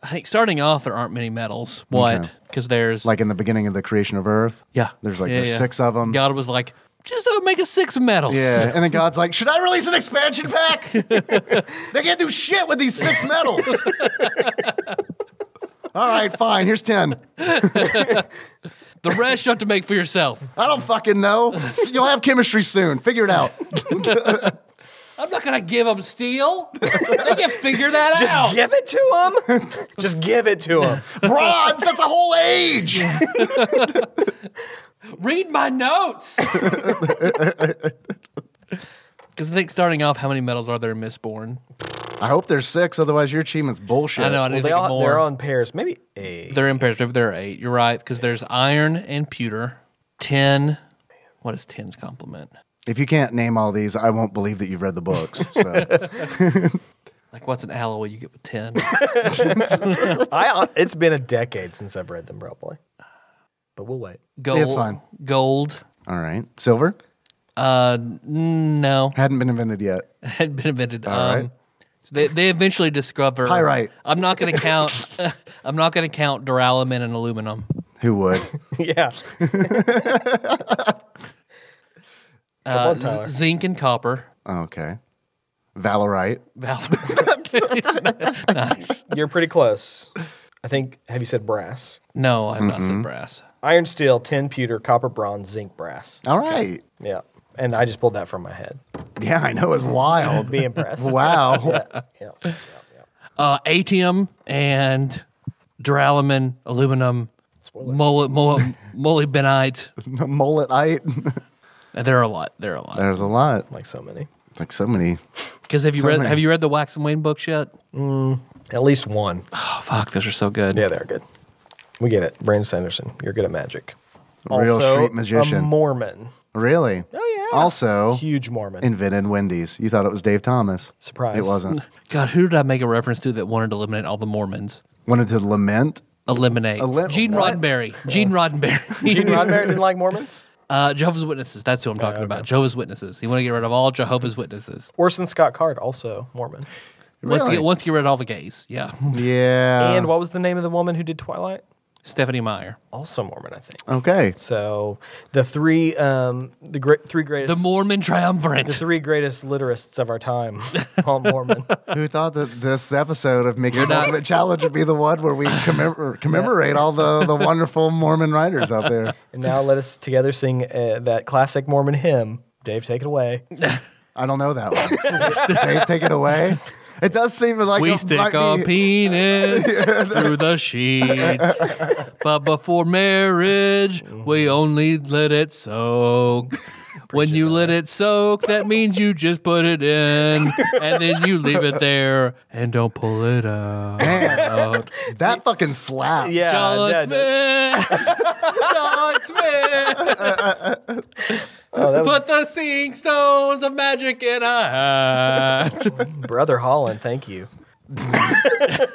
A: I think starting off there aren't many medals. What? Because there's
B: Like in the beginning of the creation of Earth.
A: yeah,
B: There's like
A: Yeah,
B: there's
A: yeah.
B: six of them.
A: God was like, just uh, make a six medals.
B: Yeah. And then God's like, should I release an expansion pack? they can't do shit with these six medals. All right, fine. Here's 10.
A: the rest you have to make for yourself.
B: I don't fucking know. You'll have chemistry soon. Figure it out.
A: I'm not gonna give them steel. They can figure that
C: Just
A: out.
C: give it to him. Just give it to him.
B: Bronze, that's a whole age.
A: Read my notes. Because I think starting off, how many medals are there in Mistborn?
B: I hope there's six, otherwise, your achievement's bullshit.
A: I know I
C: Well,
A: need to
C: they
A: think of
C: all,
A: more.
C: they're on pairs. Maybe eight.
A: They're in pairs. Maybe there are eight. You're right. Because there's iron and pewter. Ten. What is ten's complement?
B: If you can't name all these, I won't believe that you've read the books. So.
A: Like what's an alloy you get with ten?
C: I, uh, it's been a decade since I've read them, probably. But we'll wait.
A: Gold.
B: fine.
A: Gold.
B: all right. Silver
A: Uh, no,
B: hadn't been invented yet.
A: had been invented. um,
B: right.
A: so they they eventually discover
B: Pyrite.
A: I'm not going to count. I'm not going to count duralumin and aluminum.
B: Who would?
C: yeah.
A: Uh,
C: on,
A: z-
C: Tyler.
A: zinc and copper.
B: Oh, Okay. Valorite.
A: Val-
C: You're pretty close. I think, have you said brass?
A: no, I've not said brass.
C: Iron, steel, tin, pewter, copper, bronze, zinc, brass.
B: All right.
C: Yeah. And I just pulled that from my head.
B: Yeah, I know. It's wild.
C: Be impressed.
B: wow.
C: Yeah. yeah, yeah.
A: Uh, atium and duralumin, aluminum, mole, mole, molybdenite.
B: Mulletite.
A: Uh, There are a lot. There are a lot.
B: There's a lot.
C: Like so many.
B: It's like so many.
A: Because have you
B: so
A: read
B: many.
A: Have you read the Wax and Wayne books yet?
C: At least one.
A: Oh fuck, those are so good.
C: Yeah, they're good. We get it. Brandon Sanderson, you're good at magic.
B: Real
C: Also,
B: street magician.
C: A Mormon.
B: Really?
C: Oh, yeah.
B: Also,
C: Huge Mormon.
B: invented Wendy's. You thought it was Dave Thomas.
C: Surprise.
B: It wasn't.
A: God, who did I make a reference to that wanted to eliminate all the Mormons?
B: Wanted to lament.
A: Eliminate
B: Elim-
A: Gene
B: what?
A: Roddenberry. Gene Roddenberry.
C: Gene Roddenberry didn't like Mormons?
A: uh, Jehovah's Witnesses. That's who I'm talking about. Jehovah's Witnesses. He wanted to get rid of all Jehovah's Witnesses.
C: Orson Scott Card, also Mormon.
A: Wants, to
B: Really?
A: get, wants to get rid of all the gays. Yeah.
B: Yeah.
C: and what was the name of the woman who did Twilight?
A: Stephanie Meyer.
C: also Mormon, I think.
B: Okay.
C: So the three, um, the great three
A: The
C: greatest,
A: Mormon triumvirate.
C: the three greatest literists of our time, all Mormon.
B: Who thought that this episode of Mickey's
A: not-
B: Ultimate Challenge would be the one where we commemor- commemorate all the, the wonderful Mormon writers out there?
C: and now let us together sing uh, that classic Mormon hymn. Dave, take it away.
B: I don't know that one. Dave, take it away. It does seem like
A: we
B: it might
A: stick
B: be-
A: our penis through the sheets. But before marriage, we only let it soak. When you let it soak, that means you just put it in and then you leave it there and don't pull it out.
B: that fucking slap.
C: Yeah,
A: John
C: yeah, dude.
A: Smith. John Smith. Put the singing stones of magic in a hat.
C: brother Holland, thank you.
A: I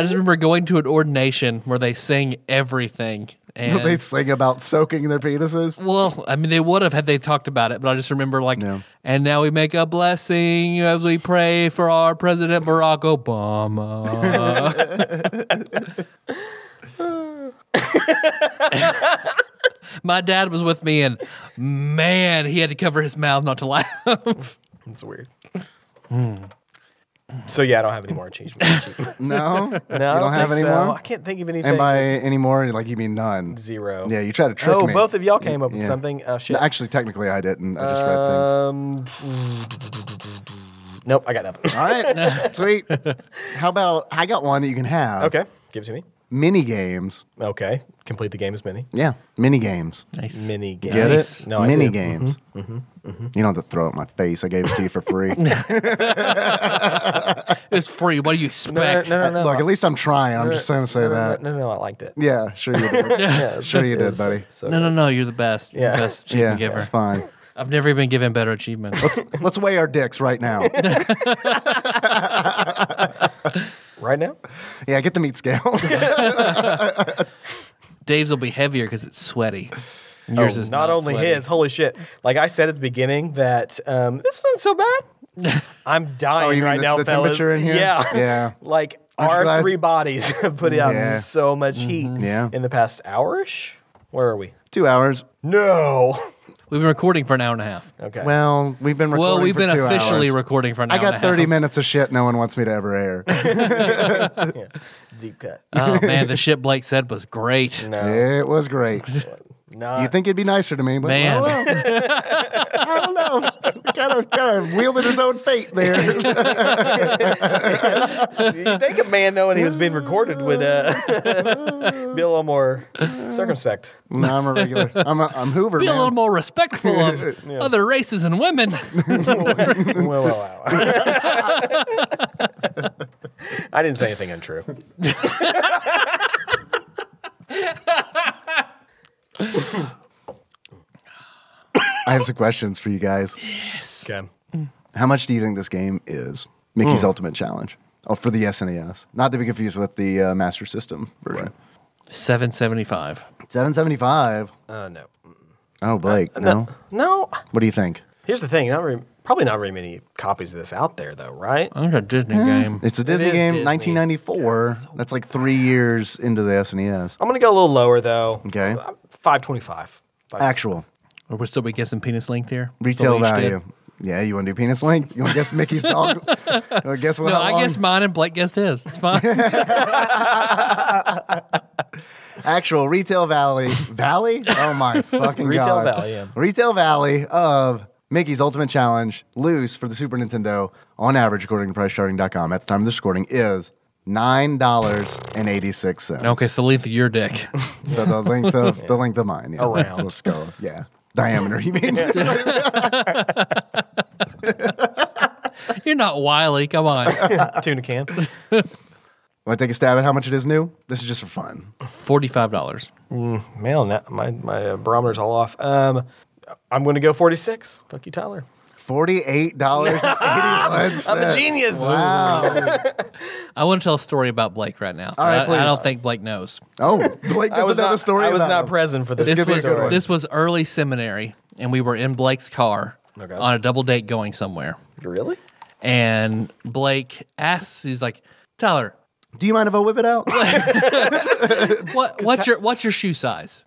A: just remember going to an ordination where they sing everything. And
B: They sing about soaking their penises.
A: well, I mean, they would have had they talked about it, but I just remember like,
B: No.
A: and now we make a blessing as we pray for our President Barack Obama. My dad was with me, and man, he had to cover his mouth not to laugh.
C: It's weird.
B: Hmm.
C: So yeah, I don't have any more achievements.
B: No,
C: No, I
B: you don't
C: don't
B: have
C: think
B: any
C: so.
B: more.
C: I can't think of anything.
B: And by any more, like you mean none.
C: zero.
B: Yeah, you tried to trick
C: Oh,
B: me.
C: both of y'all came up with
B: Yeah.
C: something. Oh shit.
B: No, actually, technically, I didn't. I just read things.
C: um, nope, I got nothing.
B: All right, sweet. How about I got one that you can have?
C: Okay, give it to me.
B: Mini games.
C: Okay, complete the game as many.
B: Yeah, mini games.
A: Nice.
C: Mini games.
B: Get
A: Nice.
B: it?
C: No, I
B: mini
C: do. Mm-hmm.
B: games. You don't have to throw it in my face. I gave it to you for free.
A: It's free. What do you
C: No, no,
A: expect?
C: no, no, no.
B: Look, at least I'm trying. I'm
C: No,
B: just going to say
C: no, no,
B: that.
C: No, no, no, I liked it.
B: Yeah, sure you did.
C: Yeah,
B: Sure you
C: it
B: did,
C: was so-
B: buddy.
C: so
A: No, no,
C: good.
A: no, You're the best. You're
C: Yeah.
A: the best
B: yeah,
A: achievement giver.
B: it's fine.
A: I've never been given better achievements.
B: Let's weigh our dicks right now.
C: Right now?
B: yeah, get the meat scale.
A: Dave's will be heavier because it's sweaty. Yours
C: Oh,
A: is
C: not, only
A: sweaty.
C: his. Holy shit! Like I said at the beginning, that um, this isn't so bad. I'm dying
B: Oh, you mean
C: right
B: the-
C: now,
B: the
C: fellas.
B: temperature in here?
C: Yeah,
B: Yeah.
C: like
B: Aren't you
C: our
B: glad-
C: three bodies have put out
B: Yeah.
C: so much heat.
A: Mm-hmm.
B: Yeah.
C: in the past hourish. Where are we?
B: two hours.
C: No.
A: We've been recording for an hour and a half.
C: Okay.
B: Well, we've been recording
A: Well, we've
B: for
A: been
B: two
A: officially
B: hours.
A: recording for an hour
B: I
A: and a
B: got
A: half.
B: 30 minutes of shit no one wants me to ever air.
C: Yeah. deep cut.
A: Oh, man. The shit Blake said was great.
C: No,
B: it was great.
C: not
B: You think it'd be nicer to me, but
A: Man.
B: I don't know. I don't know. Kind of, kind of wielded his own fate there.
C: you think a man knowing he was being recorded would uh, be a little more circumspect.
B: no, I'm a regular. I'm, a, I'm Hoover.
A: Be a
B: man.
A: little more respectful of other races and women.
C: Well, well, well. I didn't say anything untrue.
B: I have some questions for you guys.
C: Okay.
B: How much do you think this game is? Mickey's Ultimate Challenge. Oh, for the SNES. Not to be confused with the uh, Master System version.
A: 775.
B: 775.
C: Uh, no.
B: Oh, Blake, no.
C: No.
B: What do you think?
C: Here's the thing. Not very, probably not very many copies of this out there, though, right?
A: I think a Disney game.
B: It's a Disney
C: is
B: game,
C: Disney.
B: 1994.
C: Yes.
B: That's like three years into the E SNES.
C: I'm going to go a little lower, though.
B: Okay.
C: Uh, 525. Five-
B: Actual
A: Or we're still be guessing penis length here.
B: retail
A: That's what we each
B: value. Yeah, you want to do penis length? You want to guess Mickey's dog? you want to guess what?
A: did. No,
B: how
A: I
B: long?
A: guessed mine and Blake guessed his. It's fine.
B: actual retail valley valley oh my fucking
C: Retail
B: god
C: valley, yeah.
B: retail valley of mickey's ultimate challenge loose for the super nintendo on average according to pricecharting.com at the time of this recording is nine dollars and eighty six cents
A: okay, so length of your dick.
B: so the length of the length of mine yeah
C: Around.
B: so let's go yeah diameter you mean
A: You're not wily. Come on.
C: Tuna can.
B: want to take a stab at how much it is new this is just for fun
A: $45.
C: Man, that, my, my uh, barometer's all off. Um, I'm going to go 46. Fuck you, Tyler.
B: Forty-eight dollars eighty-one cents.
C: I'm a genius.
B: Wow.
A: I want to tell a story about Blake right now.
B: All right,
A: I- I,
B: please.
A: don't think Blake knows.
B: Oh, Blake
C: I
B: doesn't
C: was
B: know
C: not,
B: the story.
C: I was
B: about
C: not
B: him.
C: present for this.
B: This
A: this
B: could be a
A: was
B: good one.
A: this was early seminary, and we were in Blake's car
C: Okay.
A: on a double date going somewhere.
C: Really?
A: And Blake asks, he's like, "Tyler,
B: Do you mind if I whip it out?
A: What, what's your What's your shoe size?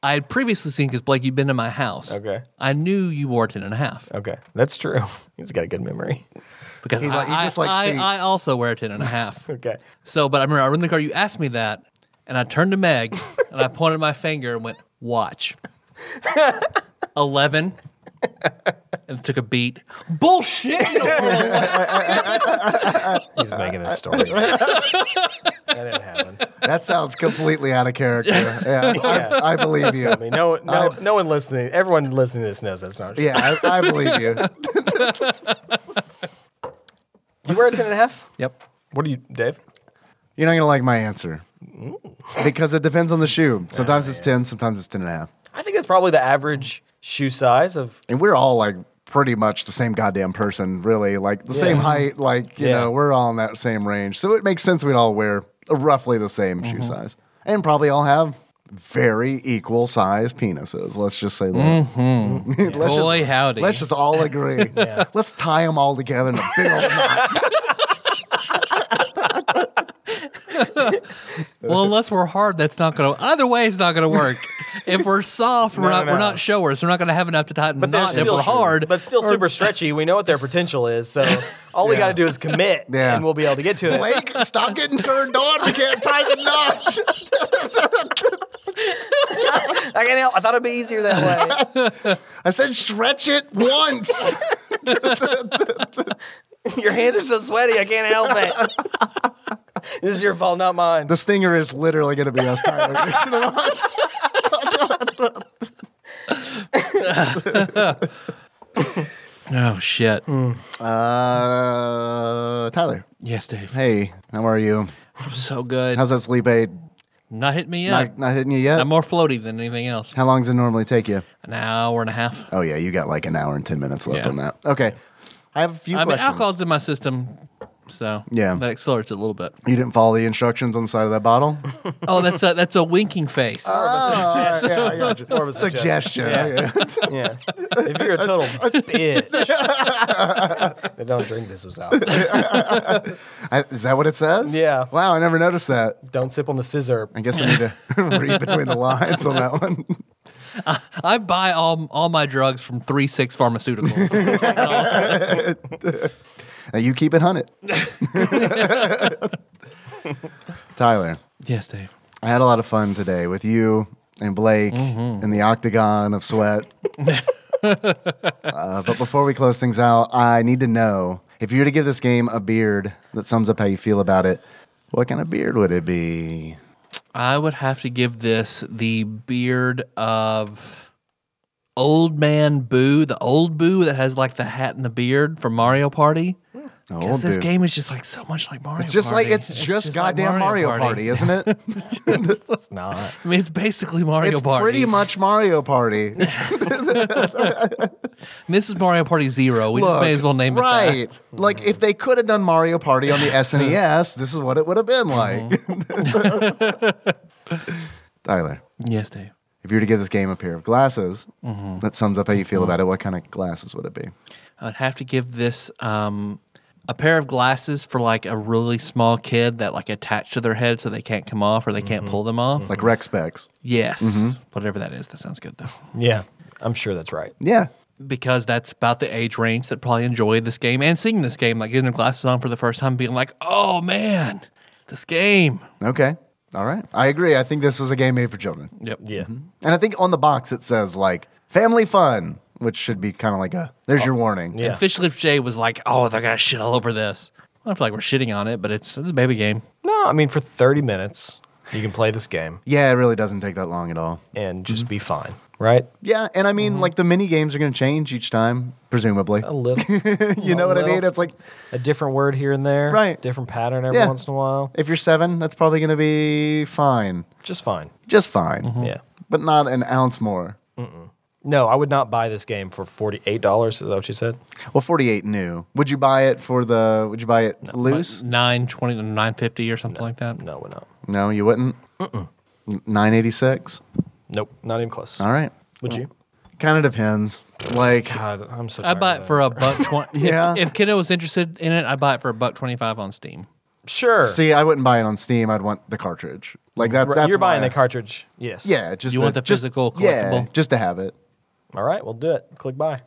A: I had previously seen because Blake, you've been to my house.
C: Okay.
A: I knew you wore ten and a half
C: Okay, that's true. He's got a good memory.
A: because
B: He
A: I,
B: like- he just
A: I-
B: likes
A: I,
B: feet.
A: I also wear ten and a half.
C: Okay.
A: So, but I remember I was in the car. You asked me that, and I turned to Meg and I pointed my finger and went, "Watch, eleven. And took a beat. Bullshit. you don't wear 11.
C: He's making a story. that didn't happen.
B: that sounds completely out of character. Yeah, I, I believe you.
C: I mean, no, no, no one listening, everyone listening to this knows that's not true.
B: Yeah, I, I believe you.
C: You wear a 10 and a half?
A: Yep.
C: What do you, Dave?
B: You're not gonna like my answer because it depends on the shoe. Sometimes it's ten, sometimes it's ten and a half.
C: I think that's probably the average shoe size of.
B: And we're all like pretty much the same goddamn person, really. Like the same height. Like you
C: Yeah.
B: know, we're all in that same range, so it makes sense we'd all wear roughly the same shoe size, and probably all have very equal size penises. Let's just say that. let's just-
A: Boy, howdy.
B: Let's just all agree. Let's tie them all together in a big old knot.
A: Well, unless we're hard, that's not going to. Either way, it's not going to work. if we're soft, we're
C: No,
A: not.
C: no,
A: We're
C: no.
A: not showers. We're not going to have enough to tighten the
C: they're
A: knot. If we're hard,
C: but still super stretchy. We know what their potential is, so all we got to do is commit,
B: Yeah.
C: and we'll be able to get to it.
B: Blake, stop getting turned on. We can't tie the knot.
C: I can't help. I thought it'd be easier that way.
B: I said stretch it once.
C: Your hands are so sweaty. I can't help it. this is your fault, not mine.
B: The stinger is literally going to be us, Tyler.
A: oh shit.
B: Mm. uh, Tyler.
A: Yes, Dave.
B: Hey, how are you?
A: So good.
B: How's that sleep aid?
A: not hitting me yet.
B: Not, not hitting you yet?
A: I'm more floaty than anything else.
B: how long does it normally take you?
A: An hour and a half.
B: Oh, yeah, you got like an hour and 10 minutes left
A: Yeah.
B: on that. Okay. I have a few
A: I mean,
B: questions.
A: alcohol's in my system, so
B: Yeah.
A: that accelerates it a little bit.
B: You didn't follow the instructions on the side of that bottle?
A: Oh, that's a that's a winking face.
B: Uh, yeah, I got you.
C: More of a
B: Suggestion. Yeah.
C: Yeah. If you're a total bitch, then don't drink this without.
B: I- is that what it says?
C: Yeah.
B: Wow, I never noticed that.
C: Don't sip on the scissor.
B: I guess I need to read between the lines on that one.
A: I buy all all my drugs from Three Six Pharmaceuticals.
B: Now you keep it hunted. Tyler.
A: yes, Dave.
B: I had a lot of fun today with you and Blake in the octagon of sweat. uh, but before we close things out, I need to know if you were to give this game a beard that sums up how you feel about it, what kind of beard would it be?
A: I would have to give this the beard of old man Boo, the old Boo that has like the hat and the beard from Mario Party.
B: Oh,
A: Because this
B: dude.
A: game is just like so much like Mario.
B: It's just
A: Party.
B: like it's just,
A: like
B: goddamn Mario, Party. isn't it?
C: It's not.
A: I mean, it's basically Mario
B: it's
A: Party.
B: pretty much Mario Party.
A: This is Mario Party Zero. We just may as well name it that.
B: right. Like if they could have done Mario Party on the SNES, this is what it would have been like.
A: Mm-hmm.
B: Tyler.
A: Yes, Dave.
B: If you were to give this game a pair of glasses,
A: Mm-hmm.
B: that sums up how you feel about it. What kind of glasses would it be?
A: I'd have to give this um, a pair of glasses for like a really small kid that like attach to their head so they can't come off or they can't pull them off.
B: Like rec specs.
A: Yes, whatever that is. That sounds good though.
C: Yeah. I'm sure that's right.
B: Yeah.
A: because that's about the age range that probably enjoyed this game and seeing this game, like getting their glasses on for the first time, being like, "Oh man, this game."
B: Okay. All right. I agree. I think this was a game made for children.
A: Yep.
C: Yeah.
B: And I think on the box it says like family fun, which should be kind of like a there's your warning.
C: Yeah.
A: Fish Lips J was like, "Oh, they're gonna shit all over this." I feel like we're shitting on it, but it's the baby game.
C: No, I mean, for 30 minutes, you can play this game
B: Yeah, it really doesn't take that long at all.
C: and just be fine, right?
B: Yeah, and I mean
A: Mm-hmm.
B: like the mini games are going to change each time, presumably.
C: A little.
B: you
C: Oh,
B: know what I mean? It's like
C: a different word here and there.
B: Right.
C: Different pattern every
B: Yeah.
C: once in a while.
B: if you're 7, that's probably going to be fine.
C: Just fine.
B: Just fine.
C: Yeah.
B: But not an ounce more.
C: No, I would not buy this game for $48. Is that what you said?
B: Well, 48 new. Would you buy it for the would you buy it loose?
A: Nine twenty to nine fifty or something like that.
C: No, we're not.
B: No, you wouldn't. Nine eighty six.
C: Nope. Not even close.
B: All right.
C: Would you?
B: Kind of depends. Like,
C: God, I'm so
A: I
C: tired
A: buy
C: of
A: it for a buck twenty.
B: Yeah.
A: If, if kiddo was interested in it, I buy it for a buck twenty five on Steam.
C: Sure.
B: See, I wouldn't buy it on Steam. I'd want the cartridge. Like that.
C: Right,
B: That's
C: You're buying
B: why-
C: the cartridge. Yes.
B: Yeah, just
A: You
B: to-
A: want the
B: just-
A: physical
B: Yeah,
A: collectible?
B: just to have it.
C: All right, we'll do it. Click buy.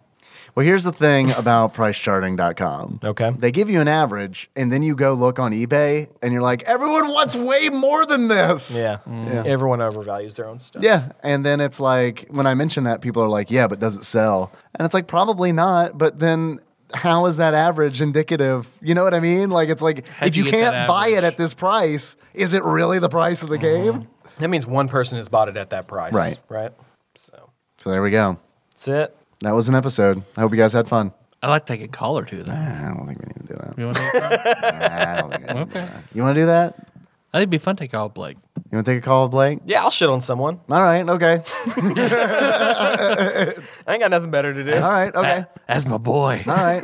B: Well, here's the thing about pricecharting.com.
C: Okay.
B: They give you an average, and then you go look on eBay, and you're like, everyone wants way more than this.
C: Yeah.
B: Yeah.
C: Everyone overvalues their own stuff.
B: Yeah. And then it's like, when I mention that, people are like, yeah, but does it sell? And it's like, probably not. But then how is that average indicative? You know what I mean? Like, it's like,
A: How'd
B: if
A: you
B: you,
A: get that
B: can't buy it
A: average? Mm-hmm.
B: at this price, is it really the price of the game?
C: That means one person has bought it at that price.
B: Right.
C: Right. So
B: So there we go.
C: that's it.
B: That was an episode. I hope you guys had fun. Ah,
A: I'd like to take a call or two, though.
B: I don't think we need to do that.
A: You want to
B: I don't think we need to do
A: Okay.
B: that. You want to do that?
A: I think it'd be fun to take a call, Blake.
B: You want to take a call with Blake?
C: Yeah, I'll shit on someone.
B: All right. Okay.
C: I ain't got nothing better to do.
B: All right. Okay.
A: That- that's my boy.
B: All right.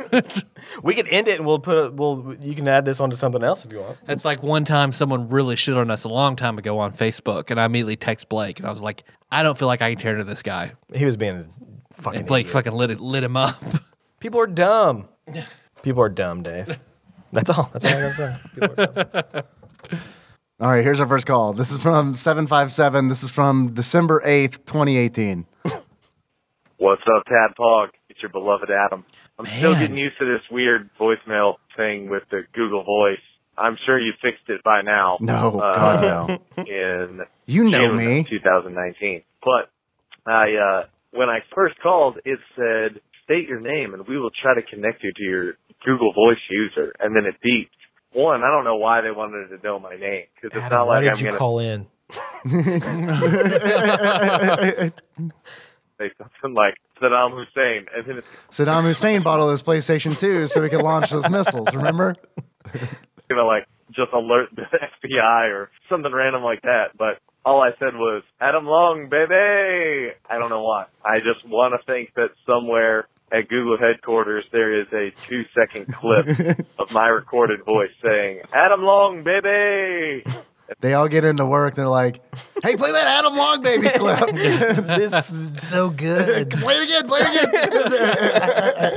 C: We could end it and we'll put a, we'll you can add this onto something else if you want.
A: That's like one time someone really shit on us a long time ago on Facebook, and I immediately text Blake, and I was like, I don't feel like I can tear into this guy.
C: He was being a fucking
A: And Blake
C: idiot.
A: fucking lit it, lit him up.
C: People are dumb. People are dumb, Dave. That's all. That's all I'm saying. People are dumb.
B: All right. Here's our first call. This is from 757. This is from December 8th, 2018.
D: What's up, Tadpog? It's your beloved Adam. I'm still
A: Man.
D: getting used to this weird voicemail thing with the Google Voice. I'm sure you fixed it by now.
B: No,
D: Uh,
B: God, no.
D: In
B: You know
D: June of
B: me.
D: 2019. But I, uh, when I first called, it said, state your name and we will try to connect you to your Google Voice user. And then it beeped. One, I don't know why they wanted to know my name because it's
C: Adam,
D: not
C: why
D: like
C: did
D: I'm
C: you
D: going to
C: call in?
D: say something like Saddam Hussein. And then it's
B: Saddam Hussein bought all this PlayStation 2 so we could launch those missiles. Remember?
D: gonna like just alert the FBI or something random like that. But all I said was Adam Long, baby. I don't know why. I just want to think that somewhere at Google headquarters there is a two-second clip of my recorded voice saying Adam Long, baby.
B: They all get into work. They're like, hey, play that Adam Long baby clip.
C: this is so good.
B: play it again. Play it again.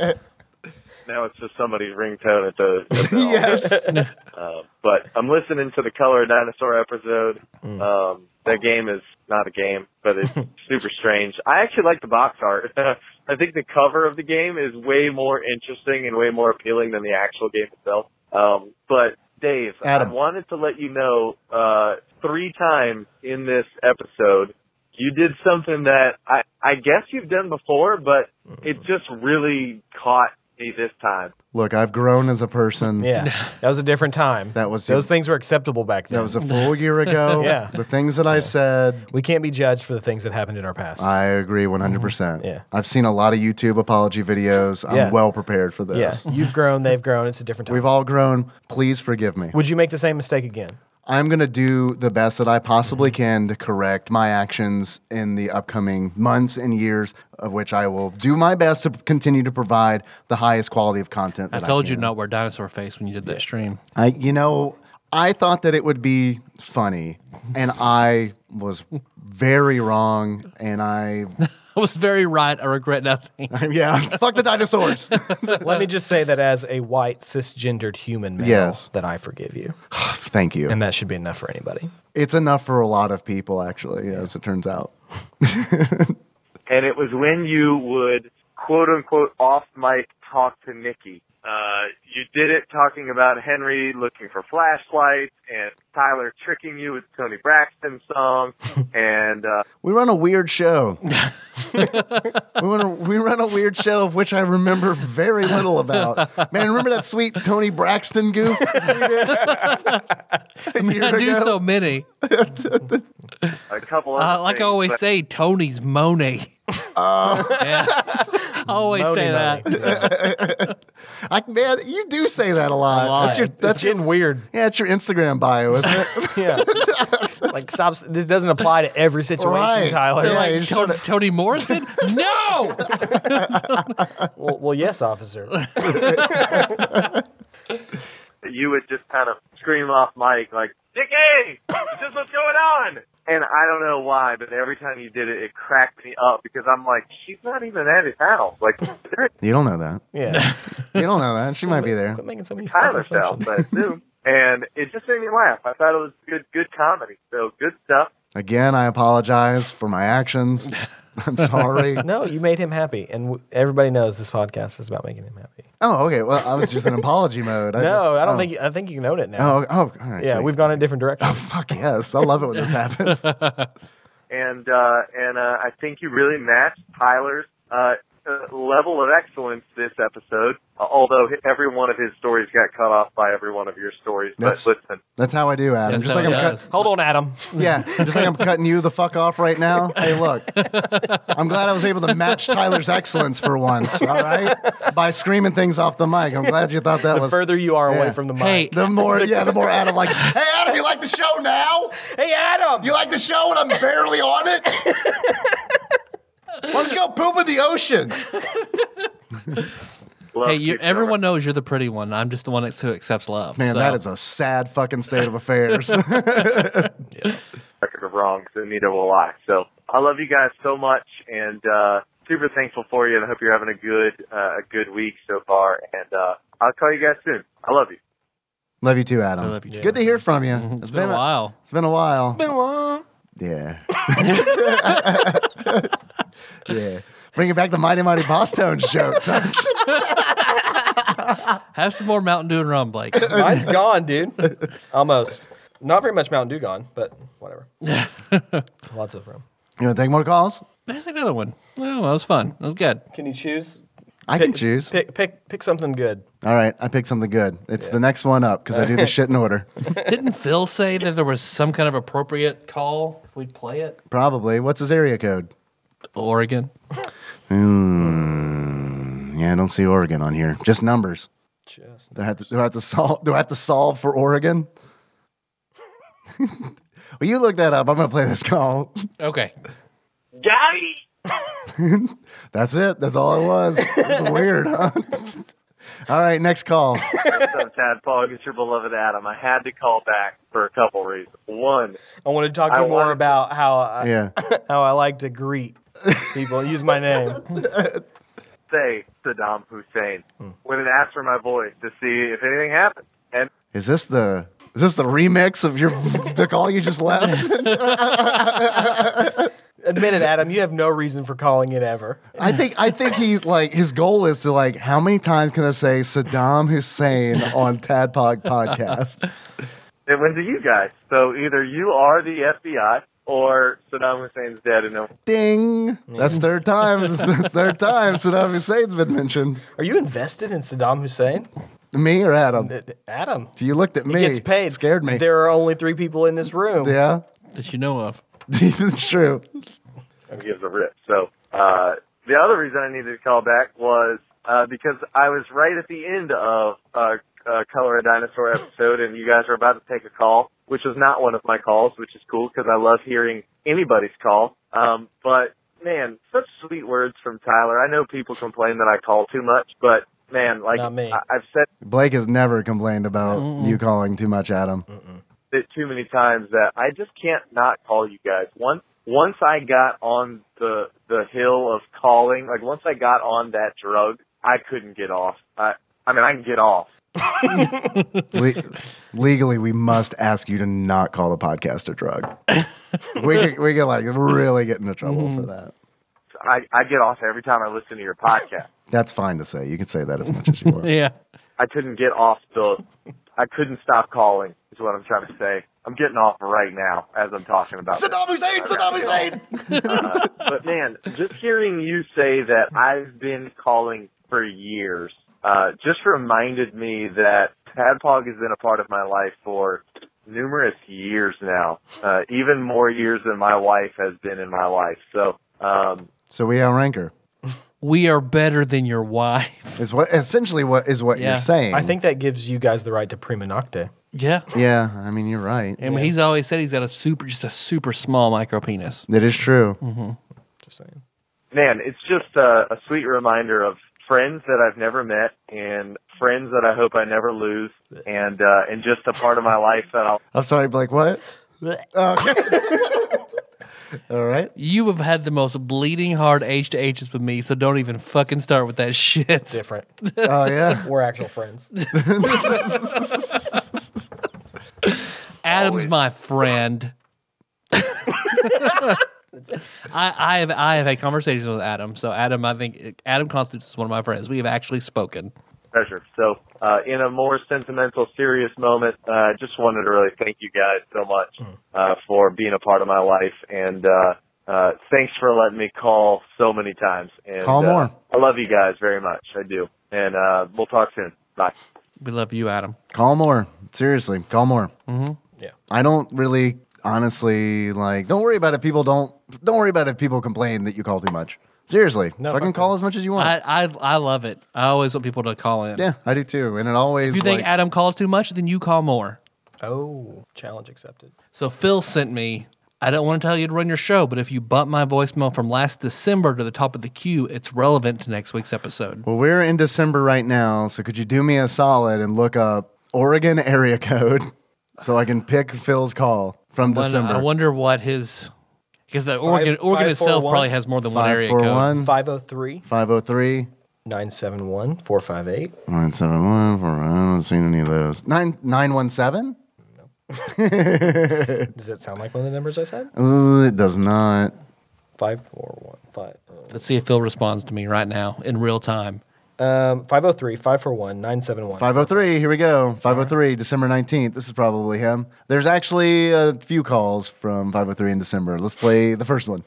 D: Now it's just somebody's ringtone at the. At the
B: yes.
D: Uh, but I'm listening to the Color of Dinosaur episode. Um, that game is not a game, but it's super strange. I actually like the box art. I think the cover of the game is way more interesting and way more appealing than the actual game itself. Um, but Dave,
B: Adam.
D: I wanted to let you know uh, three times in this episode you did something that I, I guess you've done before, but it just really caught me this time.
B: Look, I've grown as a person.
C: Yeah, that was a different time.
B: That was-
C: those things were acceptable back then.
B: That was a full year ago.
C: Yeah.
B: The things that I said,
C: we can't be judged for the things that happened in our past.
B: I agree 100%.
C: Mm-hmm. Yeah.
B: I've seen a lot of YouTube apology videos. I'm
C: Yeah.
B: well prepared for this.
C: yes, you've grown, they've grown. It's a different time.
B: We've all grown. Please forgive me.
C: Would you make the same mistake again?
B: I'm going to do the best that I possibly can to correct my actions in the upcoming months and years, of which I will do my best to continue to provide the highest quality of content.
A: I
B: that
A: told
B: can.
A: you to not wear dinosaur face when you did that stream.
B: I, you know, I thought that it would be funny, and I was very wrong. And I,
A: I was very right. I regret nothing.
B: yeah, fuck the dinosaurs.
C: Let me just say that as a white cisgendered human male,
B: Yes.
C: that I forgive you,
B: Thank you.
C: and that should be enough for anybody.
B: it's enough for a lot of people, actually, as it turns out.
D: and it was when you would quote unquote off mic talk to Nikki. Uh, you did it talking about Henry looking for flashlights and Tyler tricking you with Tony Braxton song and uh,
B: We run a weird show. we, run a, we run a weird show of which I remember very little about. Man, remember that sweet Tony Braxton goof? we did? A year
A: I do
B: ago?
A: so many.
D: a couple other
A: Uh, like I
D: things,
A: always
D: but
A: say, Tony's Money.
B: Uh.
A: Oh. yeah. I always
C: Money,
A: say that.
C: money. Yeah.
B: I, man, you do say that a lot.
A: lot.
B: That's your,
C: That's
B: that's your,
C: getting weird.
B: yeah, it's your Instagram bio, isn't it?
C: Yeah. like, stop. This doesn't apply to every situation,
B: Right.
C: Tyler.
B: Yeah,
C: Like,
B: you
A: Like,
B: just
A: Tony, Tony Morrison? no!
C: well, well, yes, officer.
D: You would just kind of scream off mic like, Nikki, this is what's going on. And I don't know why, but every time you did it, it cracked me up because I'm like, she's not even at his house. Like, they're
B: You don't know that.
C: Yeah.
B: You don't know that. She might be there.
C: Quit making so many fucking
D: Tyler's house,
C: assumptions.
D: I assume. and it just made me laugh. I thought it was good, good comedy. So good stuff.
B: Again, I apologize for my actions. I'm sorry.
C: No, you made him happy, and w- everybody knows this podcast is about making him happy.
B: Oh, okay. Well, I was just in apology mode. I
C: no,
B: just-
C: I don't
B: oh.
C: think I think you can own it now.
B: Oh, oh, all right.
C: yeah,
B: sweet. Oh,
C: we've gone in different directions.
B: Fuck yes, I love it when this happens.
D: and uh, and uh, I think you really matched Tyler's uh, uh, level of excellence this episode. Uh, although h- every one of his stories got cut off by every one of your stories,
B: That's-
D: but listen,
B: That's how I do, Adam.
A: That's
B: just
A: how
B: like
A: it
B: I'm,
A: does.
B: cut,
C: Hold on, Adam.
B: yeah, just like I'm cutting you the fuck off right now. Hey, look, I'm glad I was able to match Tyler's excellence for once. All right, by screaming things off the mic. I'm glad you thought that
C: The
B: was
C: further you are away
B: yeah.
C: from the mic.
A: Hey,
B: The more, yeah, the more Adam like. Hey, Adam, you like the show now?
C: Hey, Adam.
B: You like the show, and I'm barely on it. Let's go poop in the ocean.
D: love
A: hey, you,
D: Keith Miller.
A: everyone knows you're the pretty one. I'm just the one that's, who accepts love.
B: Man,
A: so.
B: that is a sad fucking state of affairs.
D: record of wrongs, and neither will I. So I love you guys so much, and uh, super thankful for you, and I hope you're having a good uh, a good week so far. And uh, I'll call you guys soon. I love you.
B: love you too, Adam.
A: I love you too. Mm-hmm.
B: Good to hear from you.
A: it's been, a while.
B: It's been a while.
C: Been a while.
B: Yeah. yeah. Bringing back the Mighty Mighty Boss Tones jokes.
A: Have some more Mountain Dew and rum, Blake.
C: Mine's gone, dude. Almost. Not very much Mountain Dew gone, but whatever. Lots of room.
B: you want to take more calls?
A: That's another one. Well, that was fun. That was good.
C: Can you choose?
B: I can choose.
C: Pick pick pick something good.
B: All right. I picked something good. It's the next one up because I do this shit in order.
A: Didn't Phil say that there was some kind of appropriate call if we'd play it?
B: Probably. What's his area code?
A: Oregon.
B: Hmm, Yeah, I don't see Oregon on here. Just numbers.
C: Just
B: Do I have to, do I have to solve? Do I have to solve for Oregon? well, you look that up. I'm gonna play this call.
A: Okay.
D: Daddy.
B: That's it. That's all it was. It was weird, huh? all right, next call.
D: What's up, Tadpog? It's your beloved Adam. I had to call back for a couple reasons. One,
C: I want to talk to
D: I
C: you more
D: wanted-
C: about how I,
B: Yeah.
C: how I like to greet people. Use my name.
D: say Saddam Hussein when it asked for my voice to see if anything happened. And
B: Is this the is this the remix of your the call you just left?
C: Admit it, Adam. You have no reason for calling it ever.
B: I think I think he like his goal is to like how many times can I say Saddam Hussein on Tadpog podcast?
D: it went to you guys. So either you are the FBI or Saddam Hussein's dead and no
B: Ding! That's third time. That's the third time Saddam Hussein's been mentioned.
C: Are you invested in Saddam Hussein?
B: Me or Adam?
C: Uh, Adam.
B: You looked at me.
C: Gets paid.
B: Scared me.
C: There are only three people in this room.
B: Yeah,
A: That you know of.
B: it's true.
D: and gives a rip. So uh, the other reason I needed to call back was uh, because I was right at the end of uh, uh, Color a Dinosaur episode, and you guys were about to take a call, which was not one of my calls, which is cool because I love hearing anybody's call. Um, but man, such sweet words from Tyler. I know people complain that I call too much, but man, like
C: Not me.
D: I- I've said
B: Blake has never complained about you calling too much, Adam.
D: it too many times that I just can't not call you guys. Once once I got on the the hill of calling, like once I got on that drug, I couldn't get off. I I mean I can get off.
B: Le- legally, we must ask you to not call the podcast a drug. we could, we could like really get into trouble
C: Mm-hmm.
B: for that.
D: I, I get off every time I listen to your podcast.
B: That's fine to say. You can say that as much as you want.
A: Yeah.
D: I couldn't get off the I couldn't stop calling is what I'm trying to say. I'm getting off right now as I'm talking about this.
B: Saddam Hussein, Saddam Hussein.
D: but man, just hearing you say that I've been calling for years uh, just reminded me that Tadpog has been a part of my life for numerous years now, uh, even more years than my wife has been in my life. So um,
B: So we outrank her.
A: We are better than your wife.
B: Is what essentially what is what
A: Yeah.
B: you're saying.
C: I think that gives you guys the right to prima nocte.
A: Yeah.
B: Yeah, I mean you're right.
A: And he's always said he's got a super, just a super small micro penis.
B: That is true.
C: Mm-hmm. Just saying.
D: man, it's just a, a sweet reminder of friends that I've never met and friends that I hope I never lose, and uh, and just a part of my life that I'll
B: I'm sorry, Blake. What? Okay. Oh. All right.
A: You have had the most bleeding hard H to H's with me, so don't even fucking start with that shit.
C: Different.
B: Oh yeah.
C: We're actual friends.
A: Adam's my friend. I, I have I have had conversations with Adam, so Adam I think Adam constitutes as one of my friends. We have actually spoken.
D: treasure. So, uh, in a more sentimental, serious moment, uh, just wanted to really thank you guys so much
B: Hmm.
D: uh, for being a part of my life, and uh, uh, thanks for letting me call so many times. And,
B: Call
D: uh,
B: more.
D: I love you guys very much. I do, and uh, we'll talk soon. Bye.
A: We love you, Adam.
B: Call more. Seriously, call more.
A: Mm-hmm.
C: Yeah.
B: I don't really honestly like don't worry about it people don't don't worry about it if people complain that you call too much. Seriously.
C: No,
B: fucking
C: fuck
B: call as much as you want.
A: I, I I love it. I always want people to call in.
B: yeah, I do too. And it always
A: If you think
B: like-
A: Adam calls too much, then you call more.
C: Oh, challenge accepted.
A: So Phil sent me. I don't want to tell you to run your show, but if you bump my voicemail from last December to the top of the queue, it's relevant to next week's episode.
B: Well, we're in December right now, so could you do me a solid and look up Oregon area code so I can pick Phil's call from
A: Wonder-
B: December?
A: I wonder what his because the Oregon Oregon
C: five, four,
A: itself
C: one.
A: probably has more than one area code.
B: 541
C: 503
B: 503
C: 971 458.
B: 971 411. I haven't seen any of those. 9 917?
C: Does that sound like one of the numbers I said?
B: Uh, it does not.
C: 541 five, uh,
A: Let's see if Phil responds to me right now in real time.
C: um, 503 541 971.
B: 503, here we go. 503, December 19th. This is probably him. There's actually a few calls from 503 in December. Let's play the first one.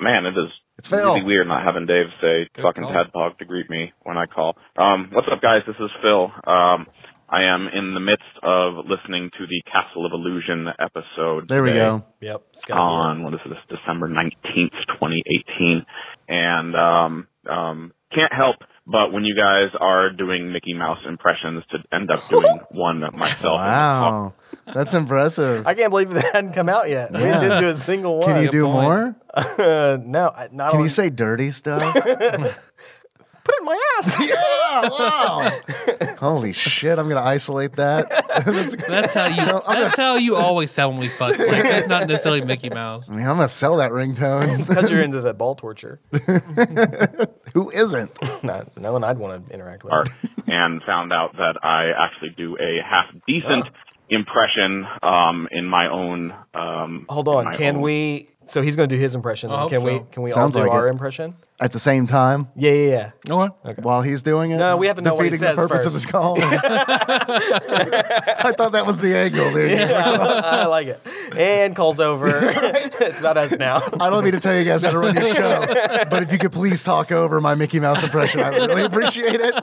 E: man, it is
B: It's
E: really
B: Phil.
E: weird not having Dave say
A: Good
E: fucking
A: call.
E: Tadpog to greet me when I call. Um, what's up, guys? This is Phil. Um, I am in the midst of listening to the Castle of Illusion episode.
B: There we
E: today
B: go.
C: Yep. It's gotta be it.
E: on what is this December nineteenth, twenty eighteen, and um, um, can't help but when you guys are doing Mickey Mouse impressions to end up doing one myself.
B: Wow. That's impressive.
C: I can't believe that hadn't come out yet. We didn't do a single one.
B: Can you
A: Good
B: do
A: point.
B: more?
C: uh, no, I- not
B: Can
C: on,
B: you say dirty stuff?
C: put it in my ass.
B: yeah, wow. Holy shit, I'm going to isolate that.
A: That's how you. that's how you always sound when we fuck. Like, that's not necessarily Mickey Mouse.
B: I mean, I'm going to sell that ringtone.
C: Because you're into the ball torture.
B: Who isn't?
C: no, no one I'd want to interact with.
E: art and found out that I actually do a half decent impression um, in my own. Um,
C: Hold
E: in
C: on.
E: my
C: Can
E: own-
C: we? So he's going to do his impression.
A: I hope
C: Then. Can we?
A: so.
C: Can we
B: Sounds
C: all do
B: like
C: our
B: it.
C: impression?
B: At the same time
C: Yeah, yeah, yeah.
A: All right.
B: while he's doing it?
C: No, we have to know what he
B: defeating the
C: says
B: purpose of
C: first.
B: his call. I thought that was the angle, dude.
C: I like it. And calls over. it's not us now.
B: I don't mean to tell you guys how to run your show, but if you could please talk over my Mickey Mouse impression, I would really appreciate it.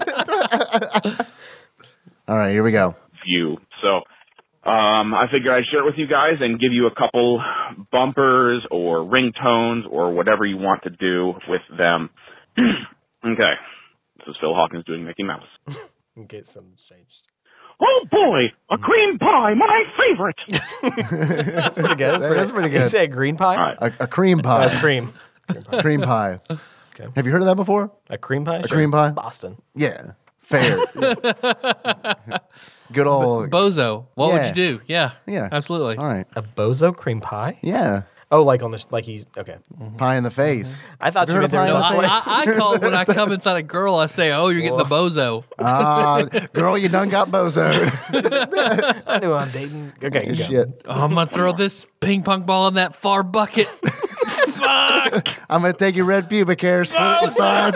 B: All right, here we go.
E: view. So um, I figure I'd share it with you guys and give you a couple bumpers or ringtones or whatever you want to do with them. okay. This is Phil Hawkins doing Mickey Mouse.
C: Get something changed.
E: Oh boy, a cream pie, my favorite.
C: That's pretty good. That's
B: That
C: pretty,
B: is pretty
C: You
B: good.
C: say green pie?
E: All right.
B: A, a cream
C: Uh,
B: pie.
C: cream.
B: cream pie.
C: Okay.
B: Have you heard of that before?
C: A cream pie? A
B: cream pie?
C: Boston.
B: Yeah. Fair. Good old.
A: Bozo, what would
B: Yeah.
A: you do? Yeah.
B: Yeah.
A: Absolutely.
B: All right.
C: A bozo cream pie?
B: Yeah.
C: Oh, like on the sh- like he's okay.
B: Pie in the face.
C: I thought you
B: Girl
C: meant there was
A: No,
B: pie.
C: a
A: I,
C: flavor.
A: I, I call it when I come inside a girl. I say, "Oh, you're getting the bozo." Oh,
B: Ah, girl, you done got bozoed.
C: I knew I'm dating. Okay, you go.
B: Shit.
A: Oh, I'm gonna throw this ping pong ball in that far bucket. Fuck.
B: I'm going to take your red pubic hair, split it aside,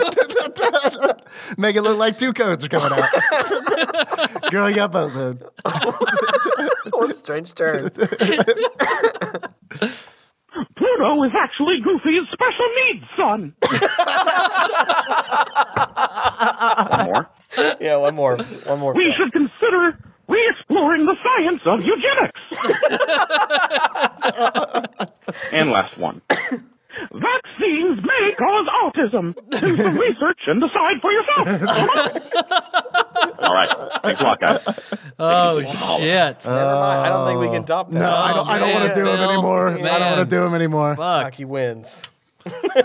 B: make it look like two coats are coming out. girl, you got bozoed.
C: What a strange turn.
E: Pluto is actually Goofy's special needs son. One more.
C: yeah, one more. One more.
E: We
C: fail.
E: should consider re-exploring the science of eugenics. and last one. Vaccines may cause autism. Do some research and decide for yourself. All right. Thanks a lot, guys.
A: Oh
E: Wow.
A: shit.
C: Never mind. I don't think we can top that.
B: No, I don't, I don't
A: Oh,
B: want
A: man,
B: to do him
A: Phil.
B: anymore. I don't want
A: Man.
B: to do him anymore.
A: Fuck.
C: Hockey wins. we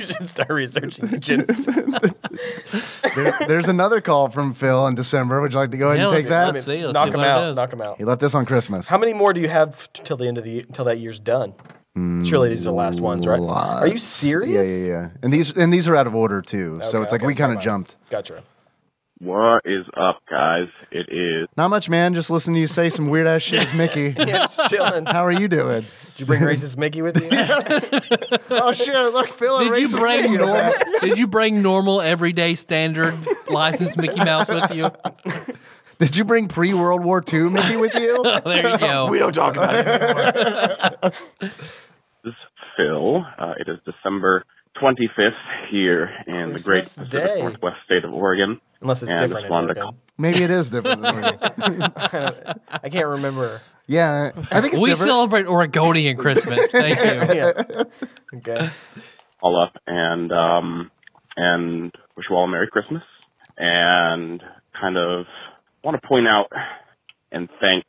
C: should start researching eugenics.
B: There- there's another call from Phil in December. Would you like to go ahead
A: Yeah,
B: and
A: let's-
B: take that?
A: let's see. Let's
C: knock
A: see
C: them
A: what it
C: out.
A: is.
C: Knock them out.
B: He left this on Christmas.
C: How many more do you have t- till the end of the till that year's done? Surely these are the last ones, right? Are you
B: Lots.
C: serious?
B: Uh, Yeah, yeah, yeah. And these and these are out of order too. so
C: Okay,
B: it's like
C: okay,
B: we kind
C: never
B: of
C: mind.
B: jumped.
C: Gotcha.
E: What is up, guys? It is
B: Not much, man. Just listen to you say some weird ass shit as Mickey.
C: Yeah, just chilling. Did
B: How are you doing?
C: you bring racist Mickey with you?
B: oh shit! Look, Phil.
A: Did you bring normal? Did you bring normal, everyday, standard licensed Mickey Mouse with you?
B: Did you bring pre World War II Mickey with you?
A: There you go.
C: don't talk about it.
E: This is Phil. Uh, it is December 25th here in the great
C: Christmas
E: Pacific
C: Day.
E: Northwest state of Oregon.
C: Unless it's
E: And I
C: different.
E: just
C: in
E: wanted to
C: Oregon.
B: Maybe it is different. Than Oregon.
C: I can't remember.
B: yeah, I think it's
A: We
B: different.
A: celebrate Oregonian Christmas. Thank you.
C: Yeah. Okay.
E: all up and um, and wish you all a Merry Christmas. And kind of want to point out and thank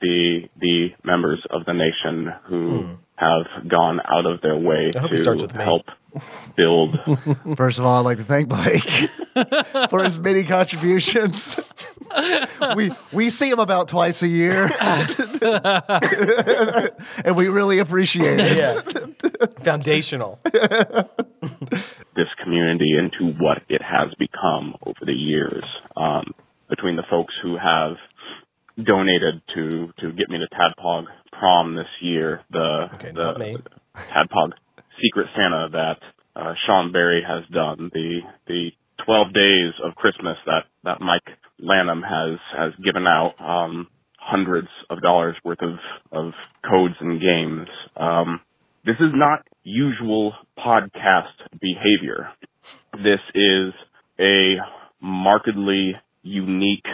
E: the the members of the nation who have gone out of their way
C: Hmm. I hope it starts
E: to
C: with me.
E: help build.
B: First of all, I'd like to thank Blake for his many contributions. we we see him about twice a year, and we really appreciate it.
C: Yeah. Foundational.
E: this community into what it has become over the years um, between the folks who have donated to to get me to Tadpog prom this year, the
C: Okay,
E: the
C: not me.
E: Tadpog Secret Santa that uh, Sean Barry has done, the the 12 days of Christmas that that Mike Lanham has has given out um, hundreds of dollars worth of of codes and games. Um, this is not usual podcast behavior. This is a markedly unique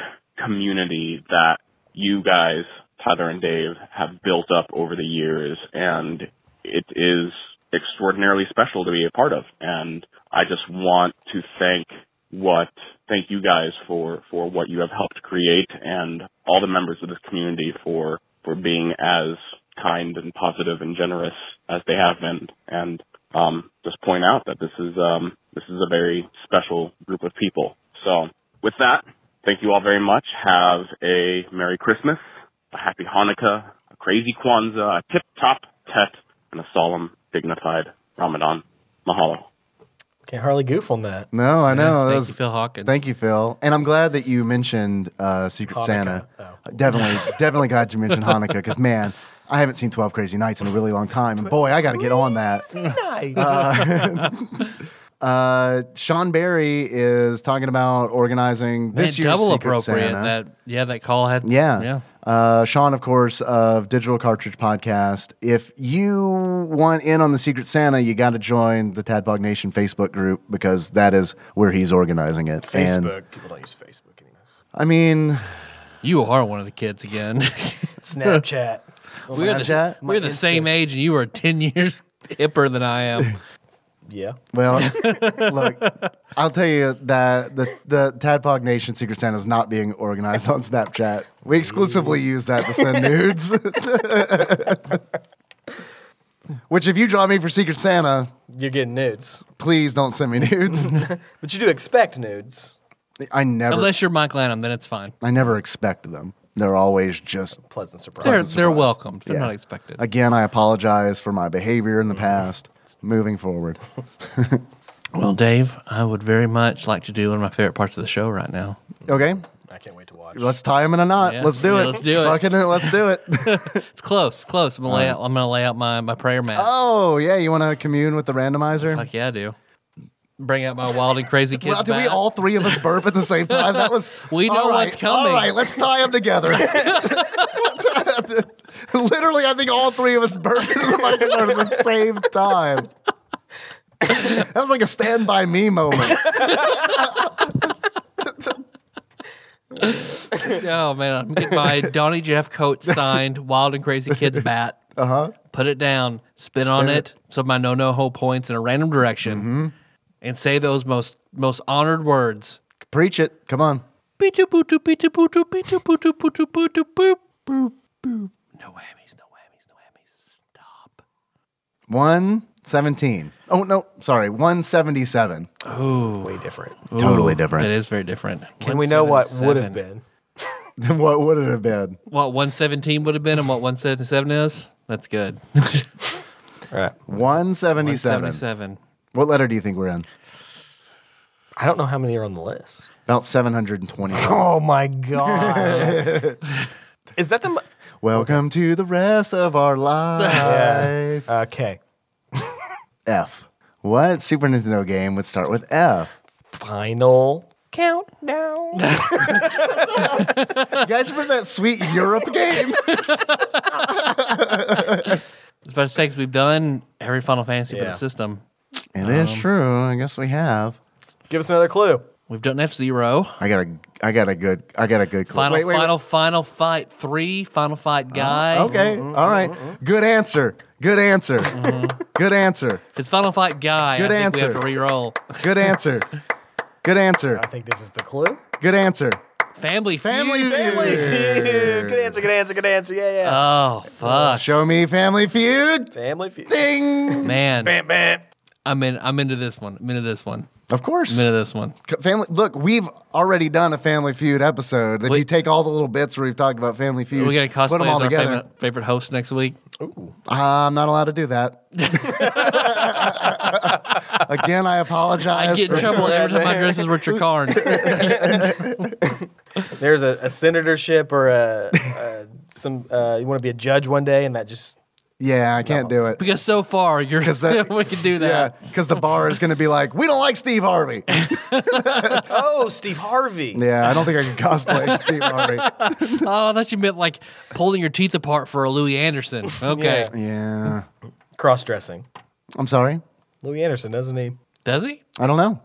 E: community that you guys, Tyler and Dave, have built up over the years, and it is extraordinarily special to be a part of. And I just want to thank what thank you guys for for what you have helped create and all the members of this community for for being as kind and positive and generous as they have been and um just point out that this is um this is a very special group of people so with that thank you all very much have a merry christmas a happy hanukkah a crazy kwanzaa a tip top tet and a solemn dignified ramadan mahalo
C: Can't hardly goof on that.
B: No, I know. that
A: Thank
B: was-
A: you, Phil Hawkins.
B: Thank you, Phil. And I'm glad that you mentioned uh, Secret
C: Hanukkah.
B: Santa.
C: Oh.
B: Definitely, definitely glad you mentioned Hanukkah because man, I haven't seen Twelve Crazy Nights in a really long time, and boy, I got to get on that.
C: Nice.
B: Uh, Sean Barry is talking about organizing
A: Man,
B: this year's
A: double
B: Secret
A: appropriate.
B: Santa.
A: That yeah, that call had
B: Yeah.
A: yeah.
B: Uh, Sean, of course, of Digital Cartridge Podcast. If you want in on the Secret Santa, you got to join the Tadpog Nation Facebook group because that is where he's organizing it. And,
C: Facebook. People don't use Facebook anymore.
B: I mean,
A: You are one of the kids again.
C: Snapchat.
A: we're the,
B: Snapchat?
A: we're the same age, and you are ten years hipper than I am.
C: Yeah.
B: well, look, I'll tell you that the, the Tadpog Nation Secret Santa is not being organized on Snapchat. We exclusively use that to send nudes. Which, if you draw me for Secret Santa,
C: You're getting nudes.
B: please don't send me nudes.
C: But you do expect nudes.
B: I never.
A: Unless you're Mike Lanham, then it's fine.
B: I never expect them. They're always just.
C: Pleasant surprise.
A: They're they're welcomed. They're
B: Yeah.
A: not expected.
B: Again, I apologize for my behavior
A: Mm-hmm.
B: in the past. Moving forward,
A: Well, Dave, I would very much like to do one of my favorite parts of the show right now.
B: okay,
C: I can't wait to watch.
B: let's tie him in a knot.
A: Yeah.
B: Let's do
A: Yeah,
B: it.
A: let's do it.
B: Fucking it. Let's do it.
A: It's close, it's close. I'm gonna
B: Uh.
A: lay out. I'm gonna lay out my my prayer mat.
B: oh yeah, you want to commune with the randomizer?
A: Fuck yeah, I do. Bring out my wild and crazy kids.
B: Well, did we
A: bat.
B: all three of us burp at the same time? That was
A: We know
B: all
A: what's coming.
B: All right, let's tie them together. Literally, I think all three of us burped into the microphone at the same time. That was like a stand by me moment.
A: Oh man, I'm getting my Donnie Jeff coat signed wild and crazy kids bat. Uh huh.
C: Uh-huh.
A: Put it down, spin, on it,
B: it.
A: so my no no ho points in a random direction,
C: Mm-hmm.
A: and say those most most honored words.
B: Preach it. Come on.
A: Pitu putu pitu putu pitu putu putu putu boop boop boop. No whammies, no whammies, no whammies. Stop.
B: 117. Oh, no, sorry, 177.
C: Way different.
B: Totally
A: It
B: different.
A: is very different.
C: Can we know what would have
A: 177.
C: been?
B: what would it have been?
A: What 117 would have been and what 177 is? That's good.
B: 177.
A: 77.
B: What letter do you think we're in?
C: I don't know how many are on the list.
B: About 720.
C: Oh my god! Is that the? mo-
B: Welcome to the rest of our life.
C: Okay,
B: F. What Super Nintendo game would start with F?
C: final countdown.
B: You guys remember that sweet Europe game?
A: It's about as six we've done every Final Fantasy for
C: Yeah.
A: the system.
B: It is true. I guess we have.
C: Give us another clue.
A: We've done F Zero,
B: I got a. I got a good. I got a good. Clue.
A: Final
B: Wait, wait, wait.
A: Final Final Fight Three, Final Fight Guy.
B: Okay. All right. Good answer. Good answer. Good answer.
A: If it's Final Fight Guy,
B: Good
A: I think we
B: answer.
A: have to re-roll.
B: Good answer. Good answer.
C: I think this is the clue.
B: Good answer.
A: Family
B: Family
A: Feud.
C: Family
B: Feud.
C: Feud. Good answer. Good answer. Good answer. Yeah,
B: Uh,
C: yeah.
A: Oh fuck,
B: Show me Family Feud.
C: Family Feud.
B: Ding.
A: man.
C: Bam, bam.
A: I'm in. I'm into this one. I'm into this one.
B: Of course.
A: I'm into this one.
B: C- Family. Look, we've already done a Family Feud episode. If
A: We-
B: you take all the little bits where we've talked about Family Feud,
A: We got to
B: put
A: cosplay
B: them
A: as
B: all
A: our
B: together.
A: favorite, favorite host next week.
B: I'm not allowed to do that. Again, I apologize.
A: I get in
B: for-
A: trouble every time I dress as Richard Karn.
C: There's a, a senatorship or a, a some. Uh, you want to be a judge one day, and that just
B: Yeah, I can't do it.
A: because so far you're
B: 'Cause that-
A: we can do
B: Yeah,
A: that.
B: because the bar is going to be like, we don't like Steve Harvey.
C: oh, Steve Harvey.
B: Yeah, I don't think I can cosplay Steve Harvey.
A: Oh, I thought you meant like pulling your teeth apart for a Louis Anderson. Okay.
C: Yeah.
B: Yeah,
C: Cross dressing.
B: I'm sorry.
C: Louis Anderson, doesn't he?
A: Does he?
B: I don't know.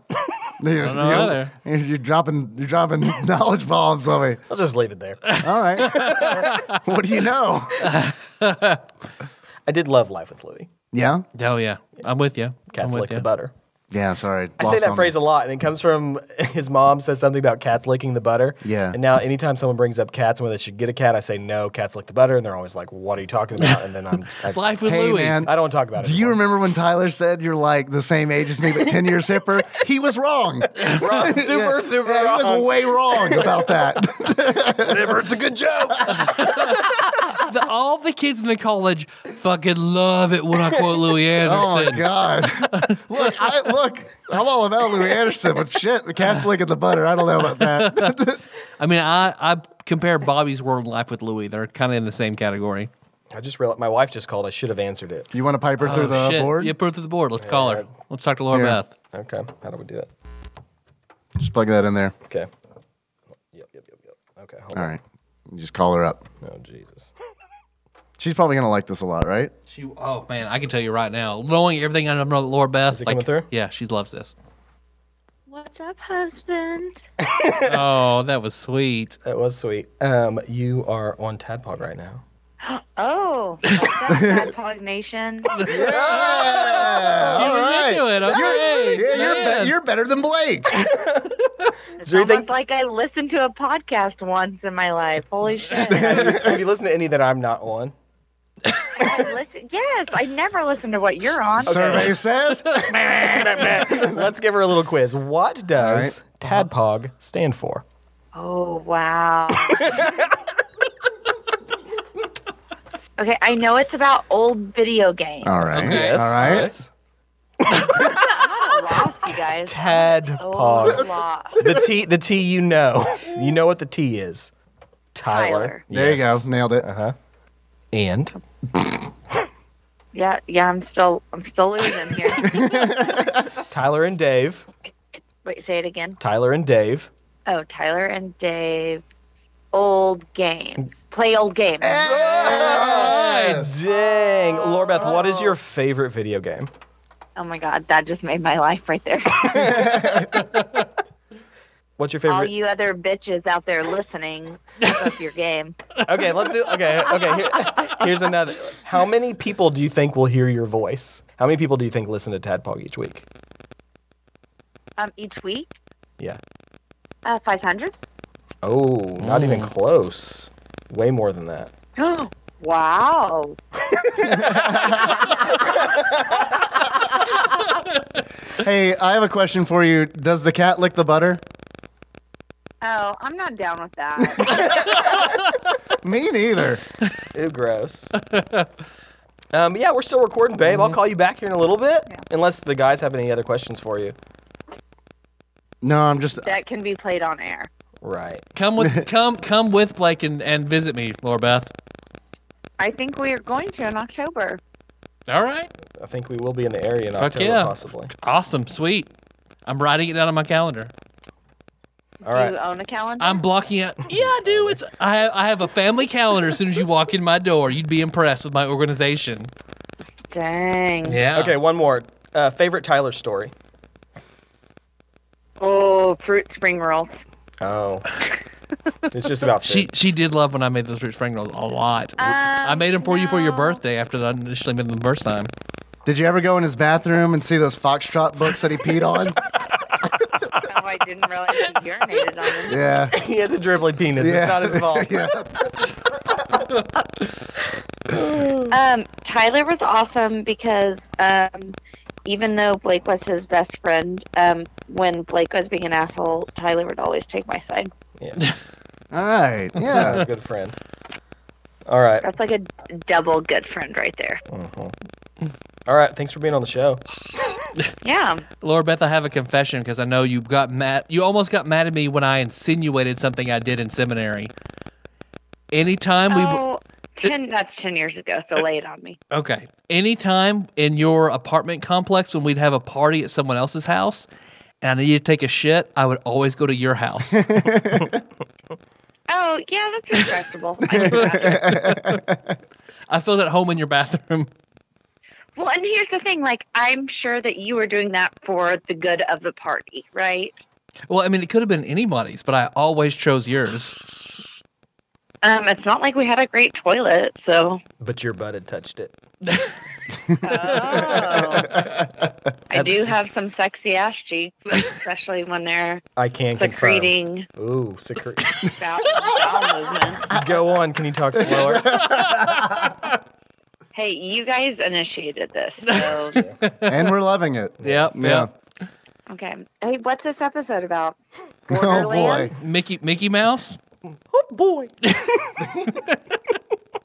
B: You're,
A: know
B: you're-
A: either.
B: you're, dropping you're dropping knowledge bombs on me.
C: Let's just leave it there.
B: All right. what do you know?
C: I did love life with Louis.
B: Yeah.
A: Oh yeah. I'm with you. I'm
C: Cats
A: with
C: lick
A: you.
C: the butter.
B: Yeah. Sorry.
C: I say that phrase a lot, and it comes from his mom says something about cats licking the butter.
B: Yeah.
C: And now, anytime someone brings up cats and whether they should get a cat, I say no, cats lick the butter, and they're always like, "What are you talking about?" And then I'm, I just-
A: Life with
B: Hey
A: Louis.
B: man,
C: I don't want to talk about it.
B: Do you
C: anymore.
B: remember when Tyler said you're like the same age as me, but 10 years hipper? He was wrong.
C: Wrong. Super, super
B: Yeah, He
C: wrong.
B: was way wrong about that.
C: Whatever, it's a good joke.
A: The- all the kids in the college fucking love it when I quote Louis
B: oh my
A: Anderson.
B: God. Look, I, look, I'm all about Louis Anderson, but shit, the cat's licking the butter. I don't know about that. Oh.
A: I mean, I I compare Bobby's World and Life with Louis. They're kind of in the same category.
C: I just realized my wife just called. I should have answered it.
B: You want to pipe her through the
A: Oh, Shit.
B: board?
A: Yeah, put her through the board. Let's call her. Let's talk to Laura
B: Yeah.
A: Beth.
C: Okay, how do we do it?
B: Just plug that in there.
C: Okay. Yep, yep, yep, yep. Okay, hold
B: All
C: on.
B: right. You just call her up.
C: No, Jesus.
B: She's probably going to like this a lot, right?
A: She. Oh man, I can tell you right now, knowing everything I know about Laura Beth,
C: Is it
A: like,
C: coming through?
A: yeah, she loves this.
F: What's up, husband?
A: oh, that was sweet.
C: That was sweet. Um, you are on Tadpog right now.
F: Oh, that's Pog Nation.
A: She was into it. Okay.
B: Yeah, you're,
A: Man.
B: be- you're better than Blake.
F: It's
C: there anything-
F: almost like I listened to a podcast once in my life. Holy shit. I
C: Have you listened to any that I'm not on?
F: listen- yes, I never listen to what you're on.
B: Survey says.
C: Let's give her a little quiz. What does Tadpog stand for?
F: Oh, wow. okay, I know it's about old video games.
B: All right.
A: Okay.
B: All right.
C: Yes.
F: I'm lost, you guys. Oh,
C: Tadpog.
F: I'm lost.
C: the T. The T. You know. You know what the T is. Tyler.
F: Tyler.
B: There you go.
C: Yes. Uh-huh.
B: Nailed it.
C: And
F: Yeah, yeah, I'm still, I'm still losing here.
C: Tyler and Dave.
F: Wait, say it again.
C: Tyler and Dave.
F: Oh, Tyler and Dave. Old games. Play old games.
C: Hey, dang, Laura Beth. What is your favorite video game?
F: Oh my god, that just made my life right there.
C: What's your
F: All
C: favorite?
F: you other bitches out there listening, step up your game.
C: Okay, let's do. Okay, okay. Here, here's another. How many people do you think will hear your voice? How many people do you think listen to Tadpog each week?
F: Um, each week,
C: Yeah.
F: uh, five hundred.
C: Oh, not even close. Way more than that.
F: wow.
B: Hey, I have a question for you. Does the cat lick the butter?
F: Oh, I'm not down with that.
B: Me neither.
C: Ew, gross. um, yeah, we're still recording, babe. I'll call you back here in a little bit, unless the guys have any other questions for you.
B: No, I'm just.
F: that can be played on air.
C: Right.
A: Come with come come with Blake and, and visit me, Laura Beth.
F: I think we are going to in October.
A: All right.
C: I think we will be in the area in October,
A: yeah.
C: possibly.
A: Awesome. Sweet. I'm writing it down on my calendar.
C: All
F: Do
C: right.
F: you own a calendar?
A: I'm blocking out. Yeah, I do. It's I I have a family calendar. As soon as you walk in my door, you'd be impressed with my organization.
F: Dang.
A: Yeah.
C: Okay, one more. Uh, favorite Tyler story.
F: Oh, fruit spring rolls.
C: Oh. it's just about
A: She
C: food.
A: she did love when I made those rich spring rolls a lot. I made them for you for your
F: no.
A: birthday after I initially made them the first time.
B: Did you ever go in his bathroom and see those foxtrot books that he peed on?
F: Oh, I didn't realize you urinated on them.
B: yeah.
C: he has a dribbling penis.
B: Yeah.
C: It's not his fault.
B: yeah.
F: Um, Tyler was awesome because um, even though Blake was his best friend, um, when Blake was being an asshole, Tyler would always take my side.
C: Yeah.
B: All right.
C: So,
B: Yeah.
C: good friend. All right.
F: That's like a double good friend right there.
C: All right. Thanks for being on the show.
F: Yeah.
A: Laura Beth, I have a confession because I know you got mad. You almost got mad at me when I insinuated something I did in seminary. Anytime we
F: Oh, 10, that's 10 years ago, so lay it on me.
A: okay, anytime in your apartment complex when we'd have a party at someone else's house, and I needed to take a shit, I would always go to your house.
F: Oh, yeah, that's respectable. I do that.
A: I feel at home in your bathroom.
F: Well, and here's the thing like, I'm sure that you were doing that for the good of the party, right?
A: Well, I mean, it could have been anybody's, but I always chose yours.
F: Um, it's not like we had a great toilet, so.
C: But your butt had touched it.
F: I do have some sexy ass cheeks, especially when they're
C: I can confirm.
F: secreting
C: Ooh, secret.
F: bowel, bowel movements.
C: Go on. Can you talk slower?
F: Hey, you guys initiated this, so
B: And we're loving it.
A: Yep.
B: Yeah.
F: okay. Hey, what's this episode about?
B: Oh, boy.
F: Borderlands?
A: Mickey Mickey Mouse.
C: oh, boy.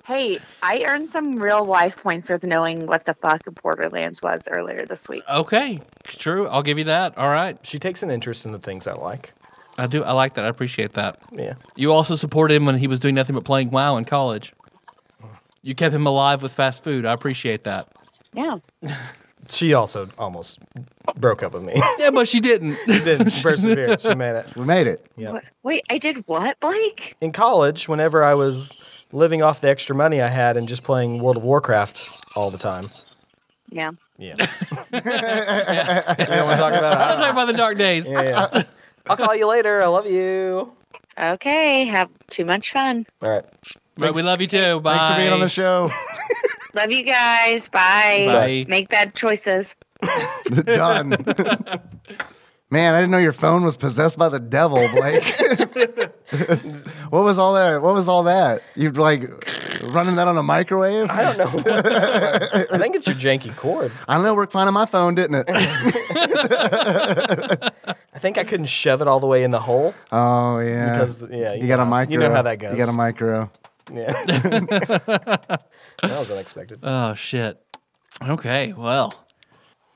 F: Hey, I earned some real life points with knowing what the fuck Borderlands was earlier this week.
B: Oh.
A: Okay, true. I'll give you that. All right,
C: She takes an interest in the things I like.
A: I do. I like that. I appreciate that.
C: Yeah.
A: You also supported him when he was doing nothing but playing WoW in college. You kept him alive with fast food. I appreciate that.
F: Yeah.
C: She also almost broke up with me.
A: Yeah, but she didn't.
C: Didn't persevere. She made it.
B: We made it.
C: Yeah.
F: What, wait, I did what, Blake?
C: in college, whenever I was living off the extra money I had and just playing World of Warcraft all the time.
F: Yeah.
C: Yeah. You know what I'm talking about? I don't know.
A: Talk about the dark days.
C: Yeah, yeah. I'll call you later. I love you.
F: Okay, have too much fun.
C: All right.
A: But we love you too. Bye.
B: Thanks for being on the show.
F: Love you guys. Bye.
A: Bye.
F: Make bad choices.
B: Done. Man, I didn't know your phone was possessed by the devil, Blake. what was all that? What was all that? You'd like running that on a microwave?
C: I don't know. what the- I think it's your janky cord.
B: I don't know. Worked fine on my phone, didn't it?
C: I think I couldn't shove it all the way in the hole.
B: Oh yeah.
C: Because, yeah,
B: you, got a
C: know-
B: micro.
C: you know how that goes.
B: You got a micro.
C: Yeah. that was unexpected.
A: Oh shit. Okay. Well.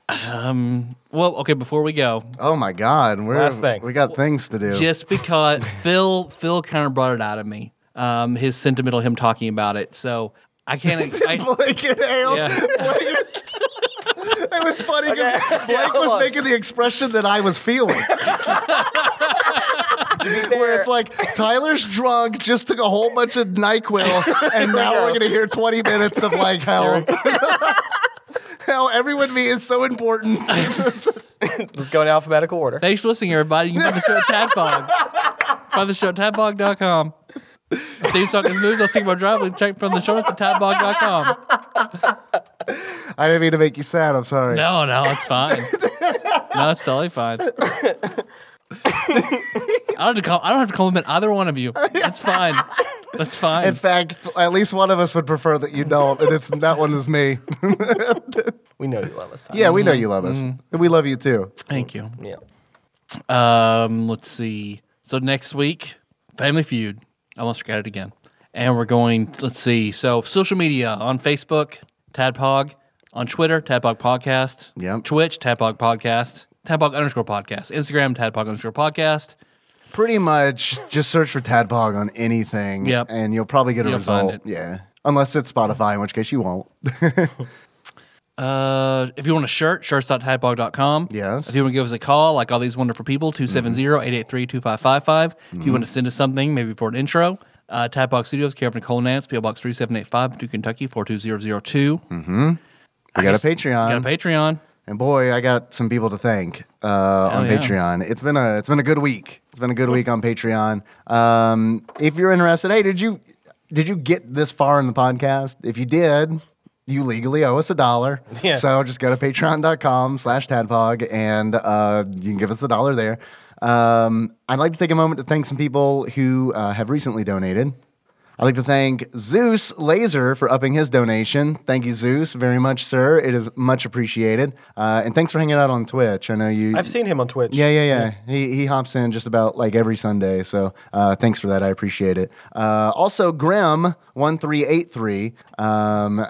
A: Um. Well. Okay. Before we go,
B: Oh my God. We're,
C: Last thing.
B: We got things to do.
A: just because Phil Phil kind of brought it out of me. Um, his sentimental him talking about it. So I can't. I,
B: Blake and Hales.
A: Yeah.
B: Blake and- it was funny because Blake was making the expression that I was feeling. Where it's like Tyler's drunk, just took a whole bunch of Nyquil, and now we're gonna hear twenty minutes of like how how everyone me is so important.
C: Let's go in alphabetical order.
A: thanks for listening, everybody. You can find the show at Tadbog. Find the show at tadbog.com. Theme song is moves. I'll sing my drive. Link Check from the show notes at tadbog.com.
B: I didn't mean to make you sad. I'm sorry.
A: No, no, it's fine. No, it's totally fine. I don't have to, call, I don't have to compliment either one of you. It's fine. That's fine.
B: In fact, at least one of us would prefer that you don't, and it's that one is me.
C: We know you love us. Tyler.
B: yeah, we know you love us, and we love you too.
A: Thank you.
C: Yeah.
A: Um, let's see. So next week, Family Feud. I almost forgot it again. And we're going. Let's see. So social media on Facebook, Tadpog. On Twitter, Tadpog Podcast.
B: Yep.
A: Twitch, Tadpog Podcast. Tadpog underscore podcast. Instagram, Tadpog underscore podcast.
B: Pretty much, just search for Tadpog on anything,
A: Yep.
B: and you'll probably get a
A: You'll
B: result.
A: find it.
B: Yeah, unless it's Spotify, in which case you won't.
A: Uh, if you want a shirt, shirts.tadpog.com.
B: Yes.
A: If you want to give us a call, like all these wonderful people, 270-883-2555. If you want to send us something, maybe for an intro, uh, Tadpog Studios, care of Nicole Nance, PO Box 3785, Paducah, Kentucky, 42002.
B: Mm-hmm. We got a
A: guess-
B: Patreon,
A: Got a Patreon.
B: and boy, I got some people to thank uh, on
A: yeah.
B: Patreon. It's been a it's been a good week. It's been a good week on Patreon. Um, if you're interested, hey, did you did you get this far in the podcast? If you did. You legally owe us a dollar,
C: Yeah.
B: so just go to patreon.com slash tadpog and uh, you can give us a dollar there. Um, I'd like to take a moment to thank some people who uh, have recently donated. I'd like to thank Zeus Laser for upping his donation. Thank you, Zeus, very much, sir. It is much appreciated. Uh, and thanks for hanging out on Twitch. I know you.
C: I've seen him on Twitch.
B: Yeah, yeah, yeah. He, he hops in just about like every Sunday. So uh, thanks for that. I appreciate it. Uh, also, Grim1383 um,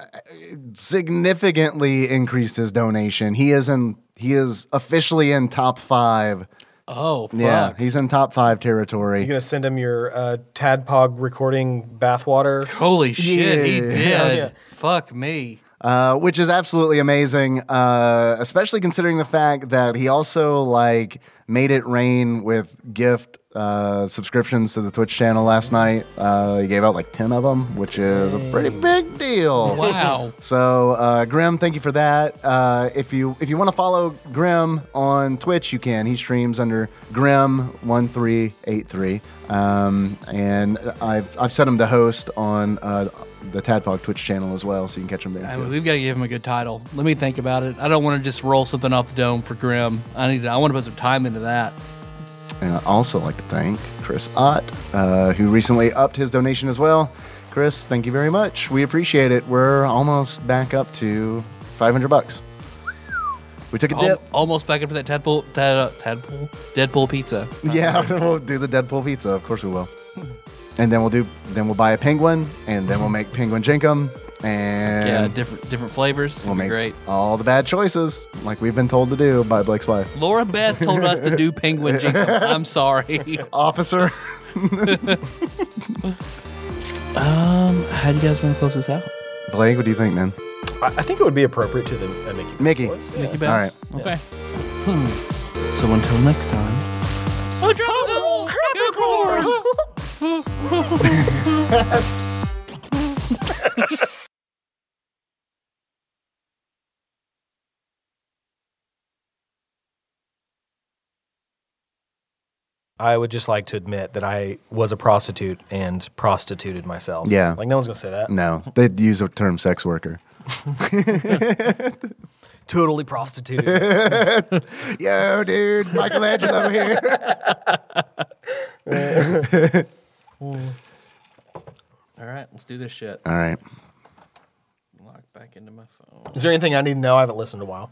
B: significantly increased his donation. He is in. He is officially in top five.
A: Oh, fuck.
B: Yeah, he's in top five territory.
C: You gonna send him your uh, Tadpog recording bathwater?
A: Holy shit, he
B: Yeah.
A: did.
C: Yeah.
A: Fuck me.
B: uh, which is absolutely amazing, uh, especially considering the fact that he also like made it rain with gift uh, subscriptions to the Twitch channel last night. Uh, he gave out like ten of them, which is a pretty big deal.
A: Wow.
B: So, uh, Grim, thank you for that. Uh, if you if you want to follow Grim on Twitch, you can. He streams under Grim one three eight three, um, and I've I've set him to host on uh, the Tadpog Twitch channel as well, so you can catch him there.
A: I
B: too.
A: mean, we've got to give him a good title. Let me think about it. I don't want to just roll something off the dome for Grim. I need. To, I want to put some time into that.
B: And I'd also like to thank Chris Ott, uh, who recently upped his donation as well. Chris, thank you very much. We appreciate it. We're almost back up to 500 bucks. We took a
A: Al-
B: dip.
A: Almost back up to that tadpole, tad, uh, tadpole, Deadpool pizza.
B: Yeah, we'll do the Deadpool pizza. Of course we will. And then we'll do. Then we'll buy a penguin, and then we'll make penguin jinkum,
A: Yeah,
B: and
A: different different flavors.
B: we'll
A: It'd be
B: make
A: great.
B: all the bad choices, like we've been told to do by Blake's wife,
A: Laura Beth told us to do penguin jingle. I'm sorry.
B: officer.
A: Um, how do you guys want to close this out?
B: Blake, what do you think, man?
C: I, I think it would be appropriate to the uh, Mickey. Mouse
B: Mickey.
C: voice, yeah.
A: Mickey
B: All right.
A: Mouse? Okay. Hmm. So until next time. Oh, tropical! Tropical!
C: I would just like to admit that I was a prostitute and prostituted myself.
B: Yeah.
C: Like no one's gonna say that.
B: No, they'd use the term sex worker.
C: Totally prostituted.
B: Yo, dude, Michelangelo here.
A: All right, let's do this shit.
B: All right.
A: Lock back into my phone.
C: Is there anything I need to know? I haven't listened in a while.